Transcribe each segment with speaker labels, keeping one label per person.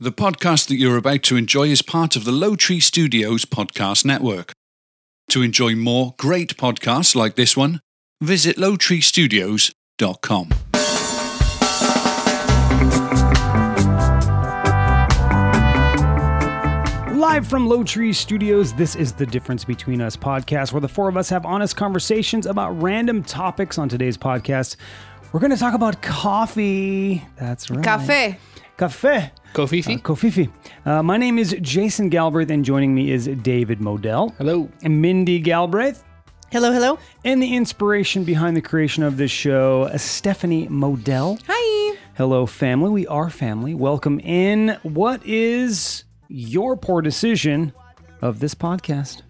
Speaker 1: The podcast that you're about to enjoy is part of the Low Tree Studios podcast network. To enjoy more great podcasts like this one, visit lowtreestudios.com.
Speaker 2: Live from Low Tree Studios, this is the Difference Between Us podcast, where the four of us have honest conversations about random topics on today's podcast. We're going to talk about coffee. That's right.
Speaker 3: Cafe.
Speaker 2: Cafe.
Speaker 4: Kofifi.
Speaker 2: Uh, Kofifi. Uh, my name is Jason Galbraith, and joining me is David Modell.
Speaker 4: Hello.
Speaker 2: And Mindy Galbraith.
Speaker 3: Hello, hello.
Speaker 2: And the inspiration behind the creation of this show, uh, Stephanie Modell.
Speaker 3: Hi.
Speaker 2: Hello, family. We are family. Welcome in. What is your poor decision of this podcast?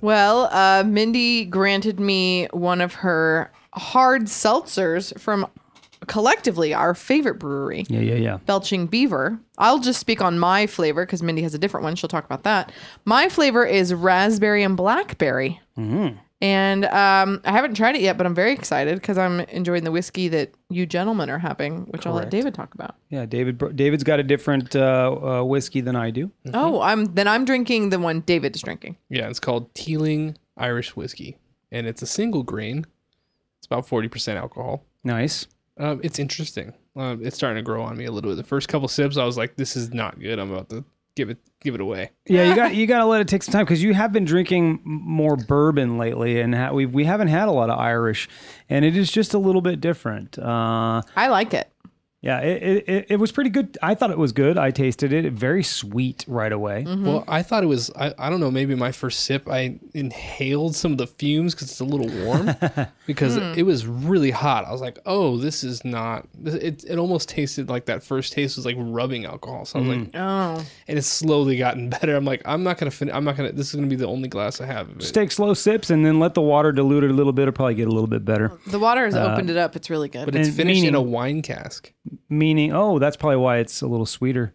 Speaker 3: Well, uh, Mindy granted me one of her hard seltzers from collectively our favorite brewery,
Speaker 2: Yeah, yeah, yeah.
Speaker 3: Belching Beaver. I'll just speak on my flavor because Mindy has a different one. She'll talk about that. My flavor is raspberry and blackberry. Mm-hmm. And um, I haven't tried it yet, but I'm very excited because I'm enjoying the whiskey that you gentlemen are having, which I'll let David talk about.
Speaker 2: Yeah, David. bro- David's got a different uh, uh, whiskey than I do.
Speaker 3: Oh, I'm then I'm drinking the one David is drinking.
Speaker 4: Yeah, it's called Teeling Irish Whiskey, and it's a single grain. It's about forty percent alcohol.
Speaker 2: Nice.
Speaker 4: Um, it's interesting. Um, it's starting to grow on me a little bit. The first couple sips, I was like, "This is not good. I'm about to give it give it away."
Speaker 2: Yeah, you got you got to let it take some time because you have been drinking m- more bourbon lately, and ha- we we haven't had a lot of Irish, and it is just a little bit different. Uh,
Speaker 3: I like it.
Speaker 2: yeah, it, it- it it was pretty good. I thought it was good. I tasted it. Very sweet right away.
Speaker 4: Well, I thought it was. I, I don't know. Maybe my first sip, I inhaled some of the fumes because it's a little warm. because it was really hot. I was like, "Oh, this is not." This, it it almost tasted like that first taste was like rubbing alcohol. So I was like,
Speaker 3: Oh.
Speaker 4: and it's slowly gotten better. I'm like, I'm not gonna finish. I'm not gonna. This is gonna be the only glass I have of it.
Speaker 2: Just take slow sips and then let the water dilute it a little bit. It'll probably get a little bit better.
Speaker 3: The water
Speaker 2: Uh,
Speaker 3: has opened it up. It's really good.
Speaker 4: but it's
Speaker 2: and
Speaker 4: finished in
Speaker 2: meaning-
Speaker 4: a wine cask.
Speaker 2: Meaning, oh, that's probably why it's a little sweeter.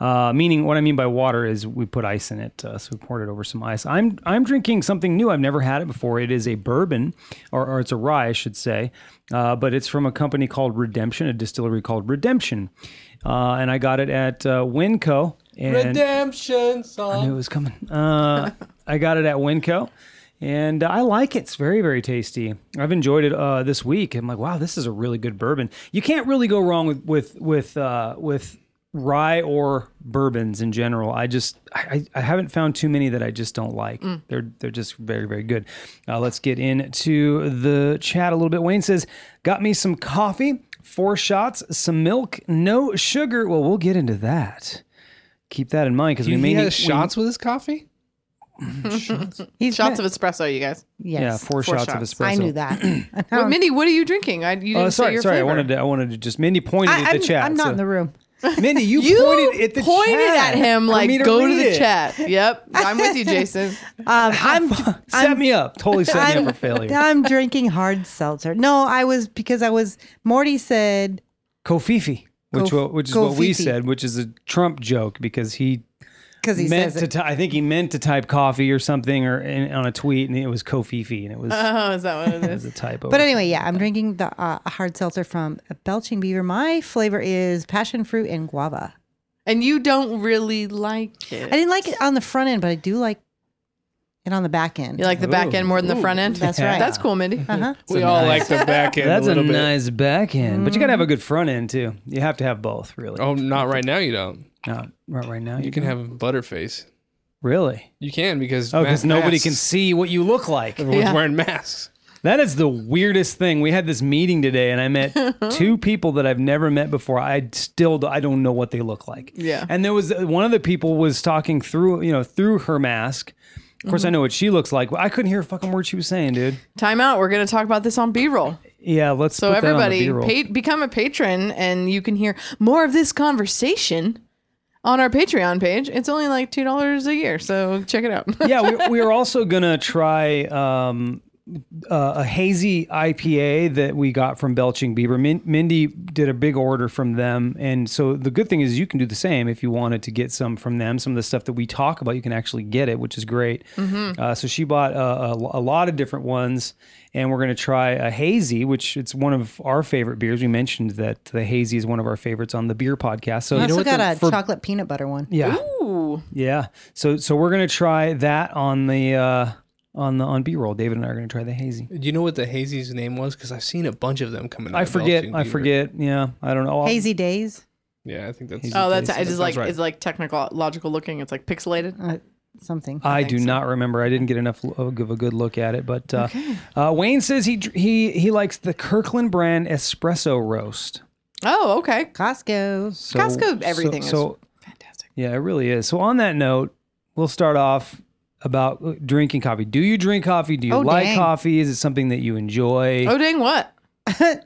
Speaker 2: Uh, meaning, what I mean by water is we put ice in it, uh, so we poured it over some ice. I'm I'm drinking something new. I've never had it before. It is a bourbon, or, or it's a rye, I should say, uh, but it's from a company called Redemption, a distillery called Redemption, uh, and I got it at uh, Winco. And
Speaker 4: Redemption
Speaker 2: I knew
Speaker 4: song.
Speaker 2: it was coming. Uh, I got it at Winco, and I like it. It's very, very tasty. I've enjoyed it uh, this week. I'm like, wow, this is a really good bourbon. You can't really go wrong with with with uh, with rye or bourbons in general. I just I, I I haven't found too many that I just don't like. They're they're just very, very good. Uh, let's get into the chat a little bit. Wayne says, "Got me some coffee." Four shots, some milk, no sugar. Well, we'll get into that. Keep that in mind because
Speaker 4: He,
Speaker 2: we may
Speaker 4: he
Speaker 2: need
Speaker 4: has
Speaker 2: we-
Speaker 4: shots with his coffee.
Speaker 5: He's
Speaker 3: Shots of espresso, you guys.
Speaker 5: yes.
Speaker 2: Yeah, four,
Speaker 3: Four
Speaker 2: shots, of
Speaker 3: shots.
Speaker 2: espresso.
Speaker 5: I knew that.
Speaker 3: Well, Mindy, what are you drinking? I, you didn't
Speaker 2: Oh,
Speaker 3: say
Speaker 2: sorry,
Speaker 3: your
Speaker 2: sorry.
Speaker 3: Flavor.
Speaker 2: I wanted to. I wanted to just. Mindy pointed
Speaker 5: I,
Speaker 2: at the
Speaker 5: am
Speaker 2: chat.
Speaker 5: I'm not
Speaker 2: so-
Speaker 5: in the room.
Speaker 2: Mindy, you,
Speaker 3: You
Speaker 2: pointed at the
Speaker 3: pointed
Speaker 2: chat
Speaker 3: at him
Speaker 2: for me
Speaker 3: like, go to
Speaker 2: read
Speaker 3: the
Speaker 2: it.
Speaker 3: chat. Yep, I'm with you, Jason.
Speaker 5: Um, I'm,
Speaker 2: Set
Speaker 5: I'm,
Speaker 2: me up. Totally set me up for failure.
Speaker 5: I'm drinking hard seltzer. No, I was because I was. Morty said,
Speaker 2: Kofifi, which wa- which is what we
Speaker 5: Kofifi.
Speaker 2: said, which is a Trump joke because he,
Speaker 5: because he
Speaker 2: meant
Speaker 5: says
Speaker 2: to.
Speaker 5: it.
Speaker 2: T- I think he meant to type coffee or something or in, on a tweet, and it was Kofifi, and it was
Speaker 3: Oh, is that what it is?
Speaker 2: a typo.
Speaker 5: Uh-huh. But anyway, yeah, I'm drinking the uh, hard seltzer from Belching Beaver. My flavor is passion fruit and guava.
Speaker 3: And you don't really like it.
Speaker 5: I didn't like it on the front end, but I do like it on the back end.
Speaker 3: you like the back end more than the front end.
Speaker 5: That's right.
Speaker 3: That's cool, Mindy.
Speaker 5: uh-huh.
Speaker 4: we all like the back end.
Speaker 2: that's
Speaker 4: a
Speaker 2: a,
Speaker 4: little bit.
Speaker 2: nice back end, but you
Speaker 5: Mm.
Speaker 2: gotta have a good front end too. You have to have both, really.
Speaker 4: Oh, not right now. You don't.
Speaker 2: Not right, right now.
Speaker 4: You can have butterface.
Speaker 2: really.
Speaker 4: You can because
Speaker 2: Oh, because
Speaker 4: ma-
Speaker 2: nobody can
Speaker 4: masks.
Speaker 2: see what you look like.
Speaker 4: Everyone's
Speaker 3: Yeah.
Speaker 4: wearing masks.
Speaker 2: That is the weirdest thing. We had this meeting today, and I met two people that I've never met before. I still I don't know what they look like.
Speaker 3: Yeah.
Speaker 2: And there was uh, one of the people was talking through you know through her mask. Of course, I know what she looks like. but I couldn't hear a fucking word she was saying, dude.
Speaker 3: Time out. We're gonna talk about this on B-roll.
Speaker 2: Yeah, let's
Speaker 3: So
Speaker 2: put that
Speaker 3: everybody,
Speaker 2: on the B-roll.
Speaker 3: pa- become a patron, and you can hear more of this conversation on our Patreon page. It's only like two dollars a year, so check it out.
Speaker 2: yeah, we, we are also gonna try um, uh, a hazy IPA that we got from Belching Beaver. Min- Mindy did a big order from them, and so the good thing is you can do the same if you wanted to get some from them. Some of the stuff that we talk about, you can actually get it, which is great.
Speaker 5: Mm-hmm.
Speaker 2: Uh, so she bought a, a, a lot of different ones, and we're going to try a hazy, which it's one of our favorite beers. We mentioned that the hazy is one of our favorites on the beer podcast. So
Speaker 5: I
Speaker 2: you know
Speaker 5: also
Speaker 2: what
Speaker 5: got
Speaker 2: the-
Speaker 5: a chocolate peanut butter one.
Speaker 2: yeah,
Speaker 3: Ooh.
Speaker 2: yeah. So so we're gonna try that on the uh on the on B roll. David and I are gonna try the hazy.
Speaker 4: Do you know what the hazy's name was? Because I've seen a bunch of them coming. out
Speaker 2: I
Speaker 4: of
Speaker 2: forget.
Speaker 4: Belching
Speaker 2: I
Speaker 4: Beaver.
Speaker 2: forget. Yeah. I don't know. um, I'll-
Speaker 5: Hazy days.
Speaker 4: Yeah, I think that's.
Speaker 2: Hazy.
Speaker 3: Oh, that's
Speaker 2: Tasty.
Speaker 3: it's
Speaker 2: That
Speaker 3: just like
Speaker 2: sounds right.
Speaker 3: it's like technical logical looking. It's like pixelated.
Speaker 5: Uh, something.
Speaker 2: I, do
Speaker 3: so.
Speaker 2: not remember. I didn't get enough l- of a good look at it. But uh, uh, Wayne says he dr- he he likes the Kirkland brand espresso roast.
Speaker 3: Oh, okay.
Speaker 5: Costco.
Speaker 2: So,
Speaker 3: Costco,
Speaker 2: so-
Speaker 3: everything is-
Speaker 2: so
Speaker 3: Fantastic.
Speaker 2: Yeah, it really is. So on that note, we'll start off about uh, drinking coffee. Do you drink coffee? Do you
Speaker 5: Oh,
Speaker 2: like
Speaker 5: dang.
Speaker 2: coffee? Is it something that you enjoy?
Speaker 3: Oh dang what?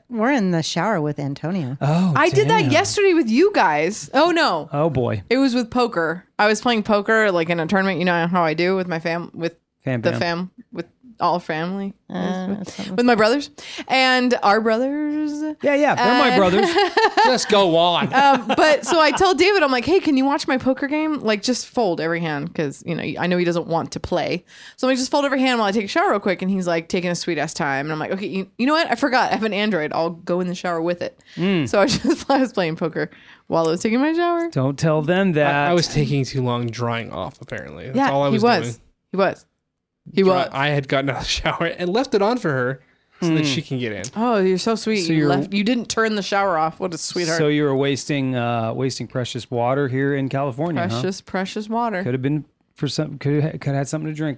Speaker 5: We're in the shower with Antonio.
Speaker 2: Oh,
Speaker 3: I did that
Speaker 2: damn.
Speaker 3: yesterday with you guys. Oh no.
Speaker 2: Oh boy,
Speaker 3: It was with poker. I was playing poker like in a tournament, you know how I do with my fam with
Speaker 2: fan
Speaker 3: the
Speaker 2: bam.
Speaker 3: fam with all family.
Speaker 5: Uh, something.
Speaker 3: with my brothers and our brothers.
Speaker 2: Yeah, yeah, they're my
Speaker 3: And-
Speaker 2: brothers.
Speaker 4: Let's go on.
Speaker 3: Um, but so I tell David, I'm like, hey, can you watch my poker game? Like, just fold every hand because you know I know he doesn't want to play. So I'm like, just fold every hand while I take a shower real quick. And he's like, taking a sweet ass time. And I'm like, okay, you, you know what? I forgot. I have an Android. I'll go in the shower with it.
Speaker 2: Mm.
Speaker 3: So I just I was playing poker while I was taking my shower.
Speaker 2: Don't tell them that.
Speaker 4: I, I was taking too long drying off. Apparently, that's
Speaker 3: yeah,
Speaker 4: all I was,
Speaker 3: he was.
Speaker 4: doing.
Speaker 3: He was. He
Speaker 4: Dry-
Speaker 3: was.
Speaker 4: I had gotten out of the shower and left it on for her so that she can get in.
Speaker 3: Oh, you're so sweet.
Speaker 2: So
Speaker 3: you
Speaker 2: you're-
Speaker 3: left. You didn't turn the shower off. What a sweetheart.
Speaker 2: So you were wasting uh, wasting precious water here in California. huh?
Speaker 3: precious, precious water.
Speaker 2: Could have been for some. Could have, could have had something to drink.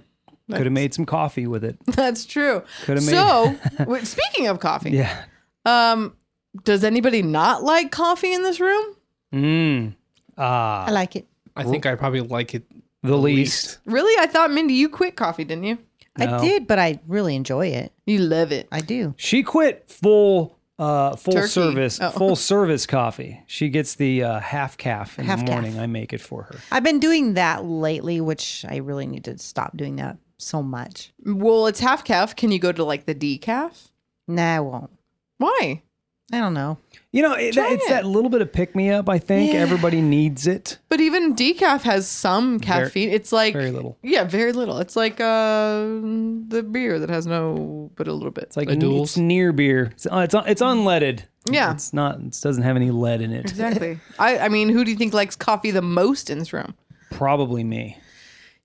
Speaker 2: Could have made some coffee with it.
Speaker 3: That's true.
Speaker 2: Coulda made-
Speaker 3: so, wait, speaking of coffee,
Speaker 2: Yeah.
Speaker 3: um, does anybody not like coffee in this room?
Speaker 2: Mm. Ah,
Speaker 5: I like it.
Speaker 4: I think I probably like it
Speaker 2: the least.
Speaker 3: Really? I thought, Mindy, you quit coffee, didn't you?
Speaker 2: No.
Speaker 5: I did, but I really enjoy it.
Speaker 3: You love it.
Speaker 5: I do.
Speaker 2: She quit full uh full
Speaker 3: Turkey.
Speaker 2: service
Speaker 3: Oh.
Speaker 2: full service coffee. She gets the uh, half calf in
Speaker 5: Half
Speaker 2: the
Speaker 5: calf.
Speaker 2: morning. I make it for her.
Speaker 5: I've been doing that lately, which I really need to stop doing that so much.
Speaker 3: Well, it's half calf. Can you go to like the decaf?
Speaker 5: Nah, I won't.
Speaker 3: Why?
Speaker 5: I don't know.
Speaker 2: You know, it,
Speaker 3: Try
Speaker 2: it's
Speaker 3: it.
Speaker 2: that little bit of pick me up. I think
Speaker 5: Yeah.
Speaker 2: everybody needs it.
Speaker 3: But even decaf has some caffeine. it's like
Speaker 2: Very little.
Speaker 3: Yeah, very little. It's like uh, the beer that has no, but a little bit.
Speaker 2: It's like
Speaker 4: A Duels.
Speaker 2: it's near beer. It's uh, it's, un- it's unleaded.
Speaker 3: Yeah.
Speaker 2: it's not. It doesn't have any lead in it.
Speaker 3: exactly. I, I mean, who do you think likes coffee the most in this room?
Speaker 2: Probably me.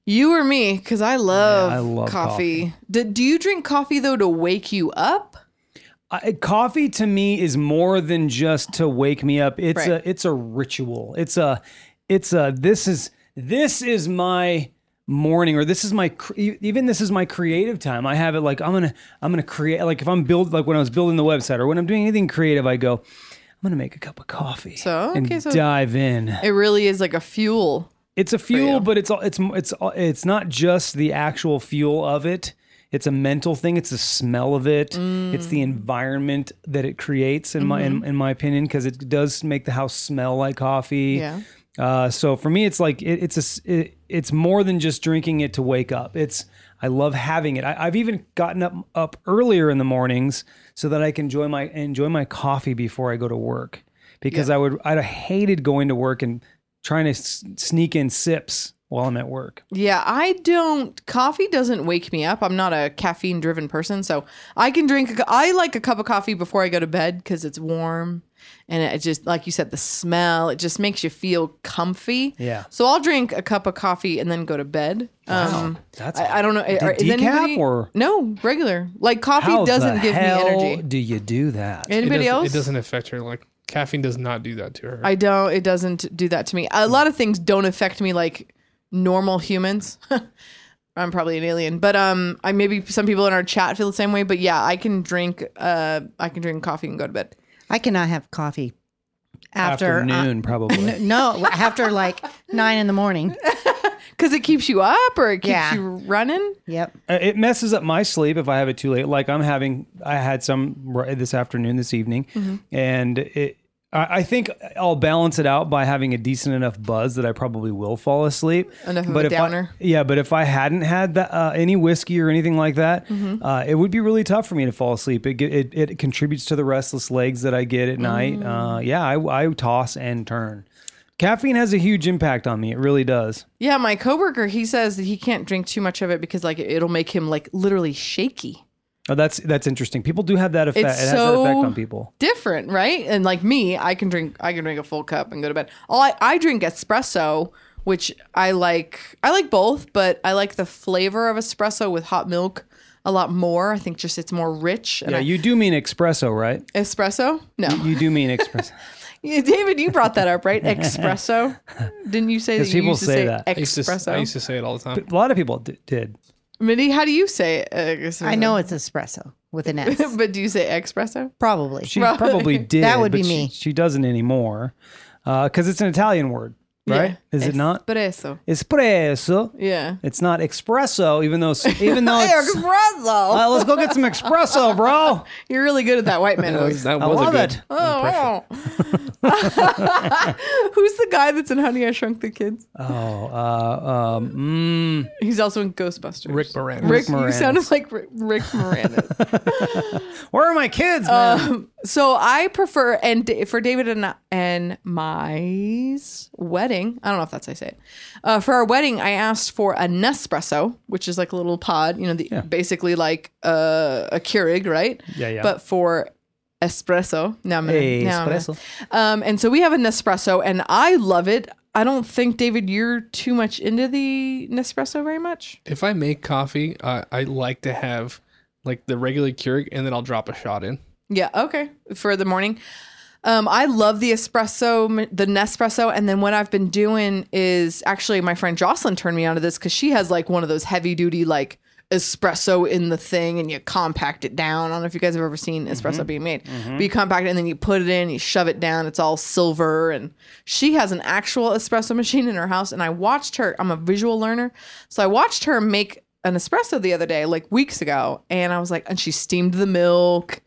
Speaker 3: You or me? Because I love,
Speaker 2: I love
Speaker 3: coffee. Do, do you drink coffee though to wake you up?
Speaker 2: I, coffee to me is more than just to wake me up. It's
Speaker 3: Right.
Speaker 2: a it's a ritual. It's a it's a this is this is my morning or this is my cre- e- even this is my creative time. I have it like I'm going to I'm going to create like if I'm build like when I was building the website or when I'm doing anything creative I go I'm going to make a cup of coffee
Speaker 3: So, okay,
Speaker 2: and
Speaker 3: so-
Speaker 2: dive in.
Speaker 3: It really is like a fuel.
Speaker 2: It's a fuel, but it's all it's it's all- it's not just the actual fuel of it. It's a mental thing. It's the smell of it. It's the environment that it creates, in my in, in my opinion, because it does make the house smell like coffee.
Speaker 3: Yeah.
Speaker 2: Uh, so for me, it's like it, it's a s- it, it's more than just drinking it to wake up. It's I love having it. I, I've even gotten up up earlier in the mornings so that I can enjoy my enjoy my coffee before I go to work because I would I'd have hated going to work and trying to s- sneak in sips while I'm at work.
Speaker 3: Yeah, I don't. Coffee doesn't wake me up. I'm not a caffeine driven person, so I can drink. a cu- I like a cup of coffee before I go to bed because it's warm, and it just like you said, the smell. It just makes you feel comfy.
Speaker 2: Yeah.
Speaker 3: So I'll drink a cup of coffee and then go to bed. Um,
Speaker 2: That's
Speaker 3: I, I don't know. Are, is
Speaker 2: decaf
Speaker 3: anybody-
Speaker 2: or-
Speaker 3: no regular? Like coffee
Speaker 2: how
Speaker 3: doesn't
Speaker 2: the
Speaker 3: give me
Speaker 2: hell
Speaker 3: energy.
Speaker 2: Do you do that?
Speaker 4: It
Speaker 3: Anybody
Speaker 4: doesn't-
Speaker 3: else?
Speaker 4: It doesn't affect her. Like caffeine does not do that to her.
Speaker 3: I don't. It doesn't do that to me. A lot of things don't affect me like normal humans. I'm probably an alien, but um, I maybe some people in our chat feel the same way. But yeah, I can drink. Uh, I can drink coffee and go to bed.
Speaker 5: I cannot have coffee after uh,
Speaker 2: Afternoon, probably.
Speaker 5: no, after like nine in the morning.
Speaker 3: Cause it keeps you up, or it keeps
Speaker 5: Yeah.
Speaker 3: you running.
Speaker 5: Yep.
Speaker 2: Uh, It messes up my sleep if I have it
Speaker 3: Mm-hmm.
Speaker 2: too late. Like I'm having, I had some right this afternoon, this evening, and it, I I think I'll balance it out by having a decent enough buzz that I probably will fall asleep.
Speaker 3: Enough of a
Speaker 2: if I-
Speaker 3: downer.
Speaker 2: yeah, but if I hadn't had that, uh, any whiskey or anything like that,
Speaker 3: Mm-hmm.
Speaker 2: uh, it would be really tough for me to fall asleep. It ge- it, it contributes to the restless legs that I get at night.
Speaker 3: Mm.
Speaker 2: Uh, yeah, I, I toss and turn. Caffeine has a huge impact on me. It really does.
Speaker 3: Yeah, my coworker, he says that he can't drink too much of it because like it'll make him like literally shaky.
Speaker 2: Oh, that's that's interesting. People do have that effect.
Speaker 3: It's
Speaker 2: it has that effect
Speaker 3: so-
Speaker 2: on people.
Speaker 3: Different, right? And like me, I can drink I can drink a full cup and go to bed. All I, I drink espresso, which I like I like both, but I like the flavor of espresso with hot milk a lot more. I think just it's more rich. And
Speaker 2: Yeah,
Speaker 3: I,
Speaker 2: you do mean espresso, right?
Speaker 3: espresso? No.
Speaker 2: You do mean espresso.
Speaker 3: Yeah, David, you brought that up, right? Espresso. Didn't you say that
Speaker 2: 'Cause
Speaker 3: you
Speaker 2: people
Speaker 3: used to
Speaker 2: say
Speaker 3: say,
Speaker 2: that.
Speaker 4: I used, to, I used
Speaker 3: espresso?
Speaker 4: to say it all the time.
Speaker 2: a lot of people d- did.
Speaker 3: Mindy, how do you say it? Uh,
Speaker 5: I know it's espresso with an S.
Speaker 3: but do you say espresso?
Speaker 5: Probably.
Speaker 2: She probably did.
Speaker 5: That would
Speaker 2: but
Speaker 5: be
Speaker 2: she-
Speaker 5: me.
Speaker 2: She, doesn't anymore because it's an Italian word, right? Is it not
Speaker 3: Espresso.
Speaker 2: espresso?
Speaker 3: Yeah.
Speaker 2: It's not espresso, even though s- even though it's,
Speaker 5: Espresso.
Speaker 2: Uh, let's go get some espresso, bro.
Speaker 3: You're really good at that white man
Speaker 4: That was,
Speaker 3: voice.
Speaker 4: that
Speaker 2: I
Speaker 4: was a
Speaker 2: love
Speaker 4: good
Speaker 2: it.
Speaker 4: impression.
Speaker 3: Oh, wow. Who's the guy that's in Honey I Shrunk the Kids?
Speaker 2: Oh, uh, um, mm,
Speaker 3: He's also in Ghostbusters.
Speaker 4: Rick Moranis.
Speaker 3: Rick, you
Speaker 2: Moranis.
Speaker 3: sounded like Rick, Rick Moranis.
Speaker 2: where are my kids,
Speaker 5: Um,
Speaker 2: man?
Speaker 3: so I prefer, and da- for David and I- and my's wedding, I don't know if that's how I say it. Uh, for our wedding, I asked for a Nespresso, which is like a little pod, you know, the, basically like uh, a Keurig, right?
Speaker 2: Yeah, yeah.
Speaker 3: But for espresso, now I'm gonna,
Speaker 2: Hey,
Speaker 3: now I'm gonna-
Speaker 2: espresso.
Speaker 3: Um, and so we have a Nespresso, and I love it. I don't think David, you're too much into the Nespresso very much.
Speaker 4: If I make coffee, uh, I like to have like the regular Keurig, and then I'll drop a shot in.
Speaker 3: Yeah. Okay. For the morning. Um, I love the espresso, the Nespresso. And then what I've been doing is actually my friend Jocelyn turned me onto this because she has like one of those heavy duty, like espresso in the thing and you compact it down. I don't know if you guys have ever seen espresso
Speaker 2: Mm-hmm.
Speaker 3: being made, but you compact it and then you put it in, you shove it down. It's all silver. And she has an actual espresso machine in her house. And I watched her, I'm a visual learner. So I watched her make an espresso the other day, like weeks ago. And I was like, and she steamed the milk.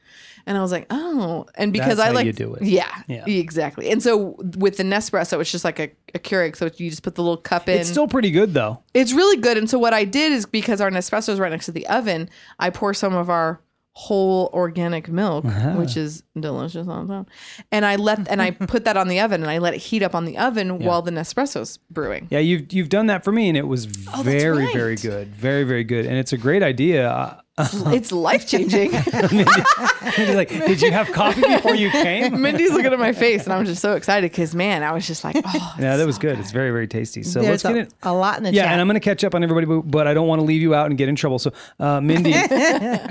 Speaker 3: And I was like, oh, and because
Speaker 2: That's
Speaker 3: I
Speaker 2: how
Speaker 3: like
Speaker 2: you do it.
Speaker 3: Yeah,
Speaker 2: Yeah.
Speaker 3: exactly. And so with the Nespresso, it's just like a, a Keurig, so you just put the little cup in.
Speaker 2: it's still pretty good though.
Speaker 3: It's really good. And so what I did is because our Nespresso is right next to the oven, I pour some of our whole organic milk,
Speaker 2: Uh-huh.
Speaker 3: which is delicious on its own, and I let and I put that on the oven and I let it heat up on the oven while the Nespresso's brewing.
Speaker 2: Yeah, you've you've done that for me, and it was
Speaker 5: Oh,
Speaker 2: very
Speaker 3: right.
Speaker 2: very good, very very good, and it's a great idea. Uh, I-
Speaker 3: It's life changing.
Speaker 2: He's like, did you have coffee before you came?
Speaker 3: Mindy's looking at my face and I'm just so excited because man, I was just like, oh,
Speaker 2: Yeah, that was good. It's very, very tasty. So let's
Speaker 5: There's
Speaker 2: get
Speaker 5: a,
Speaker 2: it.
Speaker 5: a lot in the
Speaker 2: Yeah,
Speaker 5: chat.
Speaker 2: and I'm going to catch up on everybody, but, but I don't want to leave you out and get in trouble. So, uh, Mindy,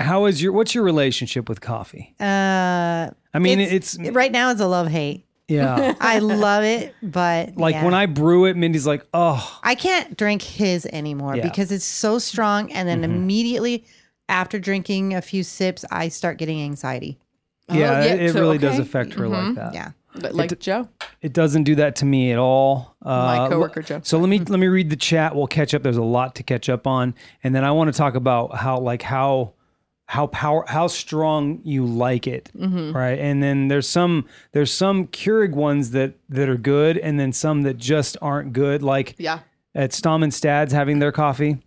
Speaker 2: how is your what's your relationship with coffee?
Speaker 5: Uh,
Speaker 2: I mean,
Speaker 5: it's,
Speaker 2: it's-
Speaker 5: right now. It's a love hate.
Speaker 2: Yeah,
Speaker 5: I love it, but
Speaker 2: like
Speaker 5: yeah.
Speaker 2: when I brew it, Mindy's like, oh,
Speaker 5: I can't drink his anymore
Speaker 2: Yeah. Mm-hmm.
Speaker 5: because it's so strong, and then immediately after drinking a few sips, I start getting anxiety.
Speaker 2: yeah,
Speaker 3: Oh, yeah,
Speaker 2: it, it
Speaker 3: so,
Speaker 2: really does
Speaker 3: okay. Mm-hmm.
Speaker 2: affect her like that.
Speaker 5: Yeah,
Speaker 3: but like Joe.
Speaker 2: It doesn't do that to me at all. Uh, l-
Speaker 3: coworker jokes
Speaker 2: So let me let me read the chat. We'll catch up. There's a lot to catch up on, and then I want to talk about how like how how power how strong you like it, right? And then there's some there's some Keurig ones that that are good, and then some that just aren't good. Like
Speaker 3: Yeah.
Speaker 2: at Stom and Stads having their coffee.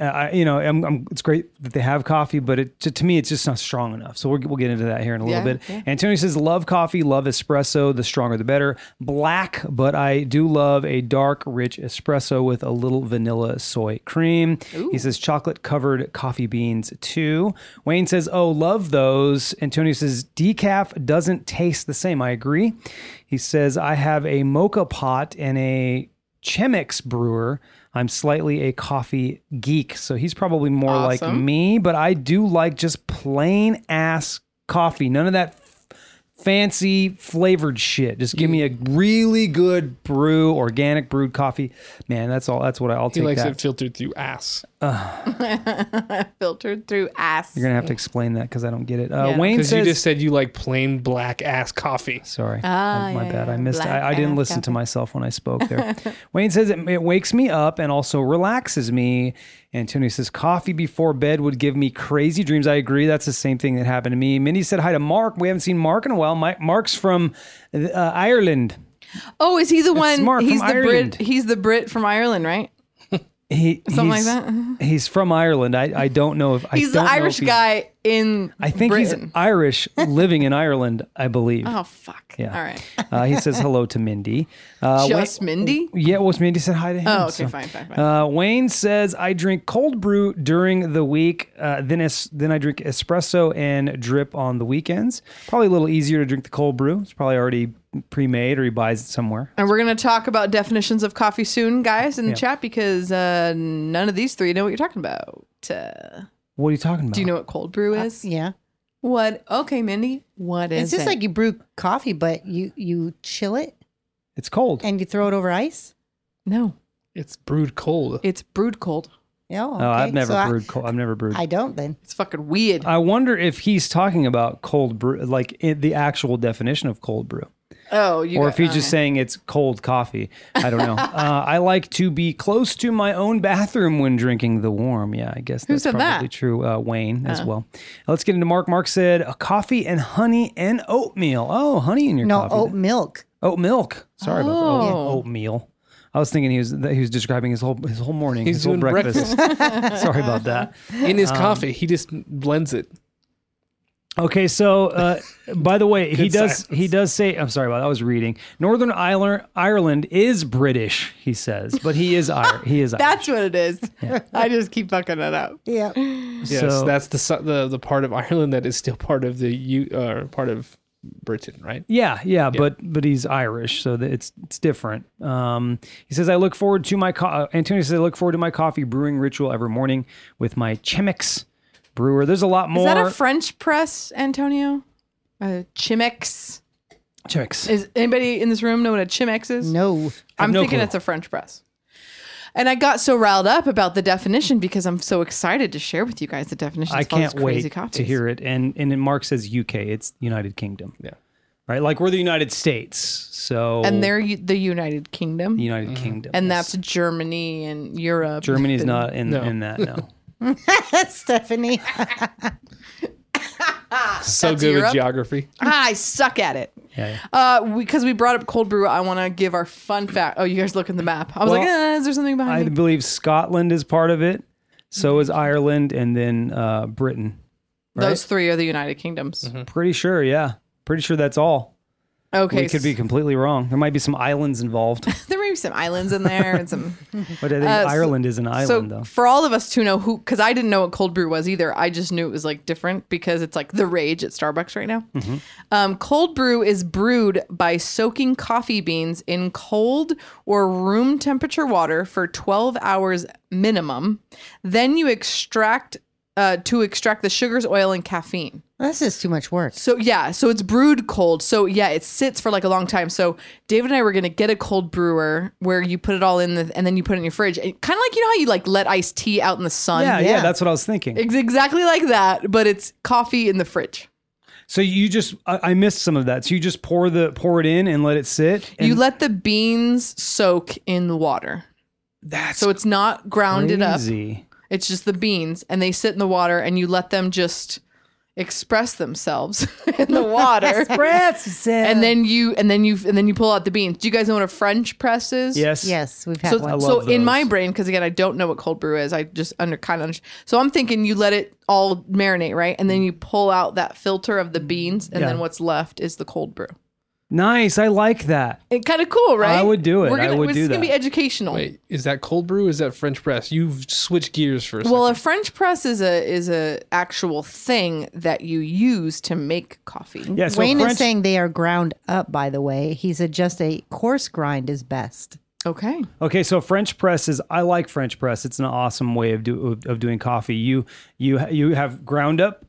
Speaker 2: Uh, I, you know, I'm, I'm, it's great that they have coffee, but it, to, to me, it's just not strong enough. So we're, we'll get into that here in a little
Speaker 3: Yeah,
Speaker 2: bit. Antonio says, love coffee, love espresso. The stronger, the better. Black, but I do love a dark, rich espresso with a little vanilla soy cream. He says, chocolate covered coffee beans too. Wayne says, oh, love those. Antonio says, decaf doesn't taste the same. I agree. He says, I have a mocha pot and a Chemex brewer. I'm slightly a coffee geek, so he's probably more like
Speaker 3: Awesome.
Speaker 2: me, but I do like just plain ass coffee. None of that f- fancy flavored shit. Just give me a really good brew, organic brewed coffee. Man, that's all that's what I, I'll
Speaker 4: He
Speaker 2: take
Speaker 4: likes
Speaker 2: that.
Speaker 4: it filtered through ass
Speaker 3: Filtered through ass.
Speaker 2: You're going to have to explain that cuz I don't get it. Uh,
Speaker 3: Yeah.
Speaker 2: Wayne
Speaker 4: because you
Speaker 2: says
Speaker 4: just said you like plain black ass coffee.
Speaker 2: Sorry.
Speaker 3: Ah,
Speaker 2: my
Speaker 3: yeah,
Speaker 2: bad.
Speaker 3: yeah.
Speaker 2: I missed.
Speaker 3: Black
Speaker 2: I, I didn't
Speaker 3: and
Speaker 2: listen to myself when I spoke there. Wayne says it, it wakes me up and also relaxes me. Antonio says coffee before bed would give me crazy dreams. I agree. That's the same thing that happened to me. Mindy said hi to Mark. We haven't seen Mark in a while. well. My, Mark's from uh, Ireland.
Speaker 3: Oh, is he the one?
Speaker 2: Mark
Speaker 3: he's
Speaker 2: from
Speaker 3: the
Speaker 2: Ireland.
Speaker 3: Brit. He's the Brit from Ireland, right?
Speaker 2: He,
Speaker 3: Something like
Speaker 2: he's-
Speaker 3: that? Uh-huh.
Speaker 2: He's from Ireland. I, I don't know if I
Speaker 3: He's the
Speaker 2: don't know if
Speaker 3: Irish
Speaker 2: he's-
Speaker 3: guy in.
Speaker 2: I think he's
Speaker 3: Britain.
Speaker 2: Irish, living in Ireland. I believe.
Speaker 3: Oh fuck!
Speaker 2: Yeah.
Speaker 3: All right.
Speaker 2: Uh, he says hello to Mindy. Uh, Wayne-
Speaker 3: Just Mindy.
Speaker 2: yeah, well, Mindy said hi to him.
Speaker 3: Oh, okay,
Speaker 2: so-
Speaker 3: fine, fine, fine.
Speaker 2: Uh, Wayne says I drink cold brew during the week, uh, then es- then I drink espresso and drip on the weekends. Probably a little easier to drink the cold brew. It's probably already pre-made, or he buys it somewhere.
Speaker 3: and we're gonna talk about definitions of coffee soon, guys, in the chat because uh, none of these three know what you're talking about. Uh,
Speaker 2: What are you talking about?
Speaker 3: do you know what cold brew is?
Speaker 5: Uh, Yeah.
Speaker 3: What? Okay, Mindy. What is
Speaker 5: It's just
Speaker 3: it?
Speaker 5: like you brew coffee, but you you chill it
Speaker 2: It's cold.
Speaker 5: and you throw it over ice.
Speaker 3: no,
Speaker 4: It's brewed cold.
Speaker 3: it's brewed cold.
Speaker 5: Yeah. okay.
Speaker 2: Oh, I've never
Speaker 5: So I-
Speaker 2: brewed cold. I've never brewed.
Speaker 5: I, don't then.
Speaker 3: It's fucking weird.
Speaker 2: I wonder if he's talking about cold brew, like it, the actual definition of cold brew,
Speaker 3: oh, you.
Speaker 2: or
Speaker 3: got-
Speaker 2: if he's
Speaker 3: okay.
Speaker 2: just saying it's cold coffee. I don't know. uh, I like to be close to my own bathroom when drinking the warm. Yeah, I guess that's
Speaker 3: said that? Oh.
Speaker 2: probably true. Uh, Wayne as well. Let's get into Mark. Mark said a coffee and honey and oatmeal. Oh, honey in your
Speaker 5: No,
Speaker 2: coffee.
Speaker 5: oat milk.
Speaker 2: Oat milk. Sorry about that.
Speaker 3: Oh.
Speaker 2: Oat, oatmeal. I was thinking he was that he was describing his whole his whole morning,
Speaker 4: He's
Speaker 2: his whole
Speaker 4: doing
Speaker 2: breakfast. Sorry about that.
Speaker 4: In
Speaker 2: Um,
Speaker 4: his coffee, he just blends it.
Speaker 2: Okay, so uh, by the way, he
Speaker 4: Good
Speaker 2: does
Speaker 4: silence.
Speaker 2: he does say I'm sorry about that. I was reading. Northern Ireland Ireland is British, he says, but he is Ir- he is
Speaker 3: That's what it is. I just keep fucking it up.
Speaker 5: Yeah.
Speaker 2: Irish.
Speaker 4: Yes,
Speaker 2: so,
Speaker 4: that's the su- the the part of Ireland that is still part of the U uh, part of Britain, right?
Speaker 2: yeah, yeah, but but he's Irish, so that it's it's different. Um, he says I look forward to my co- uh, Antonio says I look forward to my coffee brewing ritual every morning with my Chemex brewer. There's a lot more
Speaker 3: Is that a French press, Antonio? A Chimex.
Speaker 2: Chemex.
Speaker 3: Is anybody in this room know what a Chimex is?
Speaker 5: No.
Speaker 3: I'm
Speaker 2: no
Speaker 3: thinking
Speaker 2: clue.
Speaker 3: it's a French press. And I got so riled up about the definition because I'm so excited to share with you guys the definition.
Speaker 2: I can't wait to hear it. And and then Mark says UK, it's United Kingdom.
Speaker 4: Yeah.
Speaker 2: Right? Like we're the United States. So
Speaker 3: And they're u- the United Kingdom,
Speaker 2: the United Kingdom.
Speaker 3: and
Speaker 2: yes.
Speaker 3: that's Germany and Europe.
Speaker 2: Germany is
Speaker 3: and-
Speaker 2: not in
Speaker 4: No.
Speaker 2: in that no.
Speaker 5: Stephanie.
Speaker 4: So
Speaker 3: That's
Speaker 4: good
Speaker 3: Europe.
Speaker 4: with geography.
Speaker 3: Ah, I suck at it.
Speaker 2: Yeah, yeah.
Speaker 3: Uh, because we brought up cold brew, I want to give our fun fact. Oh, you guys look at the map. I Mm-hmm. was like,
Speaker 2: Well,
Speaker 3: eh, is there something
Speaker 2: I
Speaker 3: behind me?
Speaker 2: believe Scotland is part of it. So is Ireland and then uh, Britain. right? Mm-hmm.
Speaker 3: Those three are the United Kingdoms.
Speaker 2: Pretty sure, yeah. Pretty sure that's all.
Speaker 3: Okay,
Speaker 2: We could be
Speaker 3: so
Speaker 2: completely wrong. There might be some islands involved,
Speaker 3: there may be some islands in there and some.
Speaker 2: but I think
Speaker 3: Uh, so-
Speaker 2: Ireland is an
Speaker 3: so
Speaker 2: island, though.
Speaker 3: for all of us to know who, because I didn't know what cold brew was either. I just knew it was like different because it's like the rage at Starbucks right now.
Speaker 2: Mm-hmm.
Speaker 3: Um, cold brew is brewed by soaking coffee beans in cold or room temperature water for 12 hours minimum. Then you extract uh, to extract the sugars, oil, and caffeine.
Speaker 5: That's just too much work.
Speaker 3: So yeah, so it's brewed cold. So yeah, it sits for like a long time. So David and I were gonna get a cold brewer where you put it all in the and then you put it in your fridge. Kind of like you know how you like let iced tea out in the sun.
Speaker 2: Yeah, yeah,
Speaker 5: yeah.
Speaker 2: that's what I was thinking.
Speaker 3: It's exactly like that, but it's coffee in the fridge.
Speaker 2: So you just I, I missed some of that. So you just pour the pour it in and let it sit. And
Speaker 3: you let the beans soak in the water,
Speaker 2: that's
Speaker 3: so it's not ground it up.
Speaker 2: crazy.
Speaker 3: It's just the beans, and they sit in the water, and you let them just express themselves in the water. And then you and then you and then you pull out the beans. Do you guys know what a French press is?
Speaker 2: yes.
Speaker 5: Yes, we've had
Speaker 3: So,
Speaker 5: one.
Speaker 2: love
Speaker 3: so in my
Speaker 2: those.
Speaker 3: brain, because again, I don't know what cold brew is. I just under kind of. Under, so I'm thinking you let it all marinate, right? And then you pull out that filter of the beans, and
Speaker 2: Yeah.
Speaker 3: then what's left is the cold brew.
Speaker 2: Nice. I like that.
Speaker 3: It kind of cool, right?
Speaker 2: would do it.
Speaker 3: We're
Speaker 2: I
Speaker 3: gonna,
Speaker 2: would
Speaker 3: this
Speaker 2: do
Speaker 3: is gonna
Speaker 2: that.
Speaker 3: be educational.
Speaker 4: Wait, is that cold brew? Is that French press? You've switched gears for a second.
Speaker 3: Well, a French press is a is a actual thing that you use to make coffee.
Speaker 2: Yeah. So
Speaker 5: Wayne
Speaker 2: French,
Speaker 5: is saying they are ground up, by the way. He said just a coarse grind is best.
Speaker 3: Okay.
Speaker 2: okay. So French press is I like French press. It's an awesome way of do, of, of doing coffee. You you ha- you have ground up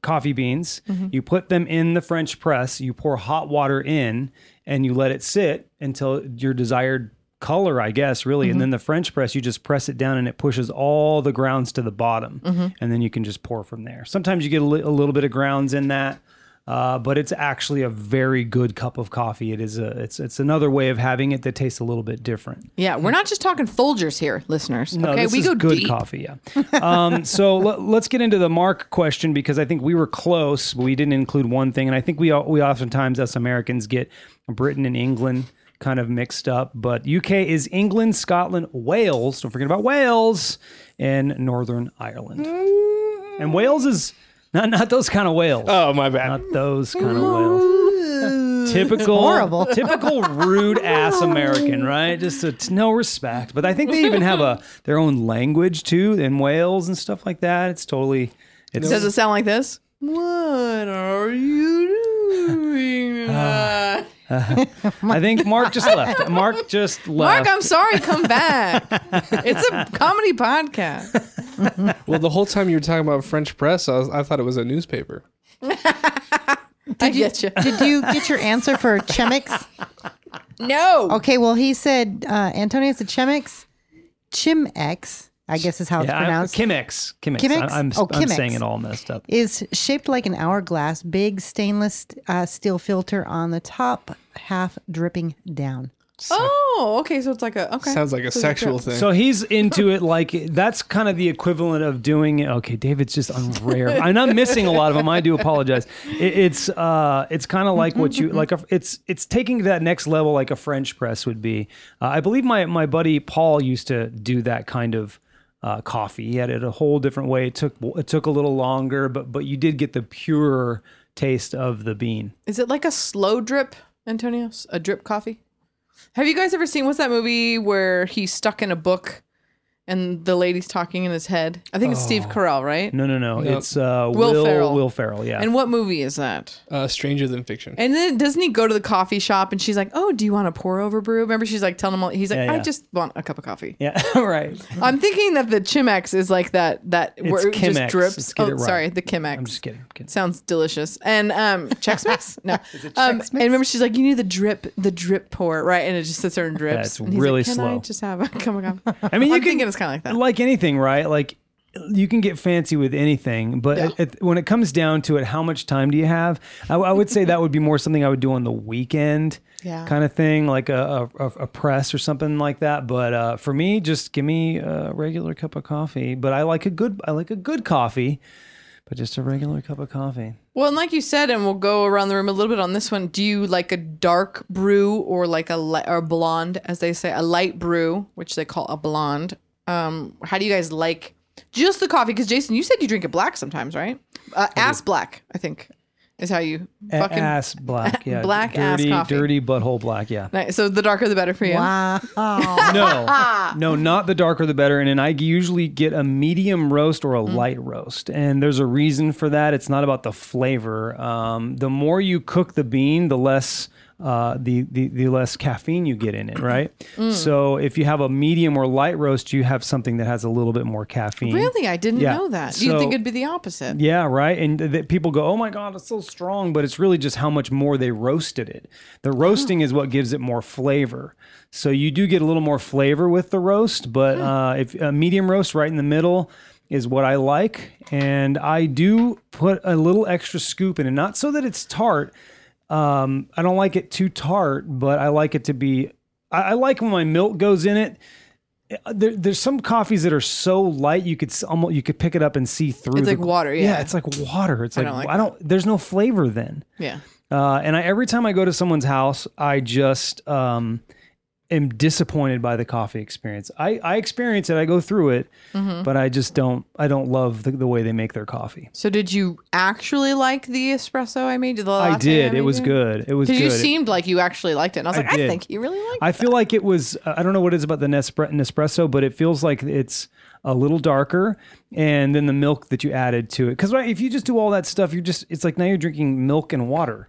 Speaker 2: coffee beans. You put them in the French press. You pour hot water in and you let it sit until your desired color i guess really and then the french press you just press it down and it pushes all the grounds to the bottom and then you can just pour from there sometimes you get a, li- a little bit of grounds in that Uh, but it's actually a very good cup of coffee. It is a it's it's another way of having it that tastes a little bit different.
Speaker 3: Yeah, we're not just talking Folgers here, listeners.
Speaker 2: No,
Speaker 3: okay,
Speaker 2: this
Speaker 3: we
Speaker 2: is
Speaker 3: go
Speaker 2: good
Speaker 3: deep.
Speaker 2: coffee. Yeah. Um, so let, let's get into the mark question because I think we were close, but we didn't include one thing, and I think we all- we oftentimes us Americans get Britain and England kind of mixed up, but UK is England, Scotland, Wales. Don't forget about Wales and Northern Ireland.
Speaker 3: Mm.
Speaker 2: And Wales is not not those kind of whales.
Speaker 4: Oh, my bad.
Speaker 2: Not those kind of whales. Typical,
Speaker 5: Horrible.
Speaker 2: typical rude ass American, right? Just a, t- no respect. But I think they even have a their own language too in Wales and stuff like that. It's totally, it's
Speaker 3: Does it sound like this? What are you doing?
Speaker 2: Ah.
Speaker 3: Uh,
Speaker 2: I think Mark just left. Mark just left.
Speaker 3: Mark, I'm sorry. Come back. it's a comedy podcast.
Speaker 4: Well, the whole time you were talking about French press, I, was, I thought it was a newspaper.
Speaker 3: I get you.
Speaker 5: Did you get your answer for Chemix?
Speaker 3: No.
Speaker 5: Okay, well, he said, uh, Antonio said Chemix. Chimex, I guess is how it's
Speaker 2: yeah, I'm,
Speaker 5: pronounced.
Speaker 2: Kimmix, Kimmix.
Speaker 5: Kimmix?
Speaker 2: I- I'm,
Speaker 5: Oh,
Speaker 2: I'm
Speaker 5: Kimmix.
Speaker 2: saying it all messed up.
Speaker 5: is shaped like an hourglass, big stainless uh, steel filter on the top, half dripping down.
Speaker 3: Oh, okay. So it's like a okay.
Speaker 4: Sounds like a
Speaker 3: So it's
Speaker 4: sexual thing.
Speaker 2: So he's into it like that's kind of the equivalent of doing it. Okay, David's just on rare. And I'm missing a lot of them. I do apologize. It, it's uh, it's kind of like what you like. A, it's it's taking to that next level like a French press would be. Uh, I believe my my buddy Paul used to do that kind of. Uh, coffee. He had it a whole different way. It took it took a little longer, but but you did get the pure taste of the bean.
Speaker 3: Is it like a slow drip, Antonio? S- A drip coffee? Have you guys ever seen what's that movie where he's stuck in a book and the lady's talking in his head? I think it's Steve
Speaker 4: Oh.
Speaker 3: Carell, right?
Speaker 2: No, no, no.
Speaker 4: Nope.
Speaker 2: It's uh,
Speaker 3: Will
Speaker 2: Will Will
Speaker 3: Ferrell.
Speaker 2: Ferrell. yeah.
Speaker 3: And what movie is that?
Speaker 4: uh, Stranger than fiction.
Speaker 3: And then doesn't he go to the coffee shop and she's like, "Oh, do you want a pour over brew?" Remember, she's like telling him, all, "He's like,
Speaker 2: Yeah,
Speaker 3: I
Speaker 2: yeah.
Speaker 3: just want a cup of coffee."
Speaker 2: yeah, right.
Speaker 3: I'm thinking that the Chimex is like that that where it
Speaker 2: Chemex.
Speaker 3: just drips.
Speaker 2: Let's get
Speaker 3: Oh,
Speaker 2: it right.
Speaker 3: sorry, the Chemex.
Speaker 2: I'm just kidding. I'm kidding.
Speaker 3: Sounds delicious. And um Chex Mix? No. um, and remember she's like, You need the drip, the drip pour, right? And it just sits there and drips.
Speaker 2: That's
Speaker 3: and he's
Speaker 2: really
Speaker 3: like, Can I
Speaker 2: slow.
Speaker 3: just have a come on.
Speaker 2: I mean, you
Speaker 3: I'm
Speaker 2: can
Speaker 3: thinking it's kinda like that.
Speaker 2: Like anything, right? Like you can get fancy with anything, but it, it- when it comes down to it, how much time do you have? I, I would say that would be more something I would do on the weekend,
Speaker 3: Yeah.
Speaker 2: kind of thing, like a, a, a press or something like that. But uh, for me, just give me a regular cup of coffee. But I like a good, I like a good coffee, but just a regular cup of coffee.
Speaker 3: Well, and like you said, and we'll go around the room a little bit on this one. Do you like a dark brew or like a li- or blonde, as they say, a light brew, which they call a blonde? Um, how do you guys like just the coffee? Because Jason, you said you drink it black sometimes, right? Uh, ass black, I think, is how you
Speaker 2: A-
Speaker 3: fucking.
Speaker 2: ass black, yeah,
Speaker 3: Black ass
Speaker 2: dirty,
Speaker 3: coffee.
Speaker 2: dirty butthole black, yeah.
Speaker 3: Nice. So the darker the better for you.
Speaker 5: Wow.
Speaker 2: no, no, not the darker the better. And, and I usually get a medium roast or a light roast, and there's a reason for that. It's not about the flavor. Um, the more you cook the bean, the less. Uh, the, the the less caffeine you get in it, right? So if you have a medium or light roast, you have something that has a little bit more caffeine.
Speaker 3: Really, I didn't
Speaker 2: Yeah.
Speaker 3: know that. Do you
Speaker 2: So-
Speaker 3: think it'd be the opposite?
Speaker 2: Yeah, right. And th- that people go, "Oh my god, it's so strong," but it's really just how much more they roasted it. The roasting is what gives it more flavor. So you do get a little more flavor with the roast, but uh, if a medium roast right in the middle is what I like, and I do put a little extra scoop in it, not so that it's tart. Um, I don't like it too tart, but I like it to be. I, I like when my milk goes in it. Uh, There, there's some coffees that are so light you could almost you could pick it up and see through.
Speaker 3: It's
Speaker 2: the-
Speaker 3: like water, yeah.
Speaker 2: it's like water. It's like I
Speaker 3: don't
Speaker 2: don't.
Speaker 3: like
Speaker 2: there's no flavor then.
Speaker 3: Yeah.
Speaker 2: Uh, and I, every time I go to someone's house, I just um, am disappointed by the coffee experience. I, I experience it. I go through it,
Speaker 3: Mm-hmm.
Speaker 2: but I just don't. I don't love the, the way they make their coffee.
Speaker 3: So did you actually like the espresso I made? The latte
Speaker 2: I did.
Speaker 3: made
Speaker 2: It was
Speaker 3: you?
Speaker 2: good. It was good.
Speaker 3: Because you
Speaker 2: It-
Speaker 3: seemed like you actually liked it, and I was like, I
Speaker 2: did.
Speaker 3: think you really liked.
Speaker 2: I feel like it was. uh, I don't know what it is about the Nespre- Nespresso, but it feels like it's a little darker, and then the milk that you added to it. Because if you just do all that stuff, you're just. It's like now you're drinking milk and water.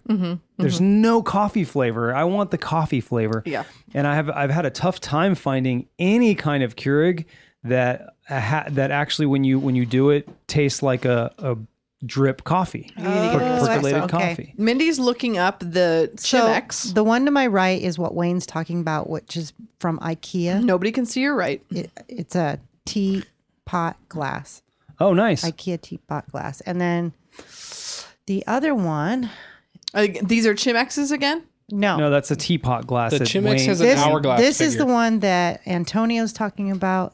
Speaker 2: There's no coffee flavor. I want the coffee flavor.
Speaker 3: Yeah.
Speaker 2: And I have. I've had a tough time finding any kind of Keurig that uh, ha- that actually when you when you do it tastes like a. a drip coffee, per- percolated
Speaker 5: okay.
Speaker 2: coffee.
Speaker 3: Mindy's looking up the Chimex.
Speaker 5: the one to my right is what Wayne's talking about, which is from IKEA.
Speaker 3: Nobody can see your right.
Speaker 5: It, it's a teapot glass,
Speaker 2: Oh, nice.
Speaker 5: IKEA teapot glass. And then the other one,
Speaker 3: Uh, these are Chimexes again.
Speaker 5: No.
Speaker 2: No, that's a teapot glass.
Speaker 4: The
Speaker 2: that
Speaker 4: Chimex
Speaker 2: Wayne-
Speaker 4: has a-
Speaker 5: this,
Speaker 4: hourglass
Speaker 5: this is
Speaker 4: figure.
Speaker 5: the one that Antonio's talking about,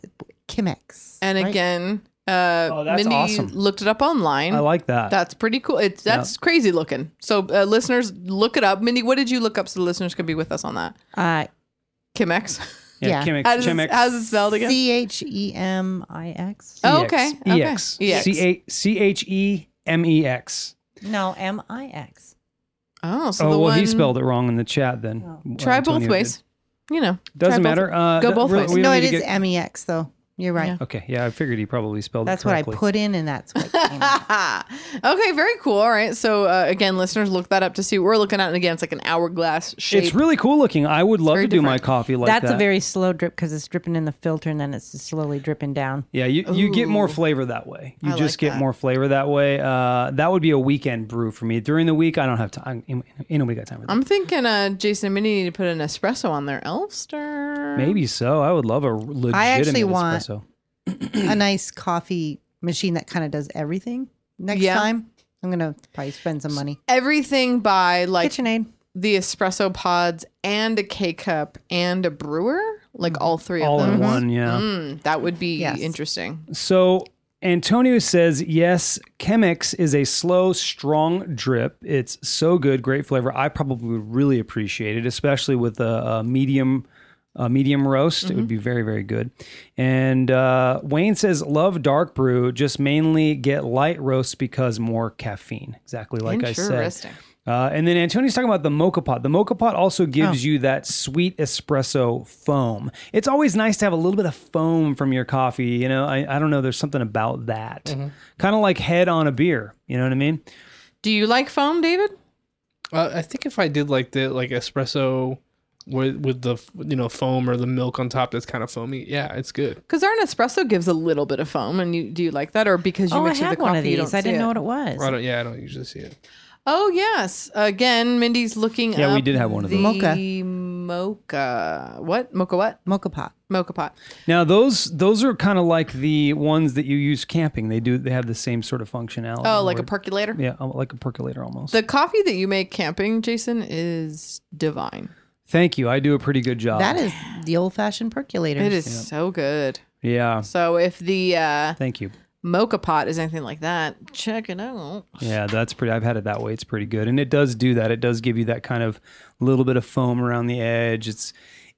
Speaker 5: Kimex.
Speaker 3: And
Speaker 5: right?
Speaker 3: again, uh,
Speaker 2: Oh, that's
Speaker 3: Mindy
Speaker 2: awesome.
Speaker 3: looked it up online.
Speaker 2: I like that.
Speaker 3: that's pretty cool. It's that's crazy looking. So uh, listeners, look it up. Mindy, what did you look up so the listeners could be with us on that?
Speaker 5: Uh,
Speaker 3: Chemex.
Speaker 2: yeah,
Speaker 5: yeah.
Speaker 2: Chemex.
Speaker 3: How's
Speaker 2: Chemex.
Speaker 3: it, how's it spelled again?
Speaker 5: C H E M I X.
Speaker 3: oh, okay. Okay.
Speaker 2: EX.
Speaker 3: EX.
Speaker 2: C-A- E C-H-E-M-E-X.
Speaker 5: No, M I X.
Speaker 3: Oh, so
Speaker 2: Oh,
Speaker 3: the
Speaker 2: well,
Speaker 3: one
Speaker 2: he spelled it wrong in the chat then. uh,
Speaker 3: try
Speaker 2: Antonio
Speaker 3: both
Speaker 2: did.
Speaker 3: ways. You know,
Speaker 2: Doesn't
Speaker 3: try both-
Speaker 2: matter. Uh,
Speaker 3: Go
Speaker 2: th-
Speaker 3: both
Speaker 2: really,
Speaker 3: ways.
Speaker 2: we don't
Speaker 5: No,
Speaker 2: need
Speaker 5: it
Speaker 2: to
Speaker 5: is
Speaker 2: get-
Speaker 5: M E X though. You're right.
Speaker 3: Yeah.
Speaker 2: Okay, yeah, I figured he probably spelled
Speaker 5: That's
Speaker 2: it
Speaker 5: what I
Speaker 2: correctly.
Speaker 5: put in, and that's what came out.
Speaker 3: okay, very cool. All right. So uh, again, listeners, look that up to see what we're looking at. And again, it's like an hourglass shape.
Speaker 2: It's really cool looking. I would love to
Speaker 3: very
Speaker 2: do my
Speaker 3: different.
Speaker 2: coffee like
Speaker 5: That's
Speaker 2: that.
Speaker 5: a very slow drip because it's dripping in the filter and then it's just slowly dripping down.
Speaker 2: yeah, you, you get more flavor that way. You
Speaker 3: I
Speaker 2: just
Speaker 3: like
Speaker 2: get
Speaker 3: that.
Speaker 2: more flavor that way. Uh, that would be a weekend brew for me. During the week, I don't have time. Ain't ain't nobody got time for that.
Speaker 3: I'm thinking uh, Jason and Minnie need to put an espresso on their Elfster.
Speaker 2: Maybe so. I would love a legitimate
Speaker 5: actually want-
Speaker 2: espresso.
Speaker 5: a nice coffee machine that kind of does everything. Next
Speaker 3: Yeah.
Speaker 5: time, I'm gonna probably spend some money.
Speaker 3: Everything by like
Speaker 5: KitchenAid.
Speaker 3: the espresso pods and a K cup and a brewer, like all three
Speaker 2: All
Speaker 3: of
Speaker 2: in
Speaker 3: them.
Speaker 2: one, yeah.
Speaker 3: Mm, that would be
Speaker 5: Yes.
Speaker 3: interesting.
Speaker 2: So Antonio says, yes, Chemex is a slow, strong drip. It's so good, great flavor. I probably would really appreciate it, especially with a, a medium. A medium roast, it would be very, very good. And uh, Wayne says, "Love dark brew, just mainly get light roasts because more caffeine." Exactly like I said.
Speaker 3: interesting.
Speaker 2: Uh, and then Antonio's talking about the mocha pot. The mocha pot also gives
Speaker 3: Oh.
Speaker 2: you that sweet espresso foam. It's always nice to have a little bit of foam from your coffee. You know, I, I don't know. There's something about that.
Speaker 3: Mm-hmm.
Speaker 2: Kind of like head on a beer. You know what I mean?
Speaker 3: Do you like foam, David?
Speaker 4: Uh, I think if I did like the like espresso with with the you know foam or the milk on top that's kind of foamy, yeah, it's good.
Speaker 3: Because our Nespresso gives a little bit of foam, and you do you like that, or because you
Speaker 5: Oh, I
Speaker 3: mix it
Speaker 5: had
Speaker 3: with the
Speaker 5: one
Speaker 3: coffee,
Speaker 5: of
Speaker 3: you
Speaker 5: these.
Speaker 3: don't
Speaker 5: I
Speaker 3: see
Speaker 5: didn't
Speaker 3: it?
Speaker 5: know what it was.
Speaker 4: I don't, yeah, I don't usually see it.
Speaker 3: Oh yes, again, Mindy's looking.
Speaker 2: Yeah, we
Speaker 3: up
Speaker 2: did have one of
Speaker 3: the
Speaker 2: those.
Speaker 5: Mocha.
Speaker 3: Mocha. What mocha? What
Speaker 5: Mocha pot.
Speaker 3: mocha pot?
Speaker 2: Now those those are kind of like the ones that you use camping. They do they have the same sort of functionality.
Speaker 3: Oh, like a
Speaker 2: where-
Speaker 3: percolator.
Speaker 2: yeah, uh, like a percolator almost.
Speaker 3: The coffee that you make camping, Jason, is divine.
Speaker 2: Thank you. I do a pretty good job.
Speaker 5: That is the old fashioned percolator.
Speaker 3: It is so good.
Speaker 2: Yeah.
Speaker 3: So if the uh,
Speaker 2: Thank you.
Speaker 3: mocha pot is anything like that, check it out.
Speaker 2: Yeah, that's pretty. I've had it that way. It's pretty good, and it does do that. It does give you that kind of little bit of foam around the edge. It's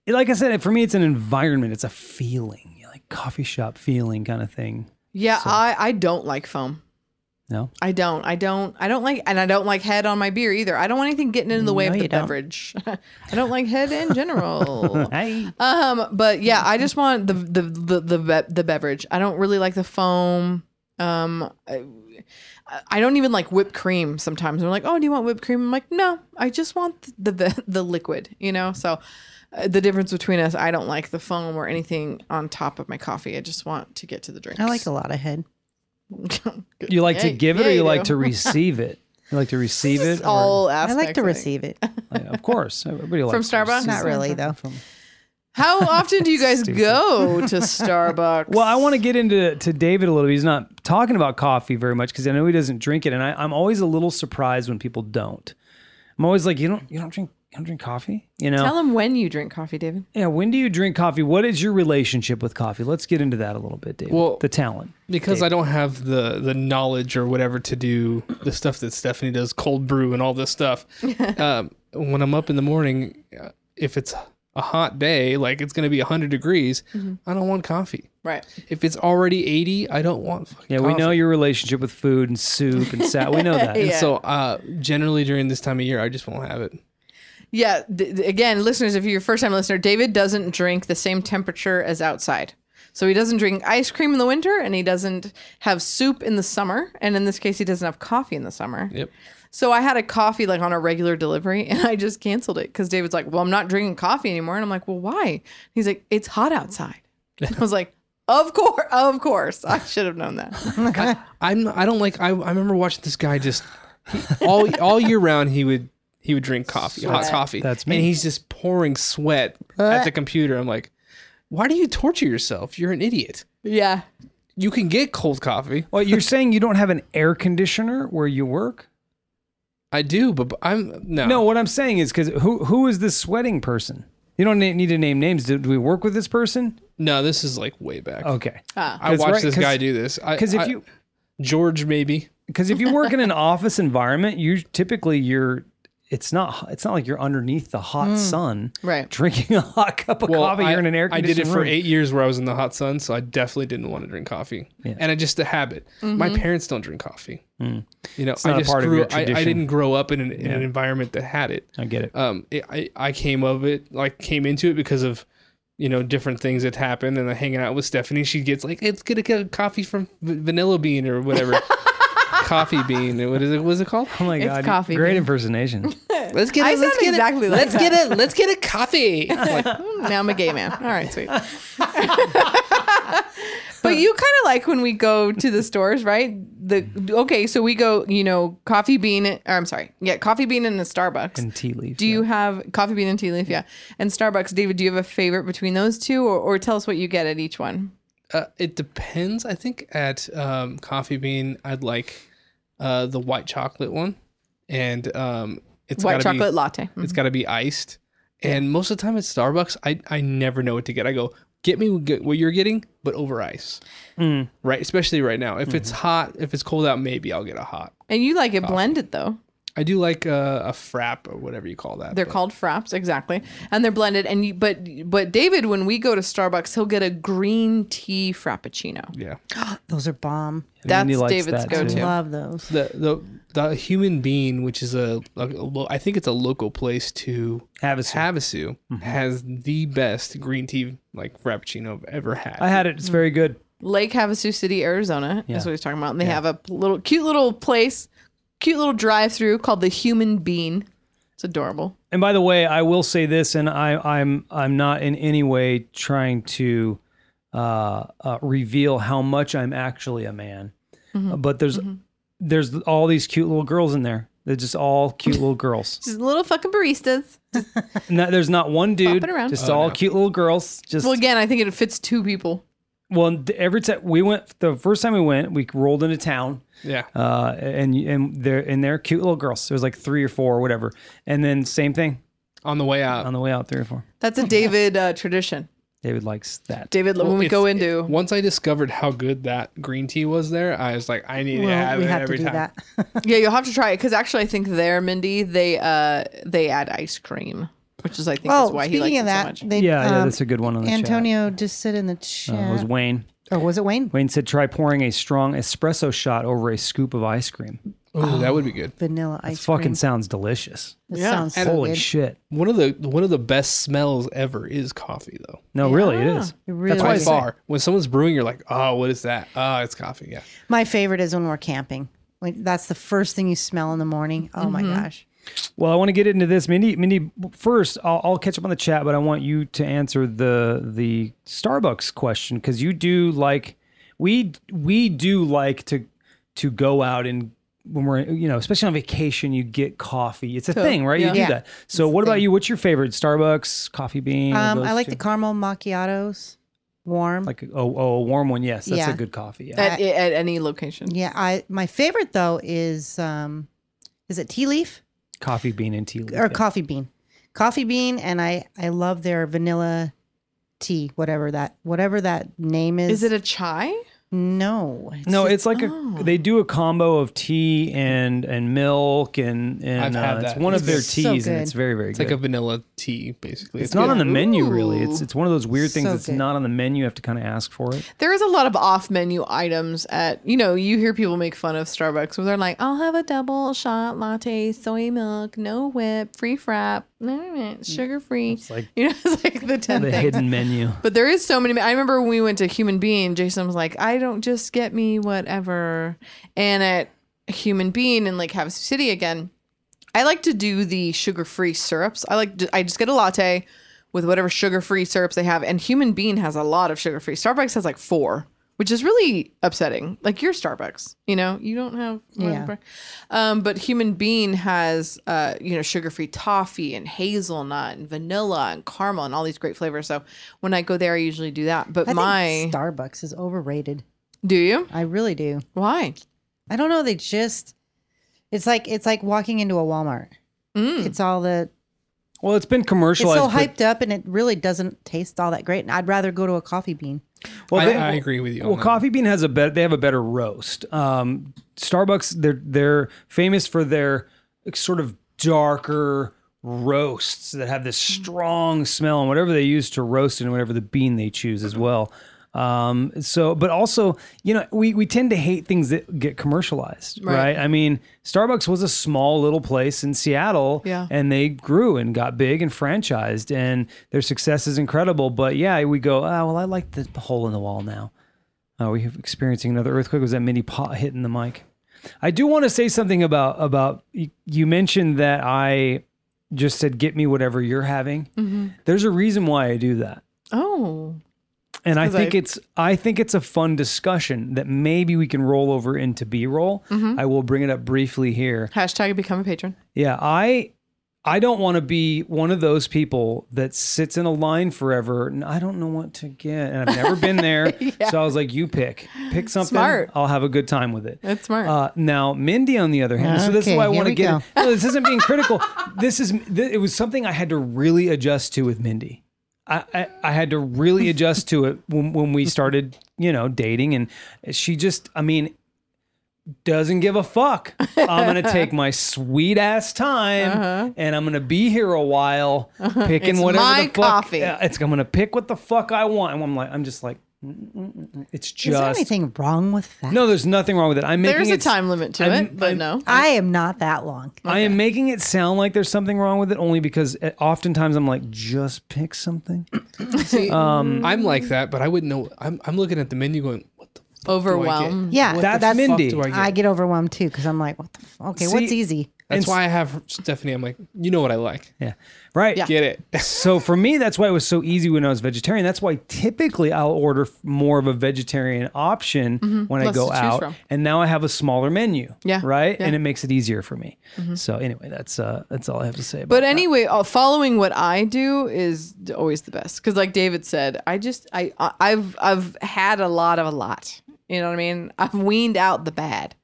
Speaker 2: it- like I said, for me, it's an environment. It's a feeling, you know, like coffee shop feeling kind of thing.
Speaker 3: Yeah, I I don't like foam.
Speaker 2: No,
Speaker 3: I don't. I don't. I don't like, and I don't like head on my beer either. I don't want anything getting in the way
Speaker 5: Mm, No,
Speaker 3: of the
Speaker 5: you don't.
Speaker 3: beverage. I don't like head in general.
Speaker 2: hey,
Speaker 3: Um, but yeah, I just want the the the the, be- the beverage. I don't really like the foam. Um, I, I don't even like whipped cream. Sometimes I'm like, oh, do you want whipped cream? I'm like, no, I just want the the, the liquid. You know, so uh, the difference between us, I don't like the foam or anything on top of my coffee. I just want to get to the drink.
Speaker 5: I like a lot of head.
Speaker 3: Good.
Speaker 2: you like to
Speaker 3: Yeah,
Speaker 2: give it,
Speaker 3: yeah,
Speaker 2: or you, like
Speaker 3: do.
Speaker 2: to receive it? You like to receive it?
Speaker 3: It's all
Speaker 5: I
Speaker 3: aspects.
Speaker 5: like to
Speaker 3: think.
Speaker 5: receive it.
Speaker 2: Or, yeah, of course, everybody likes
Speaker 3: From
Speaker 2: to receive
Speaker 3: Starbucks?
Speaker 5: Not really
Speaker 2: it.
Speaker 5: though.
Speaker 2: From-
Speaker 3: How often do you guys
Speaker 2: Stupid.
Speaker 3: go to Starbucks?
Speaker 2: Well, I want to get into to David a little bit. He's not talking about coffee very much because I know he doesn't drink it, and I, I'm always a little surprised when people don't. I'm always like, you don't, you don't drink, you don't drink coffee, you know?
Speaker 3: tell him when you drink coffee, David.
Speaker 2: Yeah, when do you drink coffee? What is your relationship with coffee? Let's get into that a little bit, David.
Speaker 4: Well-
Speaker 2: the talent.
Speaker 4: Because I don't have the the knowledge or whatever to do the stuff that Stephanie does, cold brew and all this stuff. um, when I'm up in the morning, uh, if it's a hot day, like it's going to be 100 degrees, I don't want coffee.
Speaker 3: Right.
Speaker 4: If it's already 80, I don't want fucking
Speaker 2: Yeah, we
Speaker 4: coffee.
Speaker 2: know your relationship with food and soup and sat. We know that.
Speaker 4: And
Speaker 3: Yeah.
Speaker 4: so uh, generally during this time of year, I just won't have it.
Speaker 3: Yeah. D- d- again, listeners, if you're a first time listener, David doesn't drink the same temperature as outside. So he doesn't drink ice cream in the winter and he doesn't have soup in the summer. And in this case, he doesn't have coffee in the summer.
Speaker 4: Yep.
Speaker 3: So I had a coffee like on a regular delivery and I just canceled it because David's like, well, I'm not drinking coffee anymore. And I'm like, well, why? He's like, it's hot outside. And I was like, of course, of course. I should have known that.
Speaker 4: I'm I don't like I, I remember watching this guy just he- all all year round he would he would drink coffee, hot coffee.
Speaker 2: That's me.
Speaker 4: And he's just pouring sweat at the computer. I'm like, why do you torture yourself? You're an idiot.
Speaker 3: Yeah.
Speaker 4: You can get cold coffee.
Speaker 2: Well, you're saying you don't have an air conditioner where you work?
Speaker 4: I do, but but I'm no.
Speaker 2: No, what I'm saying is because who who is this sweating person? You don't na- need to name names. Do, do we work with this person?
Speaker 4: No, this is like way back.
Speaker 2: Okay.
Speaker 4: I
Speaker 2: right,
Speaker 4: watched this
Speaker 2: 'cause-
Speaker 4: guy do this. I-
Speaker 2: Because if
Speaker 4: Uh, I-
Speaker 2: you
Speaker 4: George maybe
Speaker 2: because if you work in an office environment, you typically you're it's not it's not like you're underneath the hot sun,
Speaker 3: Right.
Speaker 2: Drinking a hot cup of coffee,
Speaker 4: Mm. I,
Speaker 2: you're in an air
Speaker 4: I did
Speaker 2: conditioned
Speaker 4: it for
Speaker 2: room.
Speaker 4: eight years where I was in the hot sun, so I definitely didn't want to drink coffee. And I just a habit. My
Speaker 3: Mm-hmm.
Speaker 4: parents don't drink coffee. You know,
Speaker 2: Hmm. not
Speaker 4: I
Speaker 2: a
Speaker 4: just
Speaker 2: part of
Speaker 4: grew.
Speaker 2: your
Speaker 4: I, I
Speaker 2: tradition.
Speaker 4: didn't grow up in an, in an environment that had it.
Speaker 2: I get it.
Speaker 4: Um, it, I I came of it like came into it because of you know different things that happened, and I hanging out with Stephanie. She gets like, hey, let's get a cup of coffee from v- Vanilla Bean or whatever. coffee bean. What is it? What is it called?
Speaker 2: oh my god,
Speaker 3: coffee,
Speaker 2: great
Speaker 3: dude.
Speaker 2: impersonation.
Speaker 4: Let's get.
Speaker 3: I
Speaker 4: it, let's
Speaker 3: sound
Speaker 4: get
Speaker 3: exactly
Speaker 4: it,
Speaker 3: like
Speaker 4: Let's
Speaker 3: that.
Speaker 4: get it. Let's get a coffee. Like,
Speaker 3: now I'm a gay man. All right, sweet. but you kind of like when we go to the stores, right? The okay, so we go, you know, coffee bean. Or I'm sorry, yeah, coffee bean and a Starbucks.
Speaker 2: and tea leaf.
Speaker 3: do you have coffee bean and tea leaf? Yeah, and Starbucks. David, do you have a favorite between those two, or, or tell us what you get at each one?
Speaker 4: Uh, it depends. I think at um, Coffee Bean, I'd like uh, the white chocolate one, and um, it's
Speaker 3: White
Speaker 4: gotta
Speaker 3: chocolate
Speaker 4: Be,
Speaker 3: latte.
Speaker 4: It's got to be iced. And most of the time at Starbucks, I I never know what to get. I go get me wh- what you're getting, but over ice. Right, especially right now. If it's hot, if it's cold out, maybe I'll get a hot.
Speaker 3: And you like it blended though.
Speaker 4: I do like uh, a frap or whatever you call that.
Speaker 3: They're
Speaker 4: but-
Speaker 3: called fraps, exactly, and they're blended. And you, but but David, when we go to Starbucks, he'll get a green tea frappuccino.
Speaker 4: yeah.
Speaker 5: Those are bomb.
Speaker 3: That's
Speaker 2: likes
Speaker 3: David's
Speaker 2: that,
Speaker 3: go-to.
Speaker 2: too.
Speaker 5: Love those.
Speaker 4: The the the human bean, which is a, a, a lo- I think it's a local place to
Speaker 2: Havasu.
Speaker 4: Havasu
Speaker 2: Mm-hmm.
Speaker 4: has the best green tea like frappuccino I've ever had.
Speaker 2: I had it. It's
Speaker 3: Mm.
Speaker 2: very good.
Speaker 3: Lake Havasu City, Arizona.
Speaker 2: Yeah.
Speaker 3: That's what he's talking about. And they have a p- little cute little place, cute little drive through called the Human Bean. It's adorable.
Speaker 2: And by the way, I will say this, and I, I'm I'm not in any way trying to uh, uh, reveal how much I'm actually a man,
Speaker 3: Mm-hmm.
Speaker 2: but there's there's all these cute little girls in there. They're just all cute little girls.
Speaker 3: Just little fucking baristas.
Speaker 2: No, there's not one dude.
Speaker 3: Bopping around.
Speaker 2: Just all cute little girls. Just
Speaker 3: Well,
Speaker 2: well,
Speaker 3: again, I think it fits two people.
Speaker 2: d- every time we went, the first time we went, we rolled into town,
Speaker 4: yeah.
Speaker 2: uh, and and they're and they're cute little girls. There was like three or four or whatever, and then same thing
Speaker 4: On the way out.
Speaker 2: on the way out, three or four.
Speaker 3: That's a David uh, tradition.
Speaker 2: David likes that.
Speaker 3: David, when we
Speaker 4: It's-
Speaker 3: go
Speaker 4: it-
Speaker 3: into.
Speaker 4: once I discovered how good that green tea was there, I was like, I need to
Speaker 5: Well,
Speaker 4: have
Speaker 5: we
Speaker 4: it
Speaker 5: have to
Speaker 4: every
Speaker 5: do
Speaker 4: time.
Speaker 5: that.
Speaker 3: yeah, you'll have to try it because actually, I think there, Mindy, they uh they add ice cream, which is I think
Speaker 5: Oh,
Speaker 3: is why he likes
Speaker 5: speaking
Speaker 3: it
Speaker 5: of that,
Speaker 3: so much.
Speaker 5: they,
Speaker 2: Yeah, yeah,
Speaker 5: um,
Speaker 2: that's a good one on the
Speaker 5: Antonio just said in the
Speaker 2: chat.
Speaker 5: chat.
Speaker 2: Uh, it was Wayne.
Speaker 5: or was it Wayne?
Speaker 2: Wayne said, try pouring a strong espresso shot over a scoop of ice cream.
Speaker 4: Ooh, that would be good.
Speaker 5: Vanilla
Speaker 2: It
Speaker 5: ice
Speaker 2: fucking
Speaker 5: cream.
Speaker 2: sounds delicious.
Speaker 5: That
Speaker 3: Yeah.
Speaker 5: sounds so
Speaker 2: Holy
Speaker 5: good.
Speaker 2: shit.
Speaker 4: One of the one of the best smells ever is coffee though.
Speaker 2: No, really, it is.
Speaker 5: It really
Speaker 2: That's why
Speaker 4: By
Speaker 2: I say-
Speaker 4: far. When someone's brewing, you're like, oh, what is that? Oh, it's coffee. Yeah.
Speaker 5: My favorite is when we're camping. Like that's the first thing you smell in the morning. Oh my gosh.
Speaker 2: Well, I want to get into this, Mindy. Mindy, first, I'll, I'll catch up on the chat, but I want you to answer the the Starbucks question because you do like we we do like to to go out and when we're you know especially on vacation you get coffee. It's a thing, right? You
Speaker 3: yeah.
Speaker 2: do
Speaker 5: Yeah.
Speaker 2: that. So, what about you? What's your favorite Starbucks coffee bean? of
Speaker 5: Um,
Speaker 2: those
Speaker 5: I like
Speaker 2: two?
Speaker 5: the caramel macchiatos. Warm.
Speaker 2: like a, oh, oh, a warm one. Yes, that's
Speaker 5: Yeah.
Speaker 2: a good coffee. Yeah.
Speaker 3: At, at any location.
Speaker 5: yeah, I my favorite though is um is it tea leaf
Speaker 2: coffee bean and tea leaf.
Speaker 5: or
Speaker 2: yeah.
Speaker 5: coffee bean? Coffee bean and I I love their vanilla tea, whatever that whatever that name
Speaker 3: Is
Speaker 5: is.
Speaker 3: it a chai?
Speaker 5: no. It's
Speaker 2: No,
Speaker 5: just- oh.
Speaker 2: it's like a they do a combo of tea and and milk and and
Speaker 4: I've had
Speaker 2: uh, it's
Speaker 4: that.
Speaker 2: one of their
Speaker 5: It's so
Speaker 2: teas and it's
Speaker 5: good.
Speaker 2: very very
Speaker 4: It's
Speaker 2: good.
Speaker 4: like a vanilla tea, basically.
Speaker 2: it's not on the menu really.
Speaker 3: Ooh.
Speaker 2: It's it's one of those weird things
Speaker 5: So
Speaker 2: that's
Speaker 5: good.
Speaker 2: not on the menu. You have to kind of ask for it.
Speaker 3: There is a lot of off menu items at, you know, you hear people make fun of Starbucks where they're like, I'll have a double shot latte, soy milk, no whip, free frap, sugar free.
Speaker 2: like-
Speaker 3: You know, it's like the 10
Speaker 2: The
Speaker 3: things.
Speaker 2: hidden menu.
Speaker 3: But there is so many. I remember when we went to Human Being, Jason was like, I don't just get me whatever. And at Human Being in Lake Havasu City again, I like to do the sugar free syrups. I like, I just get a latte with whatever sugar free syrups they have. And Human Being has a lot of sugar free. Starbucks has like four, which is really upsetting. Like your Starbucks, you know, you don't have.
Speaker 5: Yeah.
Speaker 3: Um, but Human Bean has, uh, you know, sugar free toffee and hazelnut and vanilla and caramel and all these great flavors. So when I go there, I usually do that. But
Speaker 5: I
Speaker 3: my,
Speaker 5: think Starbucks is overrated.
Speaker 3: do you?
Speaker 5: I really do.
Speaker 3: Why?
Speaker 5: I don't know. They just It's like it's like walking into a Walmart. It's all the
Speaker 2: Well, it's been
Speaker 5: it's
Speaker 2: commercialized.
Speaker 5: so
Speaker 2: but-
Speaker 5: hyped up and it really doesn't taste all that great. And I'd rather go to a coffee bean.
Speaker 2: well,
Speaker 4: I,
Speaker 2: they-
Speaker 4: I agree with you. on
Speaker 2: Well,
Speaker 4: that.
Speaker 2: Coffee Bean has a better. They have a better roast. Um, Starbucks, they're they're famous for their sort of darker roasts that have this strong smell and whatever they use to roast it and whatever the bean they choose
Speaker 4: Mm-hmm.
Speaker 2: as well. Um, so, but also, you know, we, we tend to hate things that get commercialized, right.
Speaker 3: Right.
Speaker 2: I mean, Starbucks was a small little place in Seattle
Speaker 3: Yeah.
Speaker 2: and they grew and got big and franchised and their success is incredible. But yeah, we go, oh, well, I like the hole in the wall now. Oh, we have experiencing another earthquake. Was that mini pot hitting the mic? I do want to say something about about y- you mentioned that I just said get me whatever you're having. There's a reason why I do that.
Speaker 3: Oh,
Speaker 2: And I
Speaker 3: 'cause
Speaker 2: think
Speaker 3: I-
Speaker 2: it's I think it's a fun discussion that maybe we can roll over into B-roll.
Speaker 3: Mm-hmm.
Speaker 2: I will bring it up briefly here.
Speaker 3: hashtag become a patron.
Speaker 2: Yeah, I I don't want to be one of those people that sits in a line forever and I don't know what to get. And I've never been there. So I was like, you pick. Pick something.
Speaker 3: Smart.
Speaker 2: I'll have a good time with it.
Speaker 3: That's smart.
Speaker 2: Uh, now, Mindy, on the other hand, so this is
Speaker 5: Okay,
Speaker 2: why I
Speaker 5: here
Speaker 2: want to
Speaker 5: we
Speaker 2: get.
Speaker 5: go.
Speaker 2: in- No, this isn't being critical. this is th- it was something I had to really adjust to with Mindy. I, I, I had to really adjust to it when, when we started, you know, dating, and she just, I mean, doesn't give a fuck. I'm gonna take my sweet ass time, and I'm gonna be here a while, picking
Speaker 3: Uh-huh. It's
Speaker 2: whatever
Speaker 3: my
Speaker 2: the fuck.
Speaker 3: coffee.
Speaker 2: Yeah, it's I'm gonna pick what the fuck I want, and I'm like, I'm just like, mm, mm, mm, mm. it's
Speaker 5: Is there
Speaker 2: just.
Speaker 5: anything wrong with that?
Speaker 2: No, there's nothing wrong with it. I'm making
Speaker 3: There's a
Speaker 2: it s-
Speaker 3: time limit to
Speaker 2: I'm-
Speaker 3: it, but
Speaker 2: I'm-
Speaker 3: no.
Speaker 5: I am not that long.
Speaker 2: I am making it sound like there's something wrong with it only because uh, oftentimes I'm like, just pick something.
Speaker 4: See, I'm like that, but I wouldn't know. I'm, I'm looking at the menu going, what the fuck
Speaker 3: Overwhelmed.
Speaker 5: Yeah,
Speaker 4: What
Speaker 2: That's
Speaker 4: the fuck
Speaker 2: Mindy.
Speaker 4: do I get?
Speaker 5: I get overwhelmed too because I'm like, what the? F- okay, what's
Speaker 2: See-
Speaker 5: easy?
Speaker 4: That's
Speaker 2: And-
Speaker 4: why I have Stephanie. I'm like, you know what I like.
Speaker 2: Yeah. Right.
Speaker 3: Yeah.
Speaker 4: Get it.
Speaker 2: So for me, that's why it was so easy when I was vegetarian. That's why typically I'll order f- more of a vegetarian option when I
Speaker 3: Less
Speaker 2: go
Speaker 3: Mm-hmm. to choose
Speaker 2: out.
Speaker 3: from.
Speaker 2: And now I have a smaller menu.
Speaker 3: Yeah.
Speaker 2: Right.
Speaker 3: Yeah. Mm-hmm.
Speaker 2: And it makes it easier for me. So anyway, that's uh that's all I have to say. About
Speaker 3: But
Speaker 2: that.
Speaker 3: anyway, uh, following what I do is d- always the best because, like David said, I just I I- I've I've had a lot of a lot. You know what I mean? I've weaned out the bad.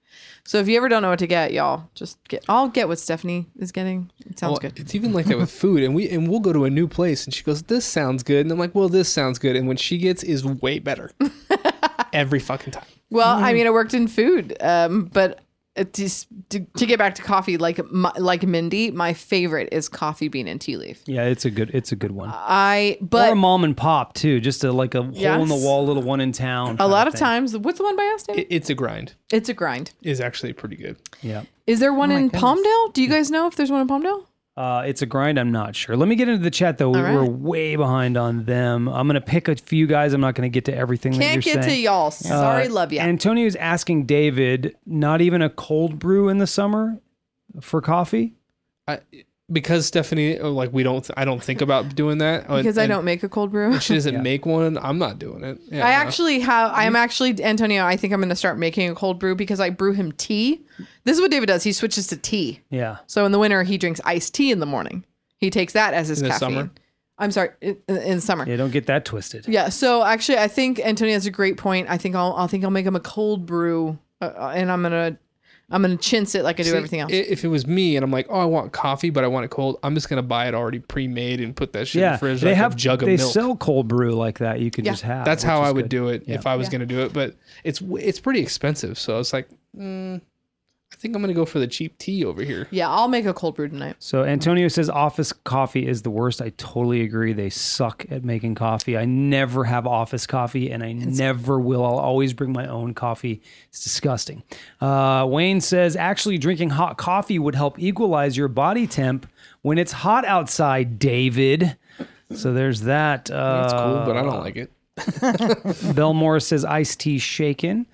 Speaker 3: So if you ever don't know what to get, y'all just get. I'll get what Stephanie is getting. It sounds
Speaker 4: Well,
Speaker 3: good.
Speaker 4: It's even like that with food, and we and we'll go to a new place, and she goes, "This sounds good," and I'm like, "Well, this sounds good," and when she gets is way better every fucking time.
Speaker 3: Well, I mean, I worked in food, um, but it just, to to get back to coffee, like my, like Mindy, my favorite is coffee bean and tea leaf.
Speaker 2: Yeah, it's a good it's a good one.
Speaker 3: I
Speaker 2: or
Speaker 3: but
Speaker 2: a mom and pop too, just a, like a hole in the
Speaker 3: Yes.
Speaker 2: wall, little one in town.
Speaker 3: a lot of times, what's the one by us? David?
Speaker 4: It, it's a grind.
Speaker 3: It's a grind.
Speaker 4: Is actually pretty good.
Speaker 2: Yeah.
Speaker 3: Is there one in Palmdale? Do you guys know if there's one in Palmdale?
Speaker 2: Uh, it's a grind. I'm not sure. Let me get into the chat though. We,
Speaker 3: All right.
Speaker 2: We're way behind on them. I'm gonna pick a few guys. I'm not gonna get to everything. that
Speaker 3: Can't
Speaker 2: you're
Speaker 3: get to
Speaker 2: saying.
Speaker 3: y'all. Sorry,
Speaker 2: Uh,
Speaker 3: love ya.
Speaker 2: Antonio's asking David, not even a cold brew in the summer for coffee.
Speaker 4: I, because Stephanie, oh, like we don't, I don't think about doing that oh, and-
Speaker 3: because I
Speaker 4: and
Speaker 3: don't make a cold brew.
Speaker 4: She doesn't make one. I'm not doing it. Yeah,
Speaker 3: I
Speaker 4: no.
Speaker 3: actually have.
Speaker 4: Mm-hmm.
Speaker 3: I'm actually Antonio. I think I'm going to start making a cold brew because I brew him tea. This is what David does. He switches to tea.
Speaker 2: Yeah.
Speaker 3: So in the winter, he drinks iced tea in the morning. He takes that as his
Speaker 4: In the
Speaker 3: caffeine.
Speaker 4: summer?
Speaker 3: I'm sorry, in, in summer.
Speaker 2: Yeah. Don't get that twisted.
Speaker 3: Yeah. So actually, I think Antonio has a great point. I think I'll. I think I'll make him a cold brew, uh, uh, and I'm gonna. I'm gonna chintz it like I do
Speaker 4: See,
Speaker 3: everything else.
Speaker 4: i- If it was me and I'm like, oh, I want coffee, but I want it cold, I'm just gonna buy it already pre-made and put that shit in
Speaker 2: Yeah.
Speaker 4: the fridge.
Speaker 2: they
Speaker 4: like
Speaker 2: have
Speaker 4: a jug of
Speaker 2: They
Speaker 4: milk.
Speaker 2: sell cold brew like that. You could
Speaker 3: Yeah.
Speaker 2: just have.
Speaker 4: That's
Speaker 2: which
Speaker 4: how
Speaker 2: is
Speaker 4: I would
Speaker 2: good.
Speaker 4: do it if I was going to do it, but it's w- it's pretty expensive. So I was like, mm, I think I'm going to go for the cheap tea over here.
Speaker 3: yeah, I'll make a cold brew tonight.
Speaker 2: So Antonio says office coffee is the worst. I totally agree. They suck at making coffee. I never have office coffee, and I never will. I'll always bring my own coffee. It's disgusting. Uh, Wayne says actually drinking hot coffee would help equalize your body temp when it's hot outside. David. So there's that. Uh,
Speaker 4: It's cool, but I don't like it.
Speaker 2: Belmore says iced tea shaken.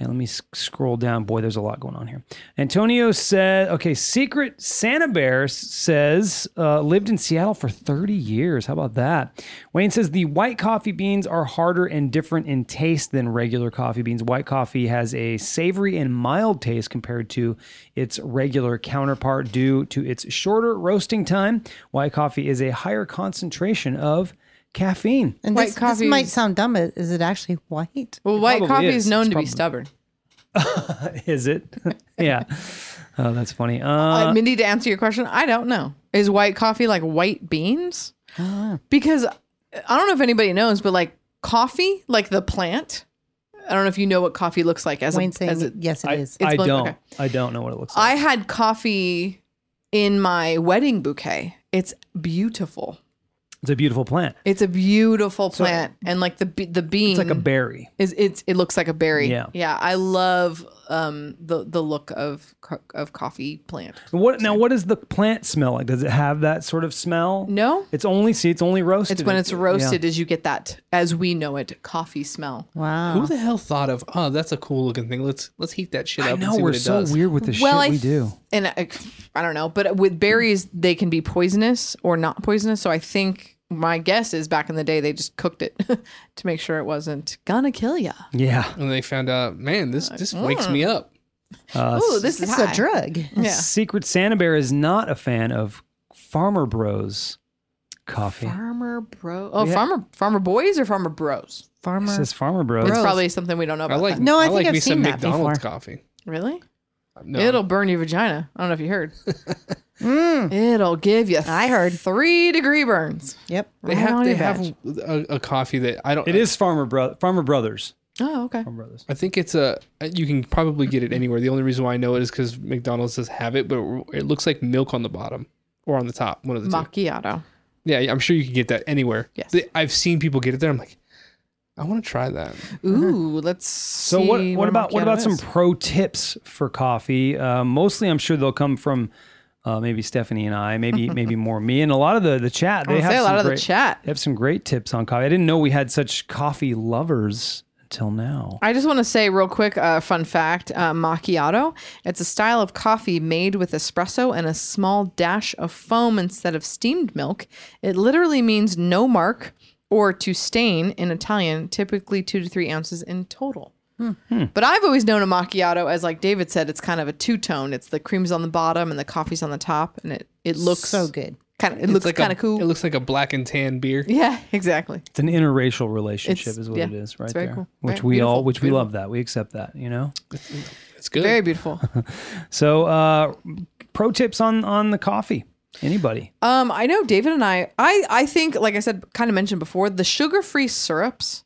Speaker 2: And let me sc- scroll down. Boy, there's a lot going on here. Antonio said, okay, Secret Santa Bear s- says, uh, lived in Seattle for 30 years. How about that? Wayne says, the white coffee beans are harder and different in taste than regular coffee beans. White coffee has a savory and mild taste compared to its regular counterpart due to its shorter roasting time. White coffee is a higher concentration of caffeine.
Speaker 5: And
Speaker 3: White
Speaker 5: this, this
Speaker 3: coffee
Speaker 5: might
Speaker 3: is-
Speaker 5: sound dumb, but is it actually white?
Speaker 3: Well, white
Speaker 2: probably
Speaker 3: coffee
Speaker 2: is.
Speaker 3: is known
Speaker 2: It's
Speaker 3: to
Speaker 2: probably-
Speaker 3: be stubborn.
Speaker 2: Is it? yeah. Oh, that's funny. Uh,
Speaker 3: Uh, Mindy, to answer your question, I don't know. Is white coffee like white beans?
Speaker 2: Ah.
Speaker 3: Because I don't know if anybody knows, but like coffee, like the plant. I don't know if you know what coffee looks like as a,
Speaker 5: Wayne's
Speaker 3: as
Speaker 5: saying,
Speaker 3: a,
Speaker 5: yes,
Speaker 2: I,
Speaker 5: it is.
Speaker 2: I
Speaker 3: blend-
Speaker 2: don't.
Speaker 3: okay.
Speaker 2: I don't know what it looks like.
Speaker 3: I had coffee in my wedding bouquet. It's beautiful.
Speaker 2: It's a beautiful plant.
Speaker 3: It's a beautiful plant, and like the be- the bean
Speaker 2: uh, It's like a berry.
Speaker 3: is it's it looks like a berry.
Speaker 2: Yeah.
Speaker 3: yeah. I love um the the look of co- of coffee plant.
Speaker 2: What now? What does the plant smell like? Does it have that sort of smell?
Speaker 3: No,
Speaker 2: It's only see. It's only roasted.
Speaker 3: it's when it's roasted
Speaker 2: Yeah.
Speaker 3: as you get that as we know it coffee smell.
Speaker 5: Wow.
Speaker 2: uh.
Speaker 4: Who the hell thought of? Oh, that's a cool looking thing. Let's let's heat that shit
Speaker 2: I
Speaker 4: up. and
Speaker 2: know
Speaker 4: see
Speaker 2: we're
Speaker 4: what it
Speaker 2: so
Speaker 4: does.
Speaker 2: weird with the
Speaker 3: Well,
Speaker 2: shit
Speaker 3: I-
Speaker 2: we do.
Speaker 3: and I, I don't know, but with berries, they can be poisonous or not poisonous. So I think my guess is back in the day, they just cooked it to make sure it wasn't gonna kill ya.
Speaker 2: Yeah.
Speaker 4: And they found out, man, this this wakes me up.
Speaker 2: Uh,
Speaker 3: Ooh, this is
Speaker 5: It's a
Speaker 3: high.
Speaker 5: drug.
Speaker 3: Yeah.
Speaker 2: Secret Santa Bear is not a fan of Farmer Bros coffee.
Speaker 3: Farmer bro. Oh,
Speaker 2: Yeah.
Speaker 3: farmer farmer boys or farmer bros?
Speaker 2: It
Speaker 5: Farmer.
Speaker 2: says Farmer Bros.
Speaker 3: It's probably something we don't know
Speaker 4: I
Speaker 3: about.
Speaker 4: like
Speaker 3: that.
Speaker 5: No, I think
Speaker 4: like
Speaker 5: I've
Speaker 4: me some
Speaker 5: seen that
Speaker 4: McDonald's
Speaker 5: before.
Speaker 4: coffee.
Speaker 3: really.
Speaker 4: No,
Speaker 3: It'll burn your vagina. I don't know if you heard.
Speaker 5: Mm,
Speaker 3: It'll give you.
Speaker 5: I heard.
Speaker 3: three degree burns.
Speaker 5: Yep.
Speaker 4: they
Speaker 3: Right
Speaker 4: have
Speaker 3: on
Speaker 4: they
Speaker 3: your
Speaker 4: have a, a coffee that I don't.
Speaker 2: It is Farmer Bro Farmer Brothers.
Speaker 3: Oh, okay.
Speaker 2: Farmer Brothers.
Speaker 4: I think it's a. You can probably get it anywhere. The only reason why I know it is because McDonald's does have it, but it looks like milk on the bottom or on the top. One of the two.
Speaker 3: Macchiato.
Speaker 4: Yeah, I'm sure you can get that anywhere.
Speaker 3: Yes.
Speaker 4: They- I've seen people get it there. I'm like, I want to try that.
Speaker 3: Ooh, let's.
Speaker 2: Mm-hmm. So what?
Speaker 3: see
Speaker 2: What
Speaker 3: a
Speaker 2: about what
Speaker 3: macchiato
Speaker 2: about some
Speaker 3: is.
Speaker 2: pro tips for coffee? Uh, mostly, I'm sure they'll come from uh, maybe Stephanie and I, maybe maybe more me, and a lot of the the chat. They
Speaker 3: I'll
Speaker 2: have
Speaker 3: say a lot
Speaker 2: some
Speaker 3: of
Speaker 2: great-
Speaker 3: the chat.
Speaker 2: They have some great tips on coffee. I didn't know we had such coffee lovers until now.
Speaker 3: I just want to say real quick, uh, fun fact: uh, macchiato. It's a style of coffee made with espresso and a small dash of foam instead of steamed milk. It literally means no mark or to stain in Italian, typically two to three ounces in total.
Speaker 2: Hmm.
Speaker 3: But I've always known a macchiato as, like David said, it's kind of a two tone. It's the cream's on the bottom and the coffee's on the top, and it it looks
Speaker 5: So good.
Speaker 3: Kind of, it
Speaker 4: It's
Speaker 3: looks
Speaker 4: like a-
Speaker 3: kind of cool.
Speaker 4: It looks like a black and tan beer.
Speaker 3: yeah, exactly.
Speaker 2: It's an interracial relationship,
Speaker 3: It's-
Speaker 2: is what
Speaker 3: yeah,
Speaker 2: it is, right
Speaker 3: very
Speaker 2: there.
Speaker 3: cool.
Speaker 2: Which
Speaker 3: Very
Speaker 2: we all,
Speaker 3: beautiful,
Speaker 2: which we
Speaker 3: beautiful.
Speaker 2: love that we accept that, you know.
Speaker 4: It's good.
Speaker 3: Very beautiful.
Speaker 2: So, uh, pro tips on on the coffee. Anybody?
Speaker 3: Um, I know David and I, I, I think, like I said, kind of mentioned before, the sugar-free syrups,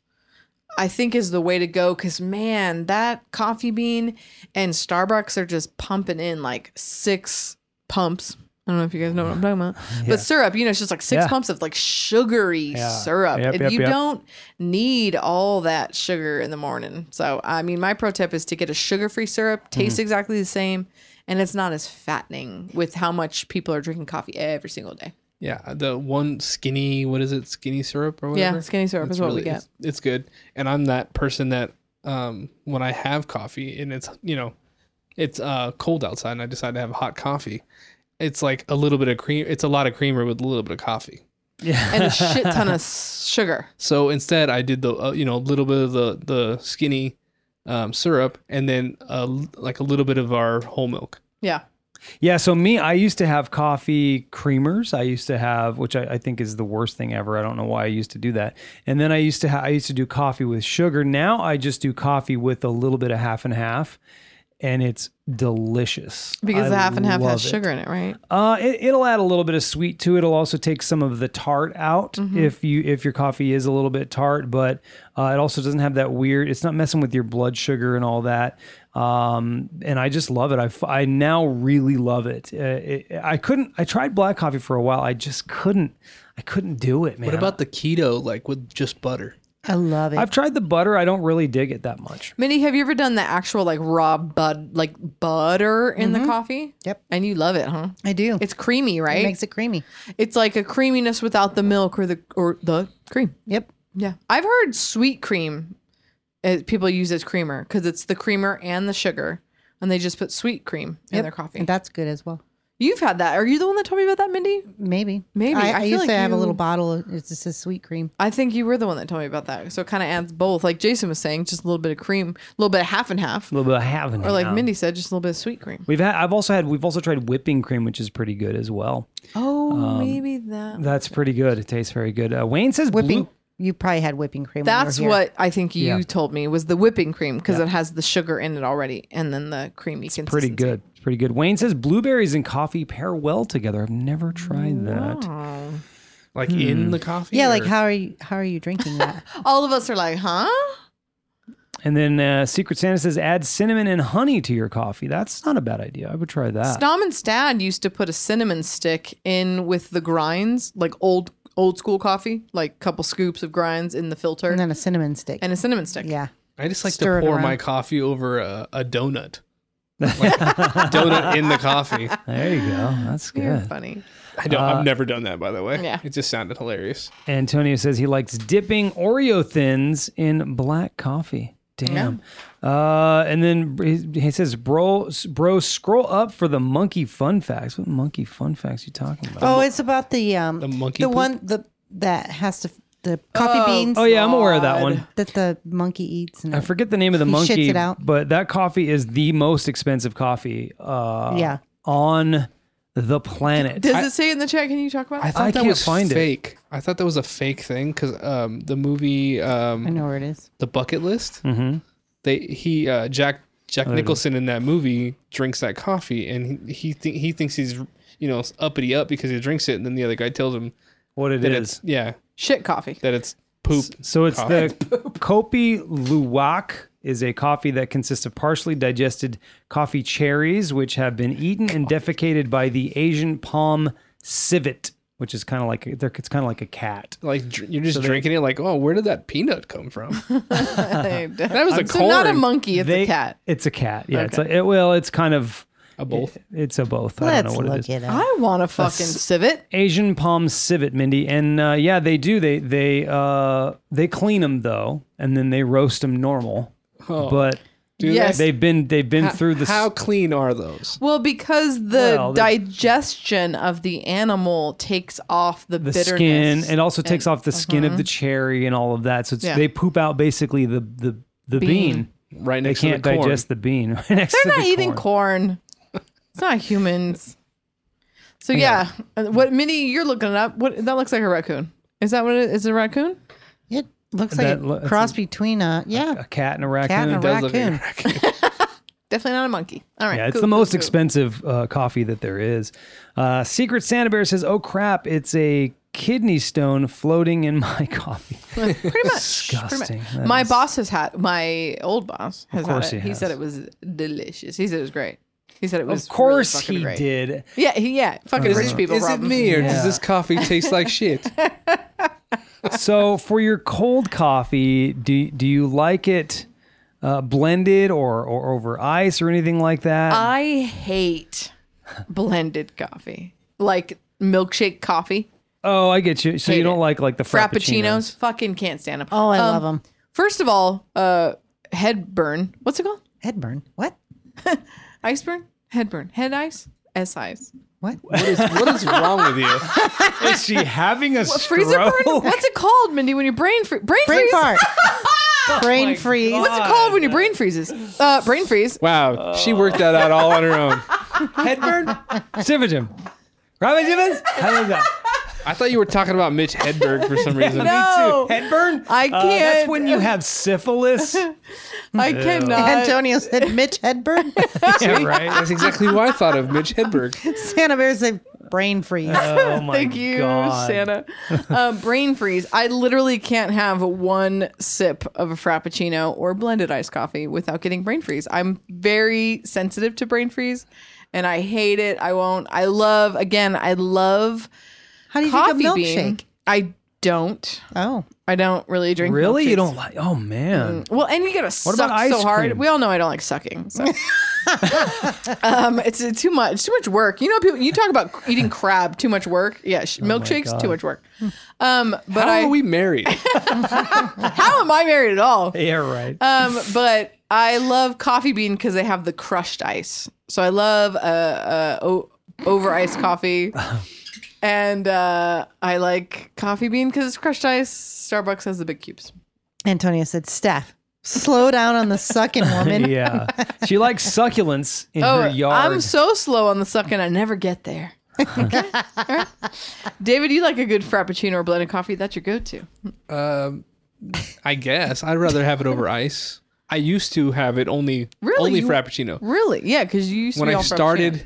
Speaker 3: I think is the way to go. Cause man, that coffee bean and Starbucks are just pumping in like six pumps. I don't know if you guys know what I'm talking about, but syrup, you know, it's just like six
Speaker 2: Yeah.
Speaker 3: pumps of like sugary syrup.
Speaker 2: Yep,
Speaker 3: If
Speaker 2: yep,
Speaker 3: you
Speaker 2: yep.
Speaker 3: don't need all that sugar in the morning. So, I mean, my pro tip is to get a sugar-free syrup,
Speaker 2: Mm-hmm.
Speaker 3: tastes exactly the same. And it's not as fattening with how much people are drinking coffee every single day.
Speaker 4: Yeah, the one skinny, what is it? Skinny syrup or whatever.
Speaker 3: Yeah, skinny syrup
Speaker 4: It's
Speaker 3: is what we get.
Speaker 4: It's, it's good, and I'm that person that um, when I have coffee and it's you know, it's uh, cold outside, and I decide to have hot coffee. It's like a little bit of cream. It's a lot of creamer with a little bit of coffee.
Speaker 2: Yeah.
Speaker 3: and a shit ton of s- sugar.
Speaker 4: So instead, I did the uh, you know a little bit of the the skinny um, syrup, and then uh, like a little bit of our whole milk.
Speaker 3: Yeah.
Speaker 2: Yeah, so me, I used to have coffee creamers. I used to have, which I, I think is the worst thing ever. I don't know why I used to do that. And then I used to, ha- I used to do coffee with sugar. Now I just do coffee with a little bit of half and half, and it's delicious
Speaker 3: Because
Speaker 2: I
Speaker 3: the half and half has
Speaker 2: love it.
Speaker 3: sugar in it, right?
Speaker 2: Uh, it, it'll add a little bit of sweet to it. It'll also take some of the tart out
Speaker 3: Mm-hmm.
Speaker 2: if you if your coffee is a little bit tart, but uh, it also doesn't have that weird. It's not messing with your blood sugar and all that. Um, and I just love it. I, f- I now really love it. Uh, it. I couldn't. I tried black coffee for a while. I just couldn't. I couldn't do it, man.
Speaker 4: What about the keto like with just butter?
Speaker 5: I love it.
Speaker 2: I've tried the butter. I don't really dig it that much.
Speaker 3: Minnie, have you ever done the actual like raw bud like butter in the coffee?
Speaker 5: Yep.
Speaker 3: And you love it, huh?
Speaker 5: I do.
Speaker 3: It's creamy, right?
Speaker 5: it makes it creamy.
Speaker 3: it's like a creaminess without the milk or the or the cream.
Speaker 5: Yep.
Speaker 3: Yeah. I've heard sweet cream uh, people use as creamer because it's the creamer and the sugar. And they just put sweet cream in
Speaker 5: Yep.
Speaker 3: their coffee.
Speaker 5: And that's good as well.
Speaker 3: You've had that. Are you the one that told me about that, Mindy?
Speaker 5: Maybe.
Speaker 3: Maybe. I
Speaker 5: I, I,
Speaker 3: feel
Speaker 5: used
Speaker 3: like
Speaker 5: to have a
Speaker 3: you-
Speaker 5: little bottle. Of, it just says sweet cream.
Speaker 3: I think you were the one that told me about that. So it kind of adds both. Like Jason was saying, just a little bit of cream, a little bit of half and half.
Speaker 2: A little bit of having
Speaker 3: Or like Mindy said, just a little bit of sweet cream.
Speaker 2: We've had. I've also had. We've also tried whipping cream, which is pretty good as well.
Speaker 3: Oh, maybe that.
Speaker 2: That's pretty good. It tastes very good. Uh, Wayne says
Speaker 5: Whipping.
Speaker 2: blue.
Speaker 5: You probably had whipping cream. when you were
Speaker 3: That's
Speaker 5: here.
Speaker 3: what I think you
Speaker 2: Yeah.
Speaker 3: told me was the whipping cream because it has the sugar in it already, and then the creamy.
Speaker 2: pretty good. It's pretty good. Wayne says blueberries and coffee pair well together. I've never tried that.
Speaker 4: Like in the coffee?
Speaker 5: Hmm. Yeah, like
Speaker 4: or-
Speaker 5: how are you how are you drinking that?
Speaker 3: All of us are like, huh?
Speaker 2: And then uh, Secret Santa says add cinnamon and honey to your coffee. That's not a bad idea. I would try that.
Speaker 3: Stom and Stad used to put a cinnamon stick in with the grinds, like old old school coffee, like couple scoops of grinds in the filter,
Speaker 5: and
Speaker 3: and,
Speaker 5: then a cinnamon stick.
Speaker 3: a cinnamon stick.
Speaker 5: yeah.
Speaker 4: I just like
Speaker 5: Stir
Speaker 4: to
Speaker 5: it
Speaker 4: pour my
Speaker 5: around.
Speaker 4: coffee over a, a donut. Like, donut in the coffee.
Speaker 2: There you go. That's good.
Speaker 3: You're funny.
Speaker 4: I know I've never done that by the way.
Speaker 3: Yeah.
Speaker 4: It just sounded hilarious.
Speaker 2: Antonio says he likes dipping Oreo thins in black coffee. Damn. Uh, and then he, he says, bro, bro, scroll up for the monkey fun facts. What monkey fun facts you talking about?
Speaker 5: Oh, it's about the um
Speaker 4: The monkey
Speaker 5: the
Speaker 4: poop?
Speaker 5: one the that has to the coffee beans.
Speaker 2: Oh, yeah, I'm aware of that one.
Speaker 5: That the monkey eats. And
Speaker 2: I forget the name of the
Speaker 5: He shits
Speaker 2: monkey,
Speaker 5: it out.
Speaker 2: but that coffee is the most expensive coffee uh,
Speaker 5: Yeah.
Speaker 2: on the planet.
Speaker 3: Does it say in the chat? Can you talk about
Speaker 4: I
Speaker 3: it?
Speaker 4: thought that
Speaker 2: can't
Speaker 4: was
Speaker 2: find it.
Speaker 4: fake. I thought that was a fake thing because um, the movie
Speaker 5: I
Speaker 4: um,
Speaker 5: know where it is.
Speaker 4: The Bucket List.
Speaker 2: Mm-hmm.
Speaker 4: They he uh, Jack Jack Nicholson in that movie drinks that coffee and he he, thi- he thinks he's you know uppity up because he drinks it and then the other guy tells him
Speaker 2: What it
Speaker 4: that
Speaker 2: is.
Speaker 4: it's yeah
Speaker 3: Shit coffee.
Speaker 4: that it's poop.
Speaker 2: So it's the Kopi Luwak is a coffee that consists of partially digested coffee cherries, which have been eaten and defecated by the Asian palm civet, which is kind of like they're- it's kind of like a cat.
Speaker 4: Like dr- you're just drinking it like oh where did that peanut come from?
Speaker 3: that
Speaker 4: That was a
Speaker 3: so not a
Speaker 4: corn.
Speaker 3: monkey, it's
Speaker 2: They-
Speaker 3: a cat.
Speaker 2: It's a cat. Yeah. It's like it, well, it's kind of
Speaker 4: A both.
Speaker 2: it's a both. I
Speaker 5: Let's
Speaker 2: don't know what it
Speaker 5: look
Speaker 2: is.
Speaker 5: it up.
Speaker 3: I want a fucking civet.
Speaker 2: Asian palm civet, Mindy, and uh, yeah, they do. They they uh, they clean them though, and then they roast them normal. But
Speaker 4: Oh. they?
Speaker 3: yes.
Speaker 2: they've been they've been through the s-
Speaker 4: How clean are those?
Speaker 3: Well, because the
Speaker 2: Well, the-
Speaker 3: digestion of the animal takes off the,
Speaker 2: the
Speaker 3: bitterness.
Speaker 2: skin and also takes off the skin of the cherry and all of that. So it's,
Speaker 3: Yeah.
Speaker 2: they poop out basically the the, the bean.
Speaker 4: Right
Speaker 2: They
Speaker 4: next
Speaker 2: can't
Speaker 4: to the corn.
Speaker 2: digest the bean. Right next
Speaker 3: They're
Speaker 2: to
Speaker 3: not
Speaker 2: the
Speaker 3: eating corn. It's not humans. So yeah, Uh, what Minnie? You're looking it up. What that looks like a raccoon. Is that what it is? A raccoon?
Speaker 5: It looks like
Speaker 2: That lo-
Speaker 5: a
Speaker 2: it's
Speaker 5: cross
Speaker 2: a-
Speaker 5: between a yeah
Speaker 2: A cat and a raccoon.
Speaker 5: cat and a
Speaker 4: does look like a
Speaker 5: raccoon.
Speaker 3: Definitely not a monkey. All right.
Speaker 2: Yeah, it's
Speaker 3: cool,
Speaker 2: the
Speaker 3: cool,
Speaker 2: most
Speaker 3: cool.
Speaker 2: expensive uh, coffee that there is. Uh, Secret Santa Bear says, "Oh crap! It's a kidney stone floating in my coffee."
Speaker 3: Pretty much. pretty much.
Speaker 2: Disgusting. That
Speaker 3: My
Speaker 2: is-
Speaker 3: boss has had. My old boss has had
Speaker 2: course
Speaker 3: it.
Speaker 2: he
Speaker 3: He, said
Speaker 2: has.
Speaker 3: it was delicious. He said it was great. He said it was.
Speaker 2: Of course
Speaker 3: really fucking
Speaker 2: he
Speaker 3: great.
Speaker 2: did.
Speaker 3: Yeah, he, yeah. Fucking rich people.
Speaker 4: Is it
Speaker 3: Robin.
Speaker 4: me or
Speaker 2: Yeah.
Speaker 4: does this coffee taste like shit?
Speaker 2: so for your cold coffee, do do you like it uh, blended or or over ice or anything like that?
Speaker 3: I hate blended coffee, like milkshake coffee.
Speaker 2: oh, I get you. So you
Speaker 3: Hate
Speaker 2: don't
Speaker 3: it.
Speaker 2: like like the frappuccinos.
Speaker 3: Frappuccinos, fucking can't stand them.
Speaker 5: oh I
Speaker 3: Um,
Speaker 5: love 'em. love them
Speaker 3: First of all, uh, head burn. What's it called?
Speaker 5: headburn what
Speaker 3: Ice burn? Head burn. Head ice? S eyes.
Speaker 5: what
Speaker 4: What is, what is wrong with you?
Speaker 2: Is she having a
Speaker 3: Freezer burn? What's it called, Mindy? When your brain free- brain,
Speaker 5: brain
Speaker 3: freeze?
Speaker 5: fart
Speaker 3: Oh
Speaker 5: brain freeze
Speaker 3: What's it called when your brain freezes? Uh, brain freeze.
Speaker 4: Wow, she worked that out all on her own.
Speaker 2: Headburn? Sivajim. Robin Jivas? How is that?
Speaker 4: I thought you were talking about Mitch Hedberg for some reason.
Speaker 3: No.
Speaker 2: Me too. Headburn?
Speaker 3: I
Speaker 2: Uh, that's
Speaker 3: can't.
Speaker 2: when you have syphilis.
Speaker 3: I cannot.
Speaker 5: Antonio said Mitch Hedburn
Speaker 2: yeah, right?
Speaker 4: That's exactly what I thought of Mitch Hedberg.
Speaker 5: Santa Bear said brain freeze
Speaker 2: Oh my
Speaker 3: Thank you,
Speaker 2: God.
Speaker 3: Santa. Uh, brain freeze. I literally can't have one sip of a frappuccino or blended iced coffee without getting brain freeze. I'm very sensitive to brain freeze, and I hate it. I won't. I love. Again, I love
Speaker 5: how do you
Speaker 3: coffee
Speaker 5: think of milkshake
Speaker 3: bean. I don't.
Speaker 5: oh
Speaker 3: I don't really drink.
Speaker 2: Really? You
Speaker 3: milkshakes. Mm.
Speaker 2: don't like? Oh, man.
Speaker 3: Well, and you gotta
Speaker 2: What about
Speaker 3: suck so
Speaker 2: ice
Speaker 3: hard.
Speaker 2: cream?
Speaker 3: We all know I don't like sucking. So. um, it's uh, too much, too much work. You know, people. You talk about eating crab, too much work. Yeah,
Speaker 2: Oh
Speaker 3: sh- milkshakes, too much work. Um, but
Speaker 4: How
Speaker 3: I,
Speaker 4: are we married?
Speaker 3: how am I married at all?
Speaker 2: Yeah, right.
Speaker 3: Um, but I love coffee bean because they have the crushed ice. So I love uh, uh, o- over iced coffee. And uh, I like coffee bean because it's crushed ice. Starbucks has the big cubes.
Speaker 5: Antonio said Steph slow down on the sucking woman
Speaker 2: yeah. She likes succulents in her yard.
Speaker 3: Oh, I'm so slow on the sucking, I never get there. okay. All right. David, you like a good frappuccino or blended coffee? That's your go-to.
Speaker 4: Um, I guess I'd rather have it over ice. I used to have it only
Speaker 3: Really?
Speaker 4: only
Speaker 3: You-
Speaker 4: frappuccino.
Speaker 3: Really? Yeah, because you used to
Speaker 4: When
Speaker 3: be
Speaker 4: I
Speaker 3: all frappuccino.
Speaker 4: started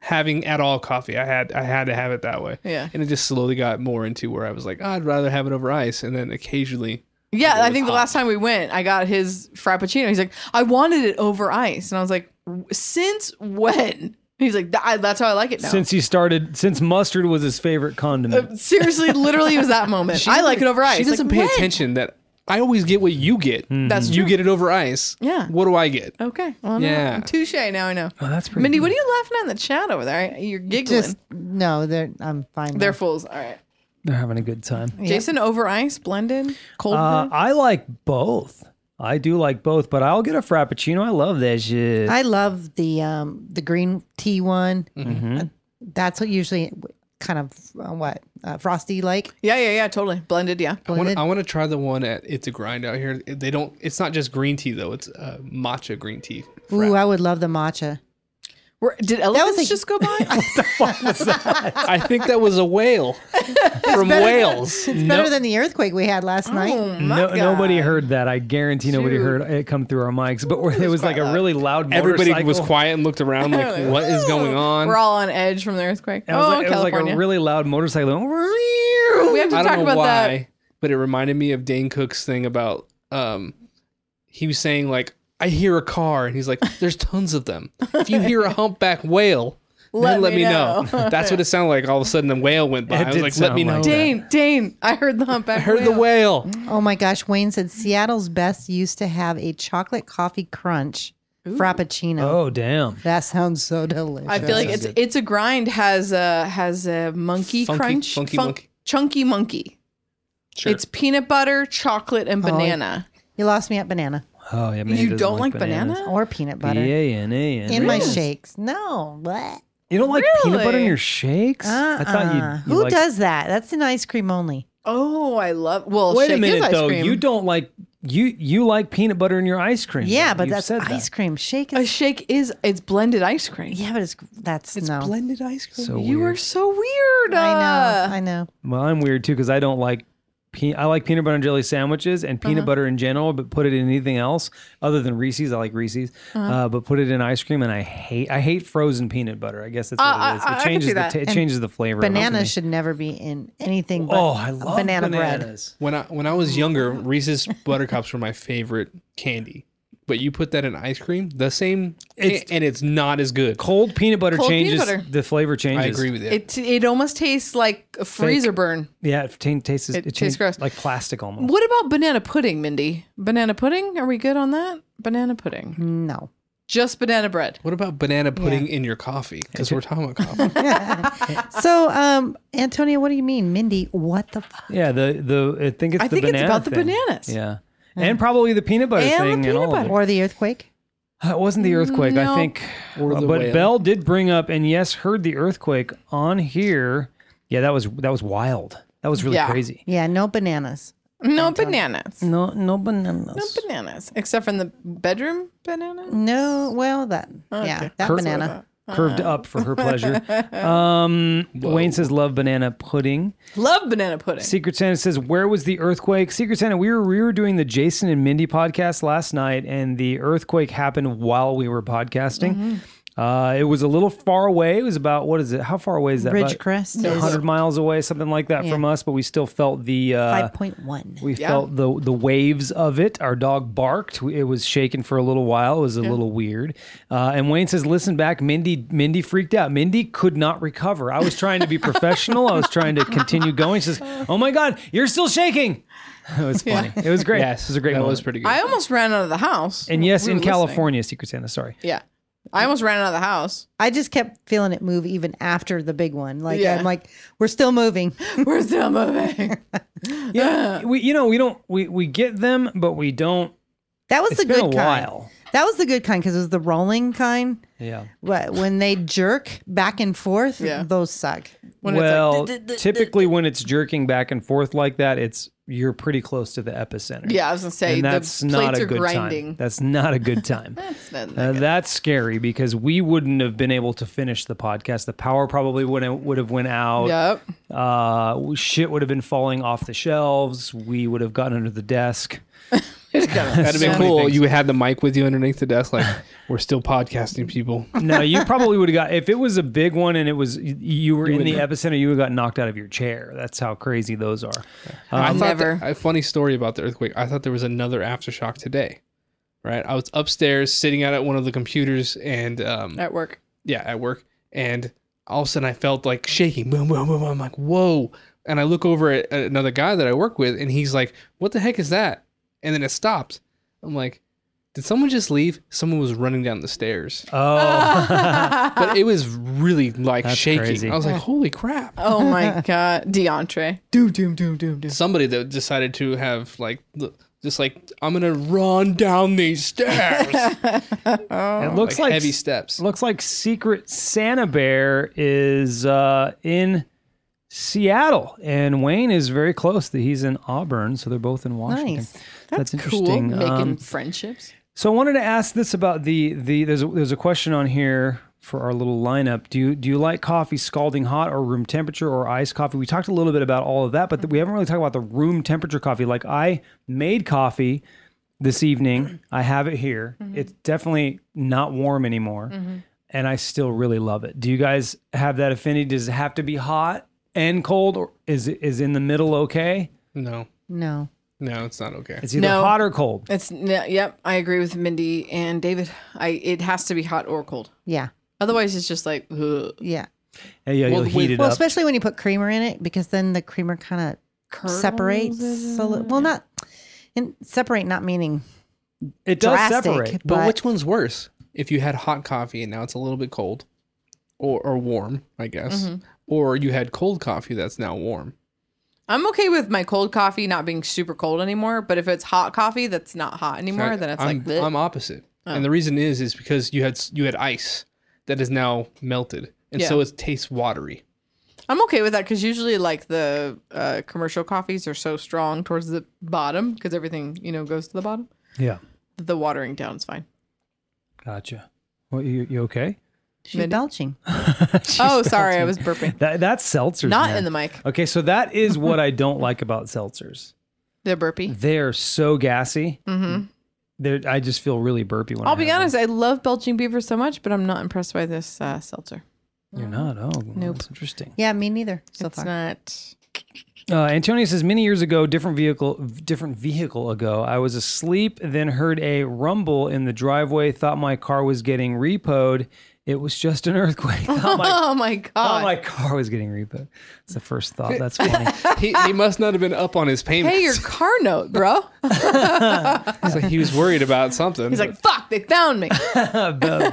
Speaker 4: having at all coffee, I had I had to have it that way.
Speaker 3: Yeah.
Speaker 4: And it just slowly got more into where I was like, "Ah, I'd rather have it over ice, and then occasionally
Speaker 3: Yeah, I think the last time we went, I got his frappuccino. He's like, I wanted it over ice, and I was like, "W- since when? He's like, "Th- I, that's how I like it now.
Speaker 2: Since he started, since mustard was his favorite
Speaker 3: Uh,
Speaker 2: condiment.
Speaker 3: Seriously, literally, it was that moment. I like it over ice.
Speaker 4: She doesn't
Speaker 3: Like,
Speaker 4: pay
Speaker 3: when?
Speaker 4: attention that I always get what you get.
Speaker 3: That's
Speaker 4: you
Speaker 3: true.
Speaker 4: get it over ice.
Speaker 3: Yeah.
Speaker 4: What do I get?
Speaker 3: Okay. Well,
Speaker 4: Yeah.
Speaker 3: yeah. Touche. Now I know.
Speaker 2: Oh, that's pretty.
Speaker 3: Mindy, what are you laughing at in the chat over there? You're giggling.
Speaker 5: Just no, they're, I'm fine. now.
Speaker 3: They're fools. All right.
Speaker 2: They're having a good time.
Speaker 3: Jason, over ice, blended, cold
Speaker 2: Uh,
Speaker 3: brew.
Speaker 2: I like both. I do like both, but I'll get a frappuccino. I love that shit.
Speaker 5: I love the um the green tea one.
Speaker 2: Mm-hmm.
Speaker 5: Uh, That's what usually kind of uh, what uh, frosty like.
Speaker 3: Yeah, yeah, yeah. Totally blended. Yeah.
Speaker 4: I wanna-
Speaker 5: Blended.
Speaker 4: I want to try the one at It's a Grind out here. They don't. It's not just green tea though. It's uh, matcha green tea.
Speaker 5: Ooh, I would love the matcha.
Speaker 3: Where, did elephants
Speaker 5: like-
Speaker 3: just go by?
Speaker 4: I think that was a whale from Wales.
Speaker 5: It's better than the earthquake we had last night.
Speaker 3: Oh, my
Speaker 2: no, nobody
Speaker 3: God.
Speaker 2: heard that. I guarantee nobody
Speaker 3: Dude.
Speaker 2: heard it come through our mics. But it was like a really loud.
Speaker 4: Everybody was
Speaker 2: motorcycle.
Speaker 4: quiet and looked around like, "What is going on?"
Speaker 3: We're all on edge from the earthquake.
Speaker 2: It was,
Speaker 3: oh,
Speaker 2: like, it was like
Speaker 3: California.
Speaker 2: a really loud motorcycle.
Speaker 3: we have to
Speaker 4: I
Speaker 3: talk
Speaker 4: don't know
Speaker 3: about
Speaker 4: why,
Speaker 3: that.
Speaker 4: but it reminded me of Dane Cook's thing about um, he was saying like, "I hear a car," and he's like, "There's tons of them. If you hear a humpback whale."
Speaker 3: Let
Speaker 4: then let
Speaker 3: me
Speaker 4: me know.
Speaker 3: know.
Speaker 4: That's what it sounded like. All of a sudden, the whale went by.
Speaker 2: It
Speaker 4: I was
Speaker 2: did
Speaker 4: like, "Let me
Speaker 2: sound
Speaker 4: know."
Speaker 2: like that.
Speaker 3: Dane, Dane, I heard the humpback.
Speaker 4: I heard the whale.
Speaker 5: Oh my gosh, Wayne said Seattle's best used to have a chocolate coffee crunch frappuccino.
Speaker 2: Oh damn!
Speaker 5: That sounds so delicious.
Speaker 3: I feel like it's it's a grind has a has a monkey
Speaker 4: Funky-
Speaker 3: crunch,
Speaker 4: funky monkey.
Speaker 3: chunky monkey.
Speaker 4: Sure.
Speaker 3: It's peanut butter, chocolate, and banana.
Speaker 5: you lost me at banana
Speaker 2: Oh yeah, Mindy
Speaker 3: you
Speaker 2: doesn't
Speaker 3: don't like
Speaker 2: bananas.
Speaker 3: banana?
Speaker 5: or peanut butter
Speaker 2: B-A-N-A-N.
Speaker 5: in my shakes. No, what?
Speaker 2: You don't like peanut butter in
Speaker 3: Really?
Speaker 2: your shakes? I thought you.
Speaker 5: Uh-uh.
Speaker 2: you
Speaker 5: Who
Speaker 2: liked-
Speaker 5: does that? That's an ice cream only.
Speaker 3: Oh, I love. Well,
Speaker 2: Wait
Speaker 3: shake
Speaker 2: a
Speaker 3: is
Speaker 2: minute
Speaker 3: ice
Speaker 2: though.
Speaker 3: cream.
Speaker 2: You don't like you. You like peanut butter in your ice cream.
Speaker 5: Yeah,
Speaker 2: though.
Speaker 5: but
Speaker 2: You've
Speaker 5: that's
Speaker 2: said that.
Speaker 5: ice cream shake.
Speaker 3: a
Speaker 5: Is,
Speaker 3: shake is it's blended ice cream.
Speaker 5: yeah, but it's that's no.
Speaker 4: blended ice cream.
Speaker 2: So
Speaker 3: you
Speaker 2: weird.
Speaker 3: are so weird.
Speaker 5: I
Speaker 3: uh.
Speaker 5: know. I know.
Speaker 2: Well, I'm weird too because I don't like. Pe- I like peanut butter and jelly sandwiches and
Speaker 3: Uh-huh.
Speaker 2: peanut butter in general, but put it in anything else other than Reese's. I like Reese's,
Speaker 3: Uh-huh.
Speaker 2: uh but put it in ice cream, and I hate I hate frozen peanut butter. I guess that's what
Speaker 3: Uh,
Speaker 2: it is.
Speaker 3: I- I- I
Speaker 2: It
Speaker 3: could
Speaker 2: changes
Speaker 3: see
Speaker 2: the
Speaker 3: that.
Speaker 2: ta- it changes the flavor. of
Speaker 5: Banana
Speaker 2: it.
Speaker 5: should never be in anything but
Speaker 2: Oh, I love
Speaker 5: banana bread.
Speaker 2: bananas.
Speaker 4: When I when I was younger, Reese's Buttercups were my favorite candy. But you put that in ice cream, the same,
Speaker 2: It's-
Speaker 4: and it's not as good.
Speaker 2: Cold peanut butter
Speaker 3: Cold peanut
Speaker 2: changes
Speaker 3: butter.
Speaker 2: the flavor
Speaker 4: I
Speaker 2: changes.
Speaker 4: agree with you.
Speaker 3: It it almost tastes like a freezer burn.
Speaker 2: Yeah, it t- tastes. It,
Speaker 3: tastes
Speaker 2: changes-
Speaker 3: gross.
Speaker 2: like plastic almost.
Speaker 3: What about banana pudding, Mindy? Banana pudding? Are we good on that? Banana pudding.
Speaker 5: No.
Speaker 3: Just banana bread.
Speaker 4: what about banana pudding in your coffee? Because we're talking about coffee.
Speaker 5: So, um, Antonio, what do you mean, Mindy? What the fuck?
Speaker 2: Yeah, the the I think it's
Speaker 3: I
Speaker 2: the
Speaker 3: think it's
Speaker 2: banana
Speaker 3: about the
Speaker 2: thing.
Speaker 3: bananas.
Speaker 2: Yeah. And probably the peanut butter
Speaker 3: And the
Speaker 2: thing and
Speaker 3: peanut
Speaker 2: all of it.
Speaker 5: Or the earthquake?
Speaker 2: Uh, It wasn't the earthquake, I
Speaker 3: no.
Speaker 2: think.
Speaker 4: the
Speaker 2: but
Speaker 4: whale.
Speaker 2: Bell did bring up and yes, heard the earthquake on here. Yeah, that was that was wild. That was really
Speaker 3: Yeah.
Speaker 2: crazy.
Speaker 5: Yeah, no bananas.
Speaker 3: No bananas.
Speaker 2: No, no bananas.
Speaker 3: No bananas. Except from the bedroom banana.
Speaker 2: Mm.
Speaker 5: No, well, that yeah, that banana.
Speaker 2: Curved up for her pleasure. Um, Wayne says, "Love banana pudding."
Speaker 3: Love banana pudding.
Speaker 2: Secret Santa says, "Where was the earthquake?" Secret Santa, we were we were doing the Jason and Mindy podcast last night, and the earthquake happened while we were podcasting.
Speaker 5: Mm-hmm.
Speaker 2: Uh, it was a little far away. It was about what is it? How far away is that? About
Speaker 5: Ridgecrest is
Speaker 2: 100 miles away, something like that from us, but we still felt the uh,
Speaker 5: five point one.
Speaker 2: we felt the the waves of it. Our dog barked. It was shaking for a little while. It was a little weird. Uh, and Wayne says, "Listen back, Mindy. Mindy freaked out. Mindy could not recover. I was trying to be professional. I was trying to continue going. She says, "Oh my God, you're still shaking." It was funny. It was great. it was a great
Speaker 4: That
Speaker 2: moment.
Speaker 4: was pretty good.
Speaker 3: I almost ran out of the house.
Speaker 2: and yes,
Speaker 3: We
Speaker 2: in
Speaker 3: were listening.
Speaker 2: California, Secret Santa. Sorry.
Speaker 3: Yeah. I almost ran out of the house.
Speaker 5: I just kept feeling it move even after the big one. Like
Speaker 3: Yeah.
Speaker 5: I'm like, we're still moving.
Speaker 3: We're still moving.
Speaker 2: Yeah. We you know we don't we we get them, but we don't.
Speaker 5: That was
Speaker 2: It's
Speaker 5: the
Speaker 2: been
Speaker 5: good
Speaker 2: a
Speaker 5: kind.
Speaker 2: while.
Speaker 5: That was the good kind because it was the rolling kind.
Speaker 2: Yeah.
Speaker 5: But when they jerk back and forth,
Speaker 3: Yeah.
Speaker 5: those suck.
Speaker 3: When it's like,
Speaker 2: well, typically when it's jerking back and forth like that, it's you're pretty close to the epicenter.
Speaker 3: Yeah, I was gonna say
Speaker 2: and
Speaker 3: the
Speaker 2: that's
Speaker 3: plates
Speaker 2: not
Speaker 3: are
Speaker 2: a good time.
Speaker 3: grinding.
Speaker 2: That's not a good time. that's,
Speaker 3: not
Speaker 2: that's scary because we wouldn't have been able to finish the podcast. The power probably would have, would have went out.
Speaker 3: Yep.
Speaker 2: Uh, shit would have been falling off the shelves. We would have gotten under the desk.
Speaker 4: That'd have
Speaker 2: So
Speaker 4: been
Speaker 2: many
Speaker 4: cool.
Speaker 2: things.
Speaker 4: You had the mic with you underneath the desk, like we're still podcasting, people.
Speaker 2: No, you probably would have got if it was a big one and it was you- you were in the
Speaker 4: would've-
Speaker 2: epicenter. You would have got knocked out of your chair. That's how crazy those are.
Speaker 4: I thought
Speaker 3: Never.
Speaker 4: that- a funny story about the earthquake. I thought there was another aftershock today. Right, I was upstairs sitting out at one of the computers, and um,
Speaker 3: at work.
Speaker 4: yeah, at work, and all of a sudden I felt like shaking. Boom, boom, boom. I'm like, whoa! And I look over at at another guy that I work with, and he's like, "What the heck is that?" And then it stopped. I'm like, "Did someone just leave?" Someone was running down the stairs,
Speaker 3: Uh,
Speaker 2: Oh,
Speaker 4: but it was really like
Speaker 2: Uh. That's
Speaker 4: shaking.
Speaker 2: crazy.
Speaker 4: I was like, "Holy crap!"
Speaker 3: Oh my god, DeAndre. Doom, doom, doom, doom, doom.
Speaker 4: Somebody that decided to have like the- just like I'm gonna run down these stairs,
Speaker 2: it looks like,
Speaker 4: heavy steps.
Speaker 2: looks like Secret Santa Bear is uh, in Seattle, and Wayne is very close. That he's in Auburn, so they're both in Washington.
Speaker 5: Nice.
Speaker 2: That's,
Speaker 3: Cool,
Speaker 2: interesting.
Speaker 3: making
Speaker 2: Um,
Speaker 3: friendships.
Speaker 2: So I wanted to ask this about the the there's a, there's a question on here for our little lineup. Do you do you like coffee scalding hot or room temperature or iced coffee? We talked a little bit about all of that, but we haven't really talked about the room temperature coffee. Like I made coffee this evening. I have it here.
Speaker 5: Mm-hmm.
Speaker 2: It's definitely not warm anymore, and I still really love it. Do you guys have that affinity? Does it have to be hot and cold, or is it is in the middle okay?
Speaker 4: No,
Speaker 5: No.
Speaker 4: no, it's not okay.
Speaker 2: It's either
Speaker 3: No.
Speaker 2: hot or cold.
Speaker 3: It's yeah, yep. I agree with Mindy and David. I it has to be hot or cold.
Speaker 5: Yeah.
Speaker 3: Otherwise, it's just like ugh,
Speaker 5: Yeah.
Speaker 2: Yeah, you'll
Speaker 4: Well,
Speaker 2: heat
Speaker 4: with-
Speaker 2: it
Speaker 5: Well,
Speaker 2: up.
Speaker 5: especially when you put creamer in it, because then the creamer kind of
Speaker 3: curdles.
Speaker 5: separates. A li- well, not and separate, not meaning
Speaker 2: it does
Speaker 5: drastic,
Speaker 2: separate.
Speaker 4: But,
Speaker 5: But-
Speaker 4: which one's worse? If you had hot coffee and now it's a little bit cold, or or warm, I guess,
Speaker 3: Mm-hmm.
Speaker 4: or you had cold coffee that's now warm.
Speaker 3: I'm okay with my cold coffee not being super cold anymore, but if it's hot coffee that's not hot anymore, then it's
Speaker 4: I'm,
Speaker 3: like bleh. Oh.
Speaker 4: I'm opposite, and the reason is is because you had s- you had ice that is now melted, and so
Speaker 3: Yeah.
Speaker 4: it tastes watery.
Speaker 3: I'm okay with that because usually, like the uh, commercial coffees are so strong towards the bottom because everything you know goes to the bottom.
Speaker 2: yeah.
Speaker 3: The watering down is fine.
Speaker 2: Gotcha. Well, you, you okay?
Speaker 5: she's belching.
Speaker 3: oh, sorry, I was burping.
Speaker 2: That that's seltzers.
Speaker 3: Not
Speaker 2: man.
Speaker 3: in the mic.
Speaker 2: Okay, so that is what I don't like about seltzers.
Speaker 3: They're burpy.
Speaker 2: They're so gassy.
Speaker 3: Mm-hmm.
Speaker 2: They're, I just feel really burpy when I
Speaker 3: I'll be
Speaker 2: have
Speaker 3: honest. I love Belching Beaver so much, but I'm not impressed by this uh, seltzer.
Speaker 2: Them. You're not. Oh, well,
Speaker 3: Nope.
Speaker 2: That's interesting.
Speaker 5: Yeah, me neither. So
Speaker 3: it's
Speaker 5: far,
Speaker 3: not.
Speaker 2: Uh, Antonio says many years ago, different vehicle, different vehicle ago, I was asleep, then heard a rumble in the driveway. Thought my car was getting repoed. It was just an earthquake. Thought my,
Speaker 3: Oh my
Speaker 2: thought
Speaker 3: god.
Speaker 2: my car was getting repoed. It's the first thought. That's funny.
Speaker 4: he, he must not have been up on his payments.
Speaker 3: Pay your car note, bro.
Speaker 4: It's like he was worried about something.
Speaker 3: He's like, fuck, they found me.
Speaker 2: Bell, Bell,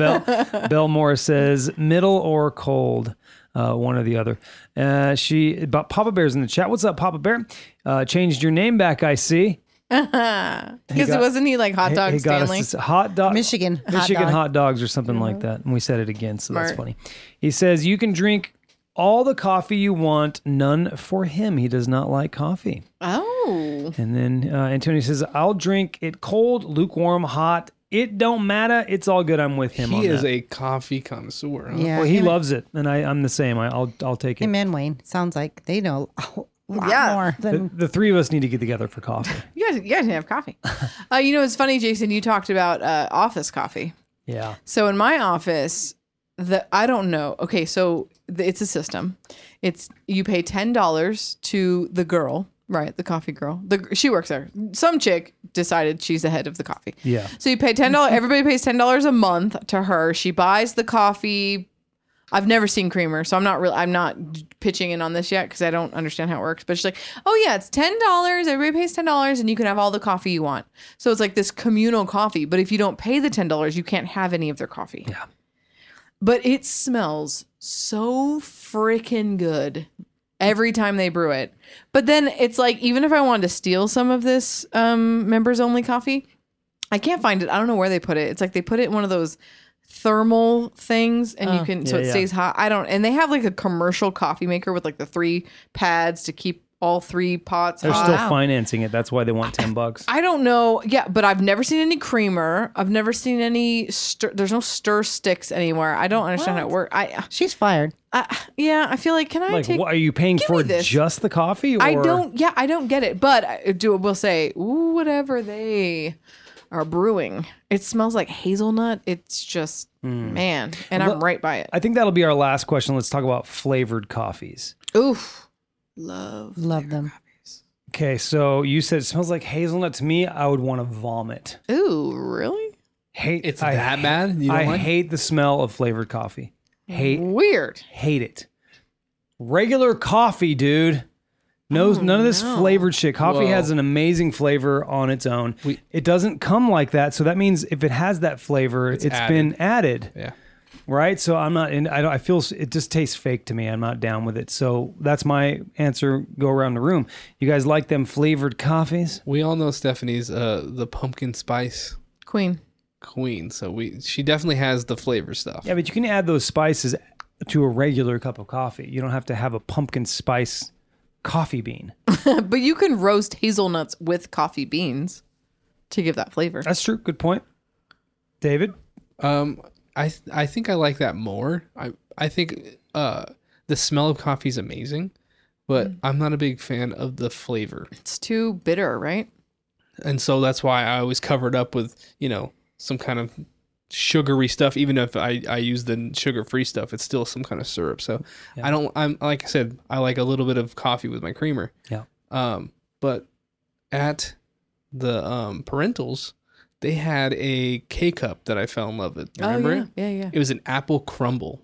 Speaker 2: Bell Uh, Moore says middle or cold, uh, one or the other. Uh, she, but Papa Bear's in the chat. What's up, Papa Bear? Uh, changed your name back, I see.
Speaker 3: Because
Speaker 2: got-
Speaker 3: wasn't he like hot dog
Speaker 2: He got us
Speaker 3: Stanley?
Speaker 2: this hot dog,
Speaker 5: Michigan hot
Speaker 2: Michigan
Speaker 5: dog.
Speaker 2: hot dogs or something like that. And we said it again, so that's
Speaker 3: Mm-hmm. Smart.
Speaker 2: funny. He says you can drink all the coffee you want, none for him. He does not like coffee.
Speaker 3: Oh.
Speaker 2: And then uh, Antonio says, "I'll drink it cold, lukewarm, hot. It don't matter. It's all good. I'm with him. on
Speaker 4: he is
Speaker 2: that.
Speaker 4: a coffee connoisseur. huh?
Speaker 5: yeah.
Speaker 2: Well, he
Speaker 5: him,
Speaker 2: loves it, and I, I'm the same. I, I'll I'll take it.
Speaker 5: him and Wayne. Sounds like they know a lot
Speaker 3: Yeah.
Speaker 5: more
Speaker 2: The,
Speaker 5: than
Speaker 2: the three of us need to get together for coffee.
Speaker 3: You guys, you guys can have coffee. uh, you know, it's funny, Jason, you talked about uh, office coffee.
Speaker 2: Yeah,
Speaker 3: So in my office, the I don't know. Okay, so the, it's a system. It's you pay ten dollars to the girl, right? The coffee girl. The she works there. Some chick decided she's the head of the coffee.
Speaker 2: yeah.
Speaker 3: So you pay ten dollars. Everybody pays ten dollars a month to her. She buys the coffee. I've never seen creamer, so I'm not real. I'm not pitching in on this yet because I don't understand how it works. But she's like, "Oh yeah, it's ten dollars. Everybody pays ten dollars, and you can have all the coffee you want." So it's like this communal coffee. But if you don't pay the ten dollars, you can't have any of their coffee. Yeah. But it smells so freaking good every time they brew it. But then it's like, even if I wanted to steal some of this um, members only coffee, I can't find it. I don't know where they put it. It's like they put it in one of those thermal things and you can so
Speaker 2: Oh, yeah,
Speaker 3: it
Speaker 2: yeah.
Speaker 3: stays hot. I don't and they have like a commercial coffee maker with like the three pads to keep all three pots
Speaker 2: They're
Speaker 3: hot.
Speaker 2: still
Speaker 5: wow.
Speaker 2: financing it. That's why they want ten bucks.
Speaker 3: I don't know. Yeah, but I've never seen any creamer. I've never seen any stir. There's no stir sticks anywhere. I don't understand how it works. I,
Speaker 5: She's fired.
Speaker 3: I, yeah, I feel like can I
Speaker 2: Like,
Speaker 3: take?
Speaker 2: what, are you paying
Speaker 3: me
Speaker 2: for
Speaker 3: this.
Speaker 2: just the coffee? Or?
Speaker 3: I don't. Yeah, I don't get it. But I do. We'll say ooh, whatever they are brewing. It smells like hazelnut. It's just
Speaker 2: Hmm.
Speaker 3: man, and I'm
Speaker 2: Look-
Speaker 3: right by it.
Speaker 2: I think that'll be our last question. Let's talk about flavored coffees.
Speaker 3: Oof, love.
Speaker 5: Love them.
Speaker 2: Okay, so you said it smells like hazelnut to me. I would want to vomit.
Speaker 3: Ooh, really
Speaker 2: Hate
Speaker 4: It's
Speaker 2: I
Speaker 4: that
Speaker 2: ha-
Speaker 4: bad? You don't
Speaker 2: I
Speaker 4: like?
Speaker 2: hate the smell of flavored coffee. Hate
Speaker 3: weird.
Speaker 2: hate it. Regular coffee, dude. No, none of this flavored shit. Coffee
Speaker 4: Whoa.
Speaker 2: has an amazing flavor on its own.
Speaker 4: We-
Speaker 2: it doesn't come like that, so that means if it has that flavor, it's
Speaker 4: added.
Speaker 2: been added,
Speaker 4: Yeah.
Speaker 2: right? So I'm not, and I don't. I feel s- it just tastes fake to me. I'm not down with it. So that's my answer. Go around the room. You guys like them flavored coffees?
Speaker 4: We all know Stephanie's uh the pumpkin spice
Speaker 3: Queen.
Speaker 4: queen, so we she definitely has the flavor stuff.
Speaker 2: Yeah, but you can add those spices to a regular cup of coffee. You don't have to have a pumpkin spice coffee bean.
Speaker 3: But you can roast hazelnuts with coffee beans to give that flavor.
Speaker 2: That's true. Good point, David.
Speaker 4: Um, I th- I think I like that more. I I think uh the smell of coffee is amazing, but
Speaker 3: Mm.
Speaker 4: I'm not a big fan of the flavor,
Speaker 3: It's too bitter, right?
Speaker 4: and so that's why I always cover it up with you know some kind of sugary stuff. Even if I I use the sugar free stuff, it's still some kind of syrup. So I don't. I'm like I said, I like a little bit of coffee with my creamer.
Speaker 2: Yeah.
Speaker 4: Um, but at the um parentals, they had a K cup that I fell in love with. Remember
Speaker 3: oh
Speaker 4: it?
Speaker 3: yeah, yeah, yeah.
Speaker 4: It was an apple crumble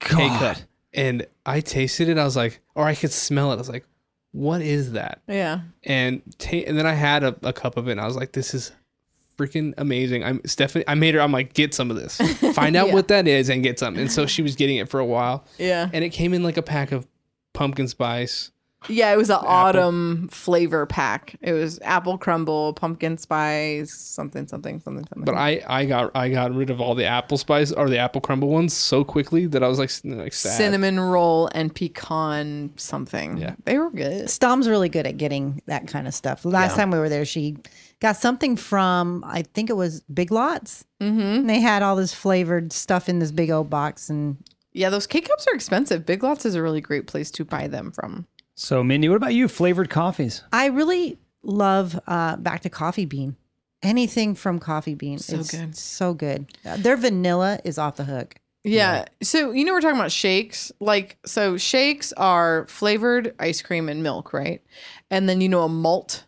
Speaker 4: K
Speaker 2: God.
Speaker 4: cup. And I tasted it. I was like, or I could smell it. I was like, what is that?
Speaker 3: Yeah.
Speaker 4: And ta- and then I had a, a cup of it. and I was like, this is freaking amazing. I'm Stephanie. I made her. I'm like, get some of this. Find out
Speaker 3: Yeah.
Speaker 4: what that is and get some. And so she was getting it for a while.
Speaker 3: Yeah.
Speaker 4: And it came in like a pack of pumpkin spice.
Speaker 3: Yeah, it was an autumn flavor pack. It was apple crumble, pumpkin spice, something, something, something, something.
Speaker 4: But I, I got I got rid of all the apple spice or the apple crumble ones so quickly that I was like, s- like sad.
Speaker 3: cinnamon roll and pecan something.
Speaker 4: Yeah.
Speaker 3: They were good.
Speaker 5: Stom's really good at getting that kind of stuff. Last time we were there, she got something from I think it was Big Lots. Mm-hmm. They had all this flavored stuff in this big old box, and
Speaker 3: Yeah, those K cups are expensive. Big Lots is a really great place to buy them from.
Speaker 2: So, Mindy, what about you? Flavored coffees?
Speaker 5: I really love uh, back to coffee bean. Anything from coffee bean
Speaker 3: So
Speaker 5: is
Speaker 3: good.
Speaker 5: so good. Their vanilla is off the hook.
Speaker 3: Yeah. So you know we're talking about shakes. Like so shakes are flavored ice cream and milk, right? And then you know a malt,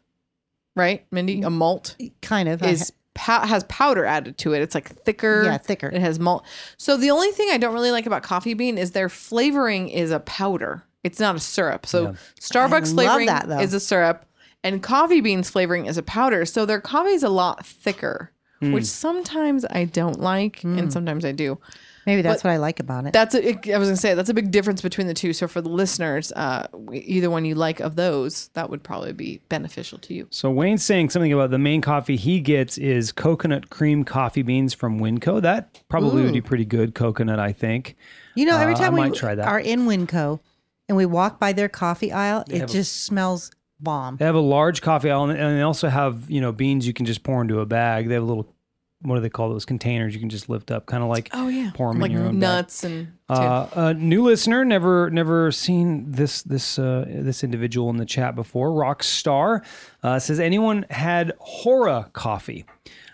Speaker 3: right? Mindy,
Speaker 4: Mm.
Speaker 3: a malt
Speaker 5: Kind of I
Speaker 3: is pow- has powder added to it. It's like thicker.
Speaker 5: Yeah, thicker.
Speaker 3: It has malt. So the only thing I don't really like about coffee bean is their flavoring is a powder. It's not a syrup. So Starbucks
Speaker 5: love
Speaker 3: flavoring
Speaker 5: that, though.
Speaker 3: is a syrup, and coffee beans flavoring is a powder. So their coffee is a lot thicker,
Speaker 2: Hmm.
Speaker 3: which sometimes I don't like,
Speaker 5: Hmm.
Speaker 3: and sometimes I do.
Speaker 5: Maybe that's what I like about it.
Speaker 3: That's a, it, I was gonna say that's a big difference between the two. So for the listeners, uh, either one you like of those, that would probably be beneficial to you.
Speaker 2: So, Wayne's saying something about the main coffee he gets is coconut cream coffee beans from Winco. That probably would be pretty good coconut, I think.
Speaker 5: you know, every
Speaker 2: uh, I
Speaker 5: time we
Speaker 2: might try that.
Speaker 5: are in Winco and we walk by their coffee aisle, it just smells bomb.
Speaker 2: They have a large coffee aisle, and- and they also have you know beans you can just pour into a bag. They have little, what do they call those containers? You can just lift up, kind of like
Speaker 3: Oh yeah,
Speaker 2: pour 'em in
Speaker 3: like
Speaker 2: your own bag.
Speaker 3: nuts and
Speaker 2: Uh, a new listener, never never seen this this uh, this individual in the chat before. Rock Star uh, says anyone had Hora coffee?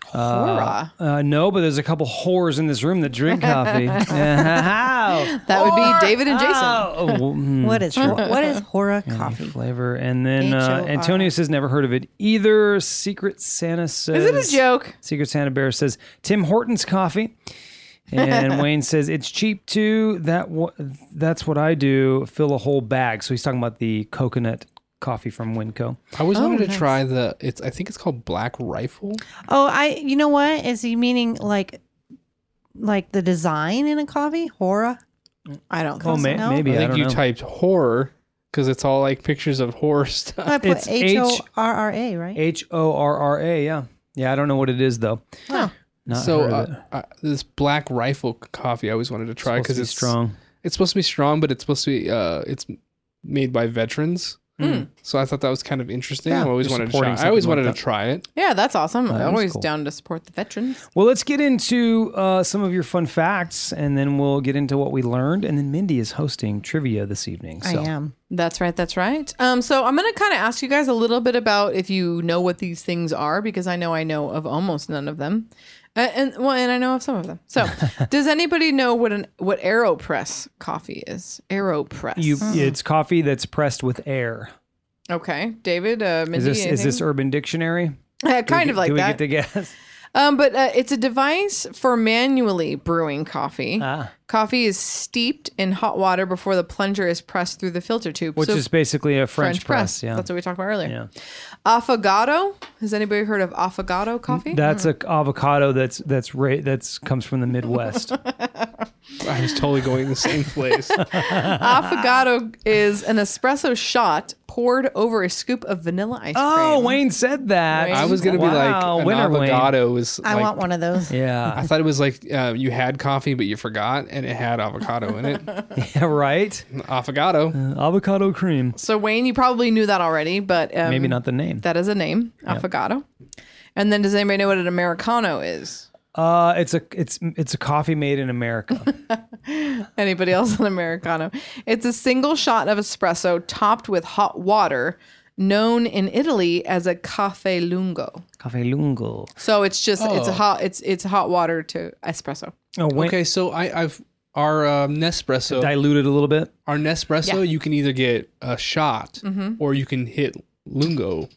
Speaker 3: Hora?
Speaker 2: Uh, no, but there's a couple whores in this room that drink coffee. that
Speaker 3: That would be David and Jason.
Speaker 5: What is what is Hora coffee?
Speaker 2: Mm. flavor? And then uh,
Speaker 5: H-O-R-A.
Speaker 2: Antonio says never heard of it either. Secret Santa says
Speaker 3: Is it a joke?
Speaker 2: Secret Santa Bear says Tim Hortons coffee. And Wayne says it's cheap too. That w- that's what I do. Fill a whole bag. So he's talking about the coconut coffee from Winco.
Speaker 4: I always
Speaker 3: Oh,
Speaker 4: wanted to try the. It's I think it's called Black Rifle.
Speaker 5: Oh, I you know what? Is he meaning like like the design in a coffee? Hora?
Speaker 3: I don't think
Speaker 2: Oh,
Speaker 3: so.
Speaker 2: may-
Speaker 5: no.
Speaker 2: maybe I,
Speaker 4: I think
Speaker 2: don't
Speaker 4: you
Speaker 2: know.
Speaker 4: typed horror because it's all like pictures of horror stuff.
Speaker 5: I put
Speaker 2: It's H-
Speaker 5: H O R R A, right?
Speaker 2: H O R R A. Yeah, yeah. I don't know what it is though.
Speaker 5: Huh.
Speaker 2: Not
Speaker 4: so
Speaker 2: heard of it.
Speaker 4: uh, I, this black rifle c- coffee I always wanted to
Speaker 2: Supposed
Speaker 4: try
Speaker 2: to
Speaker 4: because
Speaker 2: be
Speaker 4: it's
Speaker 2: strong.
Speaker 4: It's supposed to be strong, but it's supposed to be uh, it's made by veterans,
Speaker 5: Hmm.
Speaker 4: So I thought that was kind of interesting.
Speaker 5: Yeah,
Speaker 4: I always
Speaker 2: you're
Speaker 4: wanted to
Speaker 2: supporting
Speaker 4: try. I always
Speaker 2: something like
Speaker 4: wanted
Speaker 2: that.
Speaker 4: to try it.
Speaker 3: Yeah, that's awesome.
Speaker 2: that was
Speaker 3: Always
Speaker 2: cool.
Speaker 3: down to support the veterans.
Speaker 2: Well, let's get into uh, some of your fun facts, and then we'll get into what we learned. And then Mindy is hosting trivia this evening. So.
Speaker 5: I am.
Speaker 3: That's right. That's right. Um, so I'm going to kind of ask you guys a little bit about if you know what these things are, because I know I know of almost none of them, uh, and well, and I know of some of them. So, does anybody know what an what Aeropress coffee is? Aeropress.
Speaker 2: You, it's coffee that's pressed with air.
Speaker 3: okay, David? Uh, Mindy,
Speaker 2: Is this is this
Speaker 3: anything?
Speaker 2: Urban Dictionary?
Speaker 3: Uh, kind
Speaker 2: Do we
Speaker 3: of
Speaker 2: get-
Speaker 3: like
Speaker 2: Do we get
Speaker 3: that?
Speaker 2: to guess?
Speaker 3: Um, but uh, it's a device for manually brewing coffee.
Speaker 2: Ah.
Speaker 3: Coffee is steeped in hot water before the plunger is pressed through the filter tube,
Speaker 2: Which
Speaker 3: So
Speaker 2: is basically a French,
Speaker 3: French press.
Speaker 2: Yeah,
Speaker 3: that's what we talked about earlier.
Speaker 2: Yeah.
Speaker 3: Affogato. Has anybody heard of affogato coffee?
Speaker 2: that's a avocado that's that's right that's comes from the Midwest.
Speaker 4: I was totally going the same place.
Speaker 3: affogato is an espresso shot poured over a scoop of vanilla ice
Speaker 2: oh,
Speaker 3: cream.
Speaker 2: Wayne said that.
Speaker 3: Wayne.
Speaker 4: I was gonna be
Speaker 2: Wow,
Speaker 4: like an
Speaker 2: winner, Wayne.
Speaker 4: avocado is.
Speaker 5: I
Speaker 4: like-
Speaker 5: want one of those.
Speaker 2: Yeah,
Speaker 4: I thought it was like uh, you had coffee but you forgot, and it had avocado in it.
Speaker 2: yeah, right.
Speaker 4: avocado.
Speaker 2: Avocado cream.
Speaker 3: So Wayne, you probably knew that already, but um,
Speaker 2: Maybe not the name.
Speaker 3: That is a name, affogato. And then does anybody know what an americano is?
Speaker 2: Uh, it's a it's it's a coffee made in America.
Speaker 3: Anybody else an americano? It's a single shot of espresso topped with hot water, known in Italy as a caffè lungo.
Speaker 2: Cafe lungo.
Speaker 3: So it's just it's
Speaker 4: Oh.
Speaker 3: a hot it's it's hot water to espresso.
Speaker 2: Oh, Wayne
Speaker 4: Okay, so I, I've our uh, Nespresso.
Speaker 2: diluted a little bit.
Speaker 4: our Nespresso,
Speaker 3: Yeah. Mm-hmm.
Speaker 4: you can either get a shot or you can hit Lungo.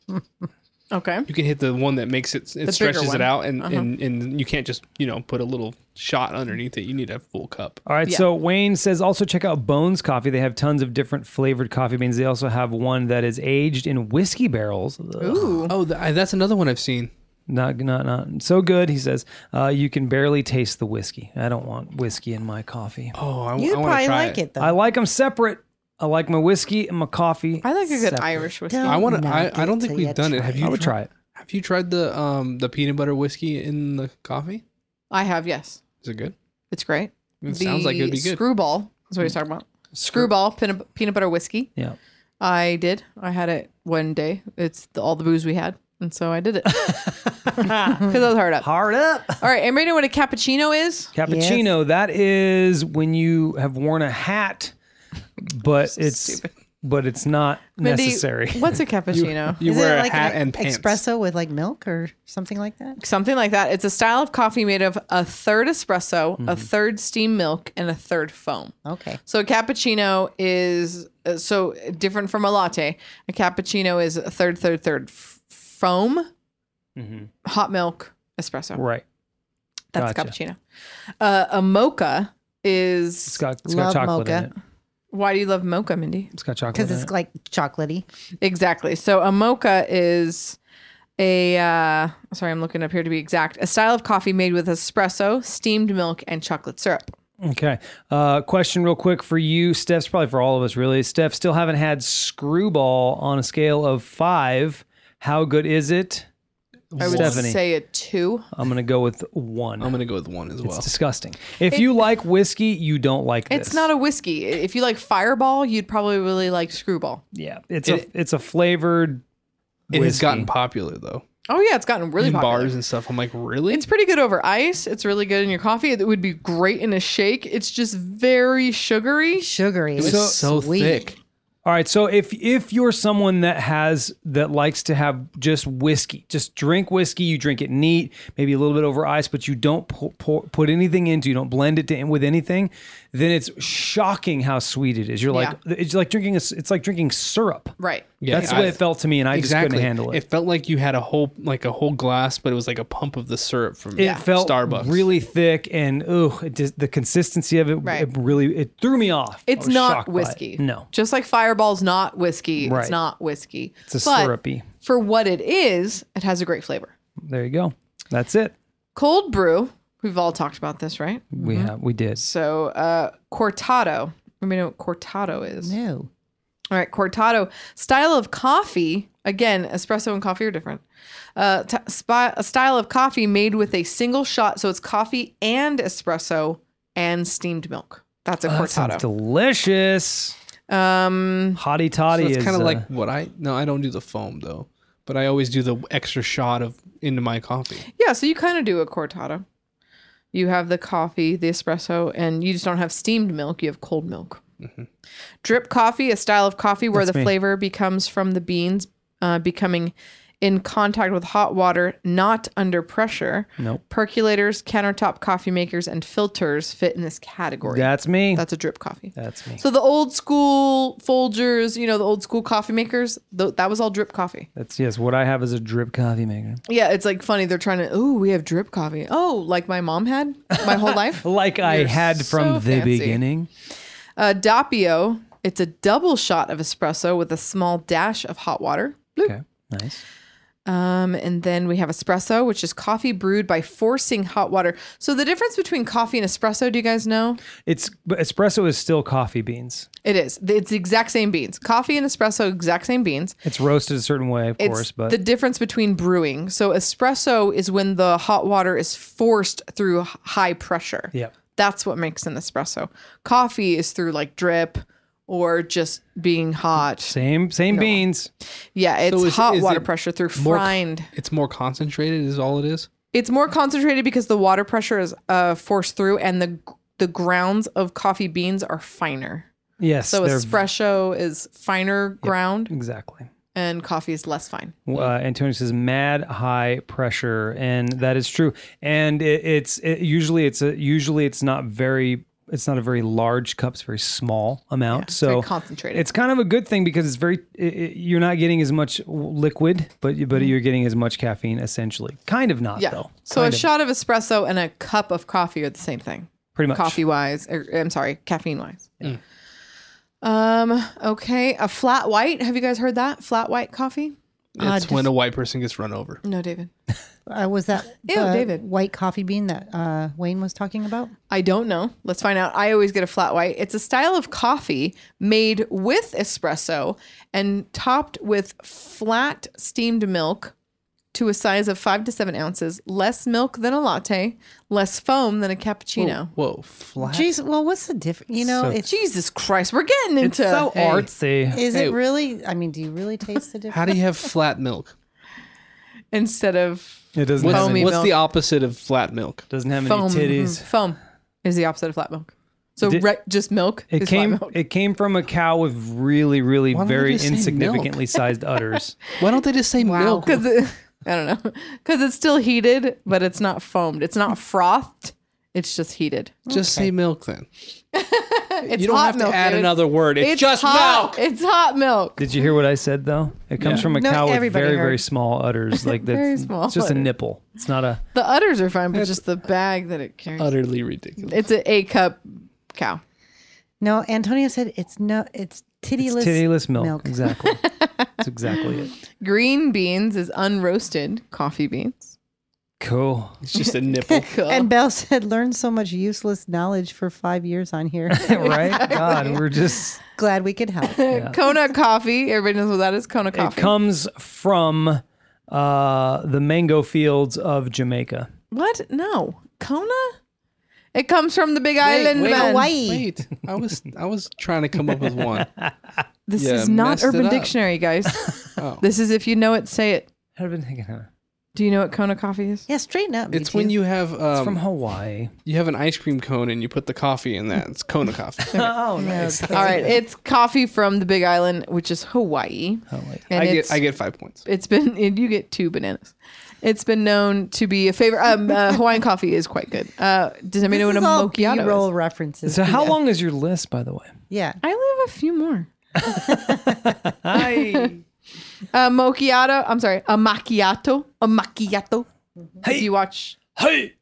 Speaker 3: Okay.
Speaker 4: You can hit the one that makes it, it
Speaker 3: bigger one.
Speaker 4: stretches
Speaker 3: Uh-huh.
Speaker 4: it out, and, and, and you can't just, you know, put a little shot underneath it. You need a full cup.
Speaker 2: All right.
Speaker 3: Yeah.
Speaker 2: So Wayne says also check out Bones Coffee. They have tons of different flavored coffee beans. They also have one that is aged in whiskey barrels. Ugh.
Speaker 3: Ooh.
Speaker 4: Oh, th- I, that's another one I've seen.
Speaker 2: Not not not so good. He says uh, you can barely taste the whiskey. I don't want whiskey in my coffee.
Speaker 4: Oh, I,
Speaker 5: You'd
Speaker 4: want to
Speaker 5: probably
Speaker 4: try
Speaker 5: like it, though.
Speaker 2: I like them separate. I like my whiskey and my coffee.
Speaker 3: I like a good
Speaker 2: separate.
Speaker 3: Irish whiskey.
Speaker 5: Don't
Speaker 4: I want to.
Speaker 5: knock
Speaker 4: I,
Speaker 5: it
Speaker 4: I don't think
Speaker 5: till
Speaker 4: we've
Speaker 5: you
Speaker 4: done it.
Speaker 5: try
Speaker 4: Have you?
Speaker 2: I would try it.
Speaker 4: Have you tried the um the peanut butter whiskey in the coffee?
Speaker 3: I have, yes.
Speaker 4: Is it good?
Speaker 3: It's great.
Speaker 4: It sounds like it'd be good.
Speaker 3: Screwball is what he's talking about. Screwball peanut, peanut butter whiskey.
Speaker 2: Yeah.
Speaker 3: I did. I had it one day. It's the, all the booze we had. And so I did it. Because I was hard up. All
Speaker 2: Hard up.
Speaker 3: right. Anybody know what a cappuccino is?
Speaker 2: Cappuccino. That is when you have worn a hat, but it's but it's not
Speaker 3: Mindy,
Speaker 2: necessary.
Speaker 3: What's a cappuccino?
Speaker 4: You
Speaker 5: Is
Speaker 4: wear
Speaker 5: it
Speaker 4: a
Speaker 5: like
Speaker 4: hat
Speaker 5: an
Speaker 4: and pants.
Speaker 5: espresso with like milk or something like that?
Speaker 3: Something like that. It's a style of coffee made of a third espresso,
Speaker 2: Mm-hmm.
Speaker 3: a third steam milk, and a third foam.
Speaker 5: Okay.
Speaker 3: So a cappuccino is uh, so different from a latte. A cappuccino is a third, third, third f- foam, hot milk, espresso.
Speaker 2: Mm-hmm. Right.
Speaker 3: That's a
Speaker 2: gotcha.
Speaker 3: cappuccino. Uh, a mocha
Speaker 2: It's
Speaker 3: is.
Speaker 2: got, it's
Speaker 5: Love
Speaker 2: got chocolate in
Speaker 5: mocha.
Speaker 2: it.
Speaker 3: Why do you love mocha, Mindy?
Speaker 2: It's got chocolate
Speaker 5: Because
Speaker 2: in
Speaker 5: it's
Speaker 2: it.
Speaker 5: like chocolatey.
Speaker 3: Exactly. So a mocha is a uh, sorry, I'm looking up here to be exact. A style of coffee made with espresso, steamed milk, and chocolate syrup.
Speaker 2: Okay. Uh, question real quick for you, Steph's probably for all of us really. Steph, still haven't had screwball on a scale of five. How good is it?
Speaker 3: I would
Speaker 2: Stephanie.
Speaker 3: say a two.
Speaker 2: I'm gonna go with one.
Speaker 4: I'm gonna go with one as well.
Speaker 2: It's disgusting. If you like whiskey, you don't like this.
Speaker 3: It's not a whiskey. If you like Fireball, you'd probably really like Screwball.
Speaker 2: yeah. It's a it's a flavored
Speaker 4: It has
Speaker 2: whiskey.
Speaker 4: gotten popular though.
Speaker 3: Oh yeah, it's gotten really
Speaker 4: in
Speaker 3: popular.
Speaker 4: bars and stuff. I'm like, really?
Speaker 3: It's pretty good over ice. It's really good in your coffee. It would be great in a shake. It's just very sugary.
Speaker 5: Sugary.
Speaker 4: It was
Speaker 5: It's
Speaker 4: so
Speaker 5: sweet.
Speaker 4: thick.
Speaker 2: All right. So if if you're someone that has that likes to have just whiskey, just drink whiskey. You drink it neat, maybe a little bit over ice, but you don't pour, pour, put anything into. You don't blend it to, with anything. Then it's shocking how sweet it is. You're like it's like drinking a, s- it's like drinking syrup.
Speaker 3: Right.
Speaker 4: Yeah,
Speaker 2: That's the way
Speaker 4: I-
Speaker 2: it felt to me, and I just
Speaker 4: Exactly.
Speaker 2: couldn't handle it.
Speaker 4: It felt like you had a whole like a whole glass, but it was like a pump of the syrup from
Speaker 2: it felt
Speaker 4: Starbucks.
Speaker 2: really thick and oh the consistency of it,
Speaker 3: Right.
Speaker 2: it really it threw me off I
Speaker 3: It's
Speaker 2: was
Speaker 3: not
Speaker 2: shocked by it.
Speaker 3: whiskey.
Speaker 2: Oh, no
Speaker 3: Just like Fireball's not whiskey.
Speaker 2: Right.
Speaker 3: It's not whiskey.
Speaker 2: it's a
Speaker 3: But
Speaker 2: syrupy
Speaker 3: For what it is, it has a great flavor.
Speaker 2: there you go that's it
Speaker 3: Cold brew. We've all talked about this, right?
Speaker 2: we have we did
Speaker 3: So uh cortado. I mean, know what cortado is.
Speaker 5: No.
Speaker 3: All right, cortado style of coffee. Again, espresso and coffee are different. Uh, t- spi- a style of coffee made with a single shot, so it's coffee and espresso and steamed milk. That's a
Speaker 2: Oh, that sounds
Speaker 3: cortado.
Speaker 2: delicious
Speaker 3: Um,
Speaker 2: Hottie
Speaker 4: So
Speaker 2: toddy
Speaker 4: it's
Speaker 2: is
Speaker 4: kind of
Speaker 2: uh,
Speaker 4: like what I no, I don't do the foam though, but I always do the extra shot of into my coffee.
Speaker 3: yeah, so you kind of do a cortado. You have the coffee, the espresso, and you just don't have steamed milk. You have cold milk. Drip coffee, a style of coffee where
Speaker 2: Mm-hmm. That's
Speaker 3: the
Speaker 2: me.
Speaker 3: flavor becomes from the beans uh, becoming in contact with hot water, not under pressure.
Speaker 2: Nope.
Speaker 3: Percolators, countertop coffee makers, and filters fit in this category.
Speaker 2: that's me. That's,
Speaker 3: That's a drip coffee.
Speaker 2: me.
Speaker 3: So the old school Folgers, you know, the old school coffee makers, th- that was all drip coffee.
Speaker 2: That's yes. What I have is a drip coffee maker.
Speaker 3: Yeah, it's like funny. They're trying to, oh, we have drip coffee. Oh, like my mom had my whole life.
Speaker 2: Like I
Speaker 3: You're
Speaker 2: had from
Speaker 3: so
Speaker 2: the
Speaker 3: fancy.
Speaker 2: beginning.
Speaker 3: Uh, Doppio, it's a double shot of espresso with a small dash of hot water.
Speaker 2: Okay. Nice.
Speaker 3: Um, and then we have espresso, which is coffee brewed by forcing hot water. So the difference between coffee and espresso, do you guys know?
Speaker 2: It's but espresso is still coffee beans.
Speaker 3: It is. It's the exact same beans. Coffee and espresso, exact same beans.
Speaker 2: It's roasted a certain way, of
Speaker 3: It's
Speaker 2: course, but
Speaker 3: the difference between brewing. So espresso is when the hot water is forced through h- high pressure.
Speaker 2: yeah.
Speaker 3: That's what makes an espresso. Coffee is through like drip or just being hot.
Speaker 2: Same same beans.
Speaker 3: Yeah, it's
Speaker 4: is-
Speaker 3: hot
Speaker 4: is
Speaker 3: water
Speaker 4: it
Speaker 3: pressure through
Speaker 4: more-
Speaker 3: frying.
Speaker 4: It's more concentrated, is all it is.
Speaker 3: It's more concentrated because the water pressure is uh, forced through and the the grounds of coffee beans are finer.
Speaker 2: Yes.
Speaker 3: So
Speaker 2: they're-
Speaker 3: espresso is finer ground
Speaker 2: Exactly.
Speaker 3: and coffee is less fine.
Speaker 2: Uh, Antonio says mad high pressure, and that is true. And it, it's it, usually it's a usually it's not very it's not a very large cup. It's a very small amount. so
Speaker 3: very concentrated.
Speaker 2: It's kind of a good thing because it's very it, it- you're not getting as much liquid, but but you're getting as much caffeine essentially. Kind of not
Speaker 3: Mm-hmm. Yeah.
Speaker 2: though.
Speaker 3: so a
Speaker 2: Kind of,
Speaker 3: shot of espresso and a cup of coffee are the same thing.
Speaker 2: pretty much Mm.
Speaker 3: coffee wise or er, i'm sorry caffeine wise um okay a flat white have you guys heard that flat white coffee
Speaker 4: It's
Speaker 5: Uh, just-
Speaker 4: when a white person gets run over.
Speaker 3: no david
Speaker 5: Uh, was that
Speaker 3: Ew,
Speaker 5: the
Speaker 3: David.
Speaker 5: white coffee bean that uh, Wayne was talking about?
Speaker 3: i don't know let's find out i always get a flat white it's a style of coffee made with espresso and topped with flat steamed milk to a size of five to seven ounces less milk than a latte less foam than a cappuccino
Speaker 4: Whoa, flat.
Speaker 5: Jeez, well, what's the difference? You know,
Speaker 2: So-
Speaker 5: it's
Speaker 3: jesus christ we're getting into
Speaker 2: so
Speaker 4: Hey.
Speaker 2: artsy.
Speaker 5: is
Speaker 4: Hey.
Speaker 5: it really? I mean, do you really taste the difference?
Speaker 4: How do you have flat milk?
Speaker 3: instead of
Speaker 2: It doesn't
Speaker 4: What's,
Speaker 2: have
Speaker 3: Foamy
Speaker 2: any,
Speaker 4: what's
Speaker 3: milk.
Speaker 4: the opposite of flat milk?
Speaker 2: doesn't have any
Speaker 3: foam
Speaker 2: titties.
Speaker 3: Mhm. foam is the opposite of flat milk so
Speaker 2: Did-
Speaker 3: re- just milk
Speaker 2: It
Speaker 3: is flat
Speaker 2: came.
Speaker 3: milk.
Speaker 2: It came from a cow with really, really,
Speaker 4: Why don't they
Speaker 2: very
Speaker 4: just say
Speaker 2: insignificantly sized udders.
Speaker 4: Why don't they just say milk?
Speaker 3: because I don't know because it's still heated, but it's not foamed. It's not frothed. It's just heated.
Speaker 4: Just say milk then.
Speaker 3: It's
Speaker 4: you don't
Speaker 3: hot
Speaker 4: have to
Speaker 3: milk,
Speaker 4: add
Speaker 3: dude.
Speaker 4: another word. It's, just
Speaker 3: hot.
Speaker 4: milk.
Speaker 3: It's hot milk.
Speaker 2: Did you hear what I said though? It comes from a
Speaker 5: No,
Speaker 2: cow with very,
Speaker 5: everybody
Speaker 2: very
Speaker 5: heard.
Speaker 2: small udders. Like that's
Speaker 3: Very small
Speaker 2: it's just a
Speaker 3: udders.
Speaker 2: nipple. It's not a.
Speaker 3: The udders are fine, but just the bag that it carries.
Speaker 4: Utterly ridiculous.
Speaker 3: It's an A cup cow.
Speaker 5: no, Antonio said it's no, it's
Speaker 2: It's
Speaker 5: tittyless.
Speaker 2: tittyless milk.
Speaker 5: milk.
Speaker 2: Exactly. That's exactly it.
Speaker 3: Green beans is unroasted coffee beans.
Speaker 2: Cool.
Speaker 4: It's just a nipple.
Speaker 3: Cool.
Speaker 5: And Belle said, learned so much useless knowledge for five years on here.
Speaker 2: right? God, we're just.
Speaker 5: Glad we could help.
Speaker 3: Kona coffee. Everybody knows what that is. Kona
Speaker 2: It
Speaker 3: coffee.
Speaker 2: comes from uh, the mango fields of Jamaica.
Speaker 3: what? No. Kona. It comes from the Big Island,
Speaker 4: wait,
Speaker 3: man.
Speaker 5: Hawaii.
Speaker 4: Wait, I was I was trying to come up with one.
Speaker 3: This
Speaker 4: Yeah,
Speaker 3: is not
Speaker 4: messed it
Speaker 3: Urban
Speaker 4: up.
Speaker 3: Dictionary, guys.
Speaker 4: Oh.
Speaker 3: This is if you know it, say it.
Speaker 2: I've been thinking huh?
Speaker 3: Do you know what Kona coffee is?
Speaker 5: Yeah, straighten up.
Speaker 4: It's when
Speaker 5: two.
Speaker 4: you have
Speaker 2: It's
Speaker 4: um,
Speaker 2: from Hawaii.
Speaker 4: you have an ice cream cone and you put the coffee in that. It's Kona coffee.
Speaker 2: Oh, nice.
Speaker 5: Okay.
Speaker 3: All right, it's coffee from the Big Island, which is Hawaii,
Speaker 2: Hawaii.
Speaker 3: and
Speaker 4: I
Speaker 3: it's
Speaker 4: get I get five points.
Speaker 3: it's been and you get two bananas. It's been known to be a favorite. Um, uh, Hawaiian coffee is quite good. Uh, does anybody
Speaker 5: This
Speaker 3: know what a
Speaker 5: is all
Speaker 3: mochiato
Speaker 5: B-roll
Speaker 3: is?
Speaker 5: references.
Speaker 2: So, how long is your list, by the way?
Speaker 5: yeah.
Speaker 3: I only have a few more.
Speaker 2: Hi.
Speaker 3: A mochiato. I'm sorry, a macchiato. A macchiato.
Speaker 2: Hey.
Speaker 3: If you watch
Speaker 2: hey.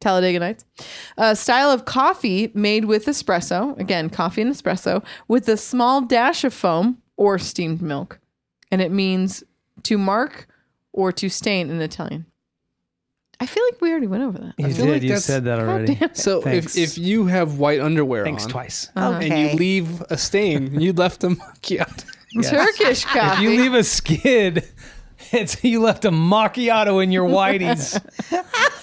Speaker 3: Talladega Nights. A style of coffee made with espresso, again, coffee and espresso, with a small dash of foam or steamed milk. And it means to mark or to stain in Italian. I feel like we already went over that.
Speaker 2: You
Speaker 4: feel
Speaker 2: did.
Speaker 4: like
Speaker 2: you
Speaker 4: that's-
Speaker 2: said that already.
Speaker 4: So
Speaker 2: Thanks.
Speaker 4: if if you have white underwear
Speaker 2: Thanks
Speaker 4: on
Speaker 2: twice.
Speaker 3: Uh-huh.
Speaker 5: Okay.
Speaker 4: and you leave a stain, you left a macchiato.
Speaker 2: Yes.
Speaker 3: Turkish
Speaker 2: If
Speaker 3: coffee.
Speaker 2: you leave a skid, it's you left a macchiato in your whiteies.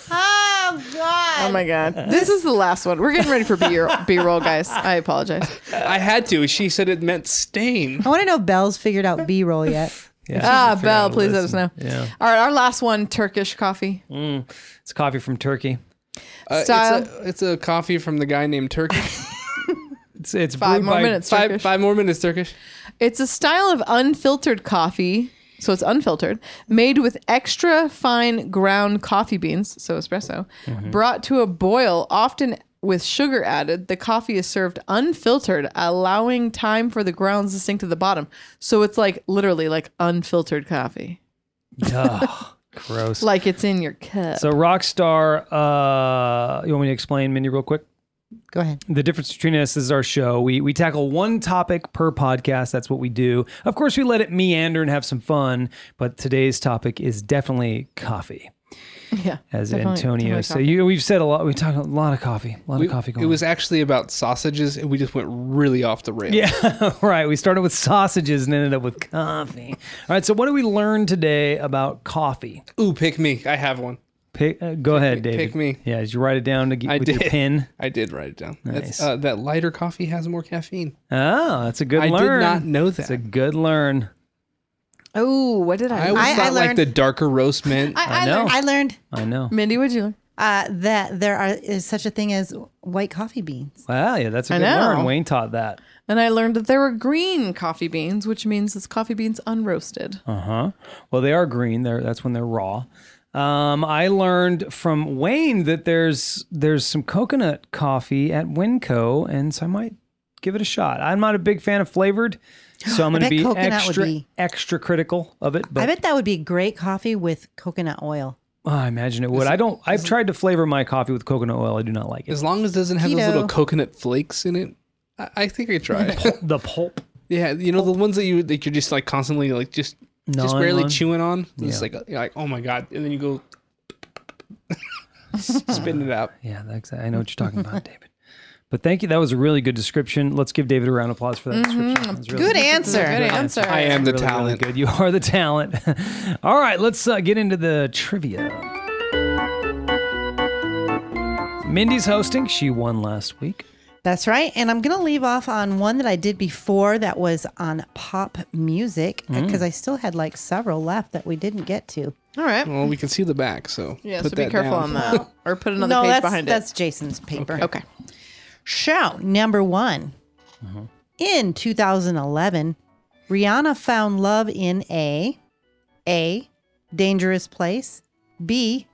Speaker 5: oh, God.
Speaker 3: Oh my god, this is the last one. We're getting ready for B roll, guys. I apologize.
Speaker 4: I had to. She said it meant stain.
Speaker 5: I want to know if Belle's figured out B roll yet.
Speaker 3: Ah, Belle, please let us know.
Speaker 4: Yeah.
Speaker 3: All right, our last one: Turkish coffee.
Speaker 2: It's coffee from Turkey.
Speaker 4: Uh,
Speaker 3: Style.
Speaker 4: It's, a, it's a coffee from the guy named Turkey.
Speaker 2: It's it's
Speaker 3: Five
Speaker 2: brewed
Speaker 3: more
Speaker 2: by-
Speaker 3: minutes.
Speaker 4: five,
Speaker 3: Turkish.
Speaker 4: five more minutes, Turkish.
Speaker 3: It's a style of unfiltered coffee, so it's unfiltered, made with extra fine ground coffee beans, so espresso, brought to a boil, often with sugar added. The coffee is served unfiltered, allowing time for the grounds to sink to the bottom. So it's like literally like unfiltered coffee,
Speaker 2: Ugh, gross.
Speaker 3: like it's in your cup.
Speaker 2: So Rockstar, uh, you want me to explain Mindy real quick?
Speaker 5: Go ahead.
Speaker 2: the difference between us is our show. We we tackle one topic per podcast. That's what we do. Of course, we let it meander and have some fun, but today's topic is definitely coffee.
Speaker 3: yeah,
Speaker 2: As
Speaker 3: definitely-
Speaker 2: Antonio
Speaker 3: definitely
Speaker 2: said,
Speaker 3: coffee.
Speaker 2: you, we've said a lot. We talked a lot of coffee, a lot
Speaker 4: We-
Speaker 2: of coffee. Going
Speaker 4: it
Speaker 2: on.
Speaker 4: was actually about sausages, and we just went really off the rails.
Speaker 2: Yeah, right. We started with sausages and ended up with coffee. All right. So, what do we learn today about coffee?
Speaker 4: Ooh, pick me. I have one.
Speaker 2: Pick, uh, go ahead,
Speaker 4: pick
Speaker 2: David.
Speaker 4: me.
Speaker 2: Yeah, did you write it down to, get-
Speaker 4: I
Speaker 2: with your
Speaker 4: did.
Speaker 2: pen?
Speaker 4: I did write it down.
Speaker 2: Nice.
Speaker 4: That's, uh, that lighter coffee has more caffeine.
Speaker 2: Oh, that's a good
Speaker 4: I did
Speaker 2: learn.
Speaker 4: not know
Speaker 2: It's a
Speaker 4: that.
Speaker 2: good learn.
Speaker 3: Oh, what did I?
Speaker 4: I
Speaker 3: learn?
Speaker 4: always
Speaker 5: I- I
Speaker 4: thought like
Speaker 5: learned-
Speaker 4: the darker roast meant.
Speaker 3: I, I,
Speaker 2: know.
Speaker 3: learned.
Speaker 5: I learned
Speaker 2: I know.
Speaker 3: Mindy, what'd you learn?
Speaker 5: uh, that there are is such a thing as white coffee beans.
Speaker 2: Wow, yeah, that's a
Speaker 3: I
Speaker 2: good learn.
Speaker 3: know.
Speaker 2: Wayne taught that.
Speaker 3: And I learned that there were green coffee beans, which means it's coffee beans unroasted.
Speaker 2: Uh huh. Well, they are green. They're that's when they're raw. Um, I learned from Wayne that there's there's some coconut coffee at Winco, and so I might give it a shot. I'm not a big fan of flavored, so I'm going to
Speaker 5: bet
Speaker 2: be
Speaker 5: coconut would
Speaker 2: extra
Speaker 5: be-
Speaker 2: extra critical of it. But
Speaker 5: I
Speaker 2: I,
Speaker 5: bet that would be great coffee with coconut oil.
Speaker 2: I imagine it would. I don't. I've tried to flavor my coffee with coconut oil. I do not like it.
Speaker 4: as long as it doesn't have those
Speaker 5: Keto.
Speaker 4: little coconut flakes in it, I, I think I try.
Speaker 2: The pulp.
Speaker 4: yeah, you know the ones that you that you're just like constantly like just just
Speaker 2: Gnawing
Speaker 4: barely
Speaker 2: on.
Speaker 4: chewing on. It's like you're like oh my god, and then you go spin it out.
Speaker 2: Yeah, that's, I know what you're talking about, David. But thank you. That was a really good description. Let's give David a round of applause for that description. That was really
Speaker 5: Mm-hmm. Good answer.
Speaker 3: Good answer.
Speaker 4: I am the
Speaker 2: really, really
Speaker 4: talent.
Speaker 2: good. You are the talent. All right, let's uh, get into the trivia. Mindy's hosting. She won last week.
Speaker 5: That's right. And I'm going to leave off on one that I did before that was on pop music
Speaker 3: Mm.
Speaker 5: because I still had like several left that we didn't get to.
Speaker 3: All right.
Speaker 4: Well, we can see the back, so
Speaker 3: Yeah,
Speaker 4: put
Speaker 3: so be
Speaker 4: that
Speaker 3: careful
Speaker 4: down.
Speaker 3: on that. Or put another
Speaker 5: no,
Speaker 3: page
Speaker 5: that's,
Speaker 3: behind
Speaker 5: that's Jason's paper.
Speaker 3: it. Okay.
Speaker 5: Shout number one.
Speaker 3: Uh-huh.
Speaker 5: In 2011, Rihanna found love in A, A, dangerous place, B,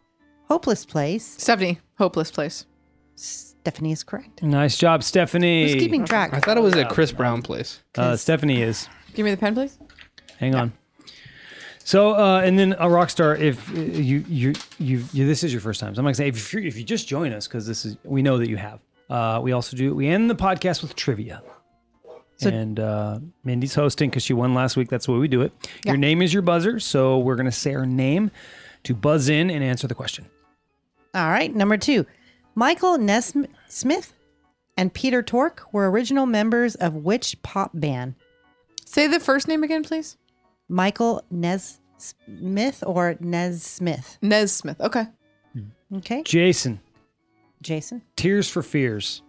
Speaker 5: hopeless place.
Speaker 3: Stephanie, hopeless place.
Speaker 5: Stephanie is correct.
Speaker 2: Nice job, Stephanie.
Speaker 5: Who's keeping
Speaker 4: I
Speaker 5: track?
Speaker 4: thought it was a Chris Brown place.
Speaker 2: uh, Stephanie is.
Speaker 3: Give me the pen, please.
Speaker 2: Hang on. So uh, and then a rock star. If uh, you you you, you this is your first time, so I'm not gonna say if you if you just join us because this is we know that you have. Uh, we also do we end the podcast with trivia. and uh, Mindy's hosting because she won last week. That's the way we do it. Your name is your buzzer, so we're gonna say her name to buzz in and answer the question.
Speaker 5: All right. Number two, Michael Nesmith and Peter Tork were original members of which pop band?
Speaker 3: Say the first name again, please.
Speaker 5: Michael Nesmith or Nesmith?
Speaker 3: Nez Smith. Okay.
Speaker 5: Okay.
Speaker 2: Jason,
Speaker 5: Jason,
Speaker 2: Tears for Fears.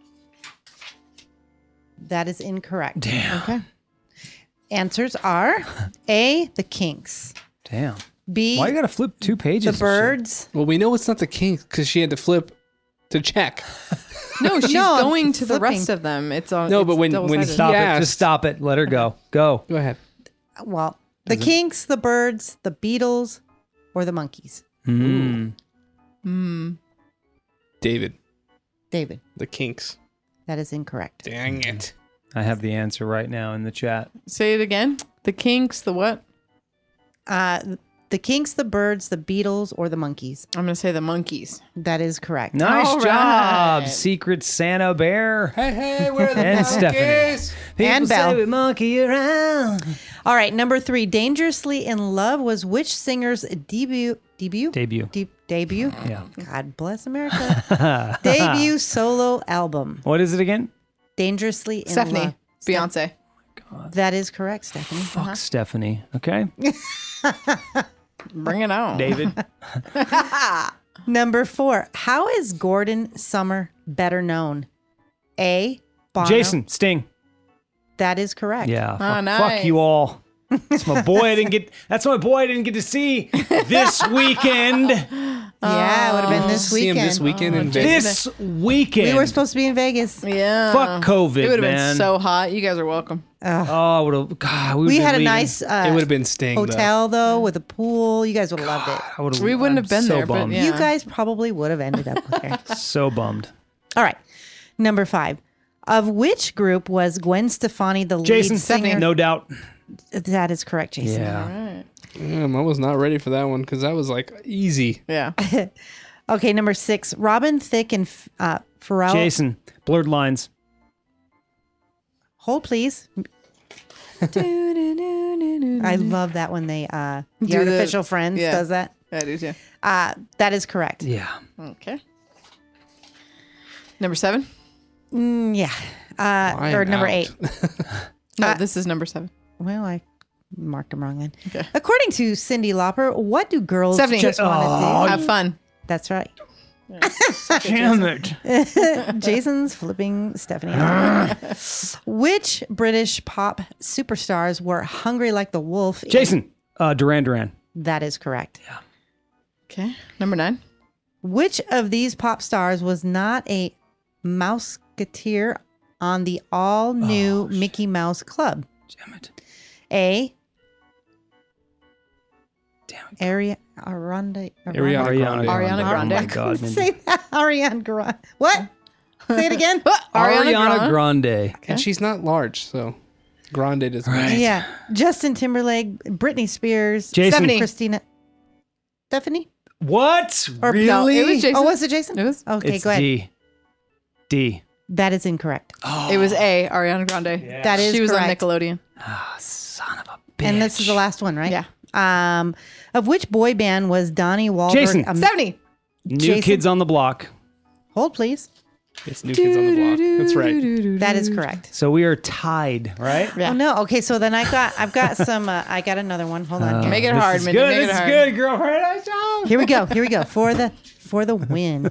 Speaker 5: that is incorrect.
Speaker 2: Damn,
Speaker 3: Okay.
Speaker 5: Answers are A, the Kinks.
Speaker 2: damn.
Speaker 5: B,
Speaker 2: Why you gotta flip two pages?
Speaker 5: the
Speaker 2: and shit?
Speaker 5: Birds.
Speaker 4: Well, we know it's not the Kinks because she had to flip to check.
Speaker 3: No, she's
Speaker 5: No, I'm
Speaker 3: going to the
Speaker 5: flipping.
Speaker 3: rest of them. It's on.
Speaker 4: No,
Speaker 3: it's
Speaker 4: but when- when
Speaker 3: double-sided.
Speaker 4: he-
Speaker 2: Stop it!
Speaker 4: Yes.
Speaker 2: Just stop it. Let her go. Go.
Speaker 4: Go ahead.
Speaker 5: Well, the Kinks, the Birds, the Beatles, or the Monkeys.
Speaker 2: Hmm.
Speaker 3: Mm.
Speaker 4: David,
Speaker 5: David,
Speaker 4: the Kinks.
Speaker 5: that is incorrect.
Speaker 4: Dang it.
Speaker 2: I have the answer right now in the chat.
Speaker 3: Say it again. The Kinks. The what?
Speaker 5: Uh, the Kinks, the Birds, the Beatles, or the Monkeys.
Speaker 3: I'm gonna say the monkeys.
Speaker 5: That is correct.
Speaker 2: Nice
Speaker 3: All
Speaker 2: job,
Speaker 3: right.
Speaker 2: Secret Santa Bear
Speaker 4: Hey, hey, where are the
Speaker 2: and Stephanie.
Speaker 4: Kinks?
Speaker 2: People
Speaker 5: And
Speaker 2: say
Speaker 5: Belle.
Speaker 2: we monkey around.
Speaker 5: All right, number three, Dangerously in Love was which singer's debut? Debut?
Speaker 2: Debut.
Speaker 5: De- debut?
Speaker 2: Yeah.
Speaker 5: God bless America. debut solo album.
Speaker 2: What is it again?
Speaker 5: Dangerously in
Speaker 3: Stephanie.
Speaker 5: Love.
Speaker 3: Beyonce.
Speaker 5: That is correct, Stephanie.
Speaker 2: Fuck Stephanie. Okay.
Speaker 3: Bring it on.
Speaker 2: David.
Speaker 5: Number four. How is Gordon Summer better known? A. Bono.
Speaker 2: Jason, Sting.
Speaker 5: That is correct.
Speaker 2: Yeah.
Speaker 3: Ah,
Speaker 2: fuck,
Speaker 3: nice.
Speaker 2: fuck you all. That's my boy I didn't get that's my boy I didn't get to see this weekend.
Speaker 5: Yeah, it would have been Oh. this
Speaker 4: See him
Speaker 5: weekend.
Speaker 4: this weekend in Vegas.
Speaker 2: this weekend.
Speaker 5: We were supposed to be in Vegas.
Speaker 3: Yeah.
Speaker 2: Fuck COVID,
Speaker 3: It would have
Speaker 2: man.
Speaker 3: been so hot. You guys are welcome.
Speaker 2: Oh, what a, God, we,
Speaker 5: We
Speaker 2: would've
Speaker 5: had a
Speaker 2: been
Speaker 5: nice
Speaker 2: leaving.
Speaker 5: uh,
Speaker 4: it would have been Sting. though.
Speaker 5: hotel though with a pool. You guys would have loved it.
Speaker 2: I would've-
Speaker 3: We wouldn't
Speaker 2: I'm
Speaker 3: have been
Speaker 2: so
Speaker 3: there, but
Speaker 2: bummed.
Speaker 3: yeah.
Speaker 5: You guys probably would have ended up there.
Speaker 2: So bummed.
Speaker 5: All right. Number five. Of which group was Gwen Stefani the
Speaker 2: Jason,
Speaker 5: lead singer?
Speaker 2: no doubt.
Speaker 5: That is correct, Jason.
Speaker 2: Yeah.
Speaker 4: Damn, I was not ready for that one because that was like easy.
Speaker 3: Yeah.
Speaker 5: Okay, number six. Robin Thicke and uh, Pharrell.
Speaker 2: Jason, blurred lines.
Speaker 5: Hold, please. I love that when they uh,
Speaker 3: Do
Speaker 5: the
Speaker 3: the-
Speaker 5: artificial friends
Speaker 3: yeah.
Speaker 5: does that.
Speaker 3: That is, yeah.
Speaker 5: Uh, that is correct.
Speaker 2: Yeah.
Speaker 3: Okay. Number seven?
Speaker 5: Mm, yeah. Uh,
Speaker 4: I am
Speaker 5: or number
Speaker 4: out.
Speaker 5: eight.
Speaker 3: No, this is number seven.
Speaker 5: Well, I marked them wrong then.
Speaker 3: Okay.
Speaker 5: According to Cindy Lauper, what do girls
Speaker 3: Stephanie.
Speaker 5: just want to do?
Speaker 3: Have fun.
Speaker 5: That's right.
Speaker 2: Damn it.
Speaker 5: Jason's flipping Stephanie. off. Which British pop superstars were hungry like the wolf? in-
Speaker 2: Jason, uh, Duran Duran.
Speaker 5: That is correct.
Speaker 3: Okay. Number nine?
Speaker 5: Which of these pop stars was not a mouseketeer on the all new Mickey Mouse Club?
Speaker 2: Damn it.
Speaker 5: A.
Speaker 2: Damn it.
Speaker 5: Ari- Aranda,
Speaker 4: Ariana Grande.
Speaker 3: Ariana
Speaker 2: Oh my
Speaker 3: Grande.
Speaker 2: God, Mindy.
Speaker 5: Say that. Ariana Grande. What? Say it again.
Speaker 3: Ah, Ariana,
Speaker 2: Ariana
Speaker 3: Grande.
Speaker 2: Grande.
Speaker 4: And she's not large, so Grande does
Speaker 2: Right.
Speaker 5: yeah. Justin Timberlake, Britney Spears,
Speaker 2: Jason.
Speaker 3: Stephanie.
Speaker 5: Christina. Stephanie?
Speaker 2: What?
Speaker 5: Or- no, it
Speaker 3: No,
Speaker 2: really?
Speaker 3: it was Jason.
Speaker 5: Oh, was it Jason?
Speaker 3: It was-
Speaker 5: Okay,
Speaker 2: it's
Speaker 5: go ahead.
Speaker 2: D. D.
Speaker 5: That is incorrect.
Speaker 3: It was A, Ariana Grande.
Speaker 5: That is
Speaker 3: She was
Speaker 5: correct.
Speaker 3: on Nickelodeon.
Speaker 2: Ah, son of a bitch.
Speaker 5: And this is the last one, right?
Speaker 3: Yeah.
Speaker 5: Um, of which boy band was Donnie Wahlberg?
Speaker 2: Jason.
Speaker 5: Um,
Speaker 3: Stephanie.
Speaker 2: New
Speaker 5: Jason-
Speaker 2: Kids on the Block.
Speaker 5: hold, please.
Speaker 4: It's New Kids on the Block. That's right.
Speaker 5: That is correct.
Speaker 2: So we are tied, right?
Speaker 3: Yeah.
Speaker 5: Oh no. Okay, so then I got I've got some. Uh, I got another one. Hold
Speaker 2: Uh,
Speaker 5: on.
Speaker 3: Make it
Speaker 2: This
Speaker 3: hard,
Speaker 2: is
Speaker 3: Mindy.
Speaker 2: good.
Speaker 3: Make
Speaker 2: this
Speaker 3: it
Speaker 2: is
Speaker 3: hard.
Speaker 2: good, girlfriend. I saw.
Speaker 5: Here we go. Here we go for the for the win.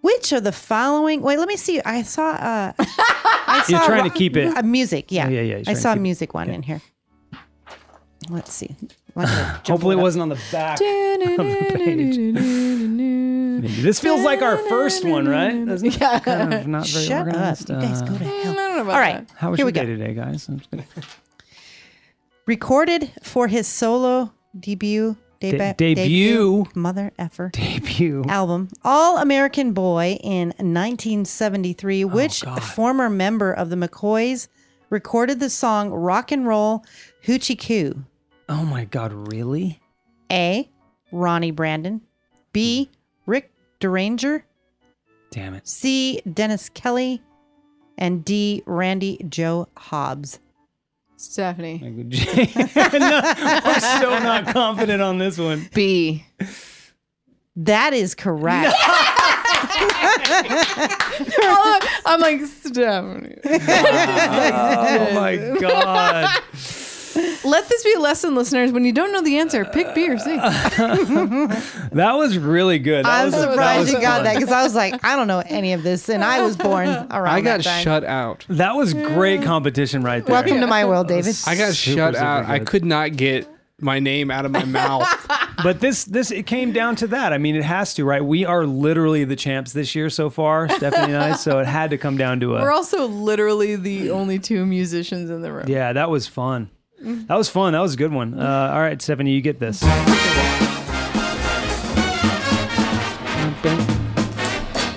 Speaker 5: Which of the following? Wait, let me see. I saw. Uh, I saw
Speaker 2: You're trying to keep it.
Speaker 5: uh, music. Yeah,
Speaker 2: Yeah, yeah, yeah, he's
Speaker 5: I
Speaker 2: trying to
Speaker 5: saw a
Speaker 2: keep-
Speaker 5: music one in here. Let's see. Let me jump
Speaker 2: Hopefully, it
Speaker 5: up.
Speaker 2: wasn't on the back. Mindy, This feels like our first one, right? That's yeah. kind of not very
Speaker 5: Shut up!
Speaker 2: organized. uh,
Speaker 5: You guys go to
Speaker 3: Mm,
Speaker 5: hell.
Speaker 3: I don't know about
Speaker 5: All right.
Speaker 3: that.
Speaker 2: How was
Speaker 5: Here
Speaker 2: your
Speaker 5: we go.
Speaker 2: day today, guys? I'm just gonna-
Speaker 5: Recorded for his solo debut deba-
Speaker 2: debut.
Speaker 5: mother effer
Speaker 2: Debut.
Speaker 5: album All American Boy in 1973. Which
Speaker 2: Oh, God.
Speaker 5: former member of the McCoys recorded the song Rock and Roll Hoochie Coo?
Speaker 2: Oh my God, really?
Speaker 5: A. Ronnie Brandon. B. Rick Deranger.
Speaker 2: Damn it.
Speaker 5: C. Dennis Kelly. And D. Randy Joe Hobbs.
Speaker 3: Stephanie.
Speaker 2: no, we're so not confident on this one.
Speaker 3: B.
Speaker 5: That is correct.
Speaker 3: I'm like, Stephanie.
Speaker 2: Oh my God.
Speaker 3: Let this be a lesson, listeners. When you don't know the answer, pick B or C.
Speaker 2: That was really good. That
Speaker 5: I'm
Speaker 2: was, that
Speaker 5: surprised
Speaker 2: was
Speaker 5: you got
Speaker 2: fun.
Speaker 5: that because I was like, I don't know any of this, and I was born around.
Speaker 4: I
Speaker 5: that
Speaker 4: got
Speaker 5: time.
Speaker 4: shut out.
Speaker 2: That was great competition right there.
Speaker 5: Welcome to my world, David.
Speaker 4: I got
Speaker 2: Super,
Speaker 4: shut
Speaker 2: super
Speaker 4: out. I
Speaker 2: good.
Speaker 4: could not get my name out of my mouth.
Speaker 2: But this this it came down to that. I mean, it has to, right? We are literally the champs this year so far, Stephanie and I. So it had to come down to
Speaker 3: We're
Speaker 2: a
Speaker 3: also literally the only two musicians in the room.
Speaker 2: yeah. That was fun. That was fun. That was a good one. Uh, all right, Stephanie, you get this.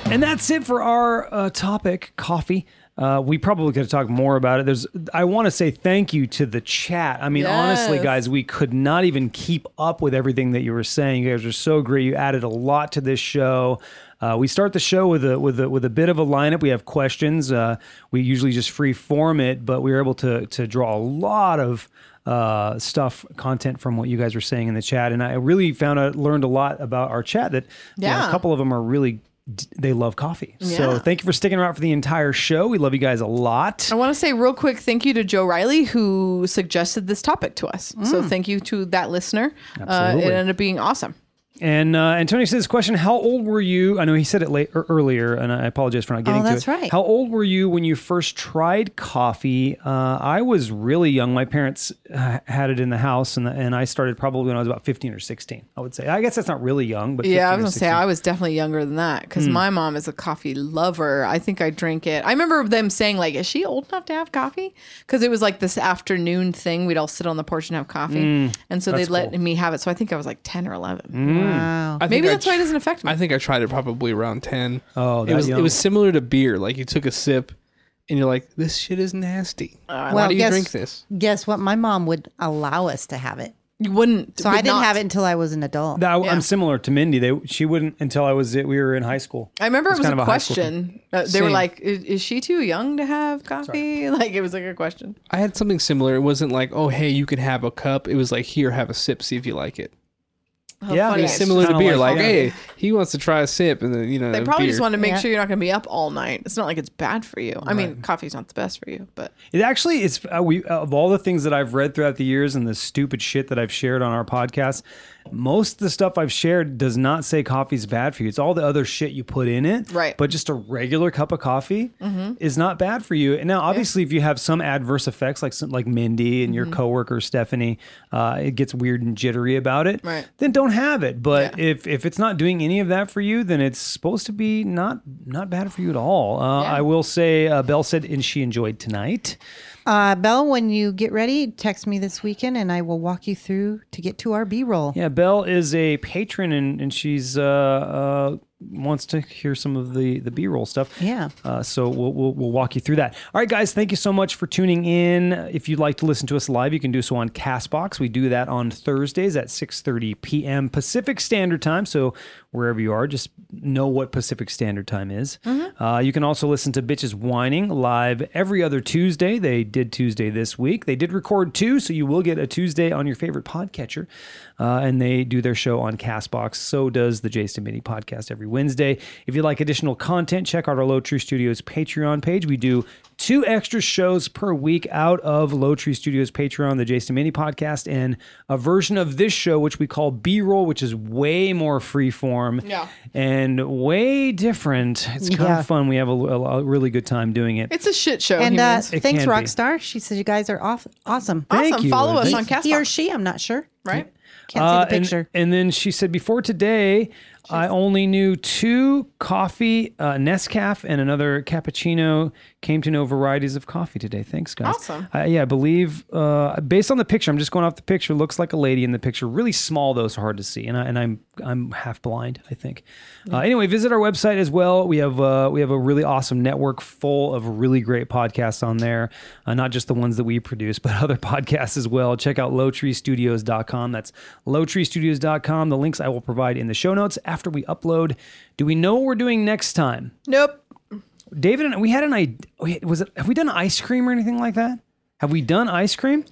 Speaker 2: And that's it for our uh, topic, coffee. Uh, we probably could have talked more about it. There's, I want to say thank you to the chat. I mean, honestly,
Speaker 3: Yes.
Speaker 2: guys, we could not even keep up with everything that you were saying. You guys are so great. You added a lot to this show. Uh, we start the show with a with a with a bit of a lineup. We have questions. Uh, we usually just free form it, but we were able to to draw a lot of uh, stuff content from what you guys were saying in the chat, and I really found out learned a lot about our chat that you know, a
Speaker 3: Yeah.
Speaker 2: couple of them are really d- they love coffee. So
Speaker 3: Yeah.
Speaker 2: thank you for sticking around for the entire show. We love you guys a lot.
Speaker 3: I want to say real quick thank you to Joe Riley who suggested this topic to us. So thank you to that listener. Uh,
Speaker 2: Mm. Absolutely.
Speaker 3: it ended up being awesome.
Speaker 2: And uh, Antonio says, question, how old were you? I know he said it late, er, earlier, and I apologize for not getting
Speaker 5: Oh, that's
Speaker 2: to it.
Speaker 5: right.
Speaker 2: How old were you when you first tried coffee? Uh, I was really young. My parents uh, had it in the house, and, and I started probably when I was about 15 or 16, I would say. I guess that's not really young, but
Speaker 3: Yeah, I
Speaker 2: 15
Speaker 3: was
Speaker 2: or
Speaker 3: gonna say
Speaker 2: 16.
Speaker 3: I was definitely younger than that because my mom is a coffee lover. I think I drink it. I remember them saying like, "Is she old enough to have coffee?" Because it was like this afternoon thing. We'd all sit on the porch and have coffee, and so they'd let me have it. So I think I was like ten or eleven.
Speaker 5: Hmm. Wow.
Speaker 4: I
Speaker 3: Maybe
Speaker 4: think I
Speaker 3: that's why it
Speaker 4: tr-
Speaker 3: doesn't affect me.
Speaker 4: I think I tried it probably around ten.
Speaker 2: Oh,
Speaker 4: it
Speaker 2: that
Speaker 4: was
Speaker 2: young.
Speaker 4: it was similar to beer. Like you took a sip, and you're like, "This shit is nasty. Why
Speaker 5: Uh, Well,
Speaker 4: do you
Speaker 5: guess-
Speaker 4: drink this?"
Speaker 5: Guess what? My mom would allow us to have it.
Speaker 3: you wouldn't.
Speaker 5: So I
Speaker 3: would
Speaker 5: didn't
Speaker 3: not.
Speaker 5: have it until I was an adult.
Speaker 2: That-
Speaker 3: Yeah.
Speaker 2: I'm similar to Mindy. They she wouldn't until I was we were in high school.
Speaker 3: I remember it
Speaker 2: It's
Speaker 3: was
Speaker 2: kind
Speaker 3: a
Speaker 2: of a high school
Speaker 3: question. Uh, they were
Speaker 4: Same.
Speaker 3: like, is, "Is she too young to have coffee?" Like it was like a question.
Speaker 4: I had something similar. It wasn't like, "Oh, hey, you can have a cup." It was like, "Here, have a sip, see if you like it."
Speaker 3: How
Speaker 2: Yeah,
Speaker 3: funny.
Speaker 2: it's
Speaker 4: Similar to
Speaker 2: kinda
Speaker 4: beer,
Speaker 2: like-
Speaker 4: like,
Speaker 2: yeah.
Speaker 4: "Hey, he wants to try a sip," and then you know,
Speaker 3: They probably
Speaker 4: beer.
Speaker 3: just want to make
Speaker 5: Yeah.
Speaker 3: sure you're not going to be up all night. It's not like it's bad for you. I mean, coffee's not the best for you, but
Speaker 2: It actually is. Uh, we of all the things that I've read throughout the years and the stupid shit that I've shared on our podcast, most of the stuff I've shared does not say coffee's bad for you. It's all the other shit you put in it.
Speaker 3: Right. Mm-hmm.
Speaker 2: But just a regular cup of coffee is not bad for you. And now, obviously, if you have some adverse effects like some, like Mindy and your
Speaker 3: Mm-hmm.
Speaker 2: coworker Stephanie, uh, it gets weird and jittery about it.
Speaker 3: Right.
Speaker 2: Then don't have it. But
Speaker 3: Yeah.
Speaker 2: if if it's not doing any of that for you, then it's supposed to be not not bad for you at all. Uh,
Speaker 3: Yeah.
Speaker 2: I will say, uh, Belle said, and she enjoyed tonight.
Speaker 5: Uh, Belle, when you get ready, text me this weekend and I will walk you through to get to our B roll.
Speaker 2: Yeah, Belle is a patron and, and she's uh, uh, wants to hear some of the, the B roll stuff.
Speaker 5: Yeah.
Speaker 2: Uh, so we'll, we'll, we'll walk you through that. All right, guys, thank you so much for tuning in. If you'd like to listen to us live, you can do so on Castbox. We do that on Thursdays at 6.30 p.m. Pacific Standard Time. So wherever you are, just know what Pacific Standard Time is. Uh, you can also listen to Bitches Whining live every other Tuesday. They did Tuesday this week. They did record two, so you will get a Tuesday on your favorite podcatcher. Uh, and they do their show on Castbox. So does the Jason Mini podcast every Wednesday. If you'd like additional content, check out our Low Tree Studios Patreon page. We do two extra shows per week out of Low Tree Studios Patreon, the Jason Mini podcast, and a version of this show, which we call B roll, which is way more freeform
Speaker 3: Yeah.
Speaker 2: and way different. It's kind
Speaker 5: Yeah.
Speaker 2: of fun. We have a, a- a really good time doing it.
Speaker 3: it's a shit show.
Speaker 5: And uh,
Speaker 3: humans.
Speaker 2: It
Speaker 5: thanks,
Speaker 2: can be.
Speaker 5: Rockstar. She says you guys are off- awesome.
Speaker 2: Thank
Speaker 3: awesome.
Speaker 2: you.
Speaker 3: Follow us
Speaker 2: He-
Speaker 3: on
Speaker 5: He or
Speaker 3: Castbox,
Speaker 5: she, I'm not sure.
Speaker 3: right?
Speaker 5: Can't
Speaker 2: Uh,
Speaker 5: see the
Speaker 2: and-
Speaker 5: picture.
Speaker 2: And, then she said, before today, I only knew two coffee, uh, Nescaf and another cappuccino. Came to know varieties of coffee today. Thanks, guys.
Speaker 3: Awesome.
Speaker 2: Uh, yeah, I believe uh, based on the picture, I'm just going off the picture. Looks like a lady in the picture. Really small though, so hard to see. And I and I'm I'm half blind. I think. Uh, anyway, visit our website as well. We have uh, we have a really awesome network full of really great podcasts on there. Uh, not just the ones that we produce, but other podcasts as well. Check out lowtreestudios.com. That's lowtreestudios.com. The links I will provide in the show notes after we upload. Do we know what we're doing next time?
Speaker 3: Nope.
Speaker 2: David and I- we had an idea. Was it? Have we done ice cream or anything like that? Have we done ice cream?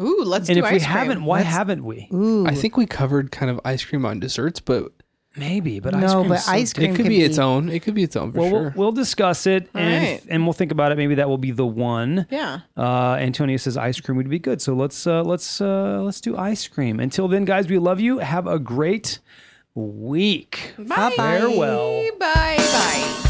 Speaker 3: Ooh, let's
Speaker 2: and
Speaker 3: do
Speaker 2: if
Speaker 3: ice
Speaker 2: we
Speaker 3: cream.
Speaker 2: haven't, why haven't we?
Speaker 4: I think we covered kind of ice cream on desserts, but
Speaker 2: Maybe, but ice
Speaker 5: no,
Speaker 2: cream.
Speaker 5: but ice cream
Speaker 4: it could
Speaker 5: could
Speaker 4: be its own. It could be its own for
Speaker 2: Well,
Speaker 4: sure.
Speaker 2: we'll, we'll discuss it and
Speaker 3: right.
Speaker 2: and we'll think about it. Maybe that will be the one.
Speaker 3: Yeah.
Speaker 2: Uh, Antonio says ice cream would be good, so let's uh, let's uh, let's do ice cream. Until then, guys, we love you. Have a great week.
Speaker 3: Bye.
Speaker 2: Farewell.
Speaker 3: Bye. Bye.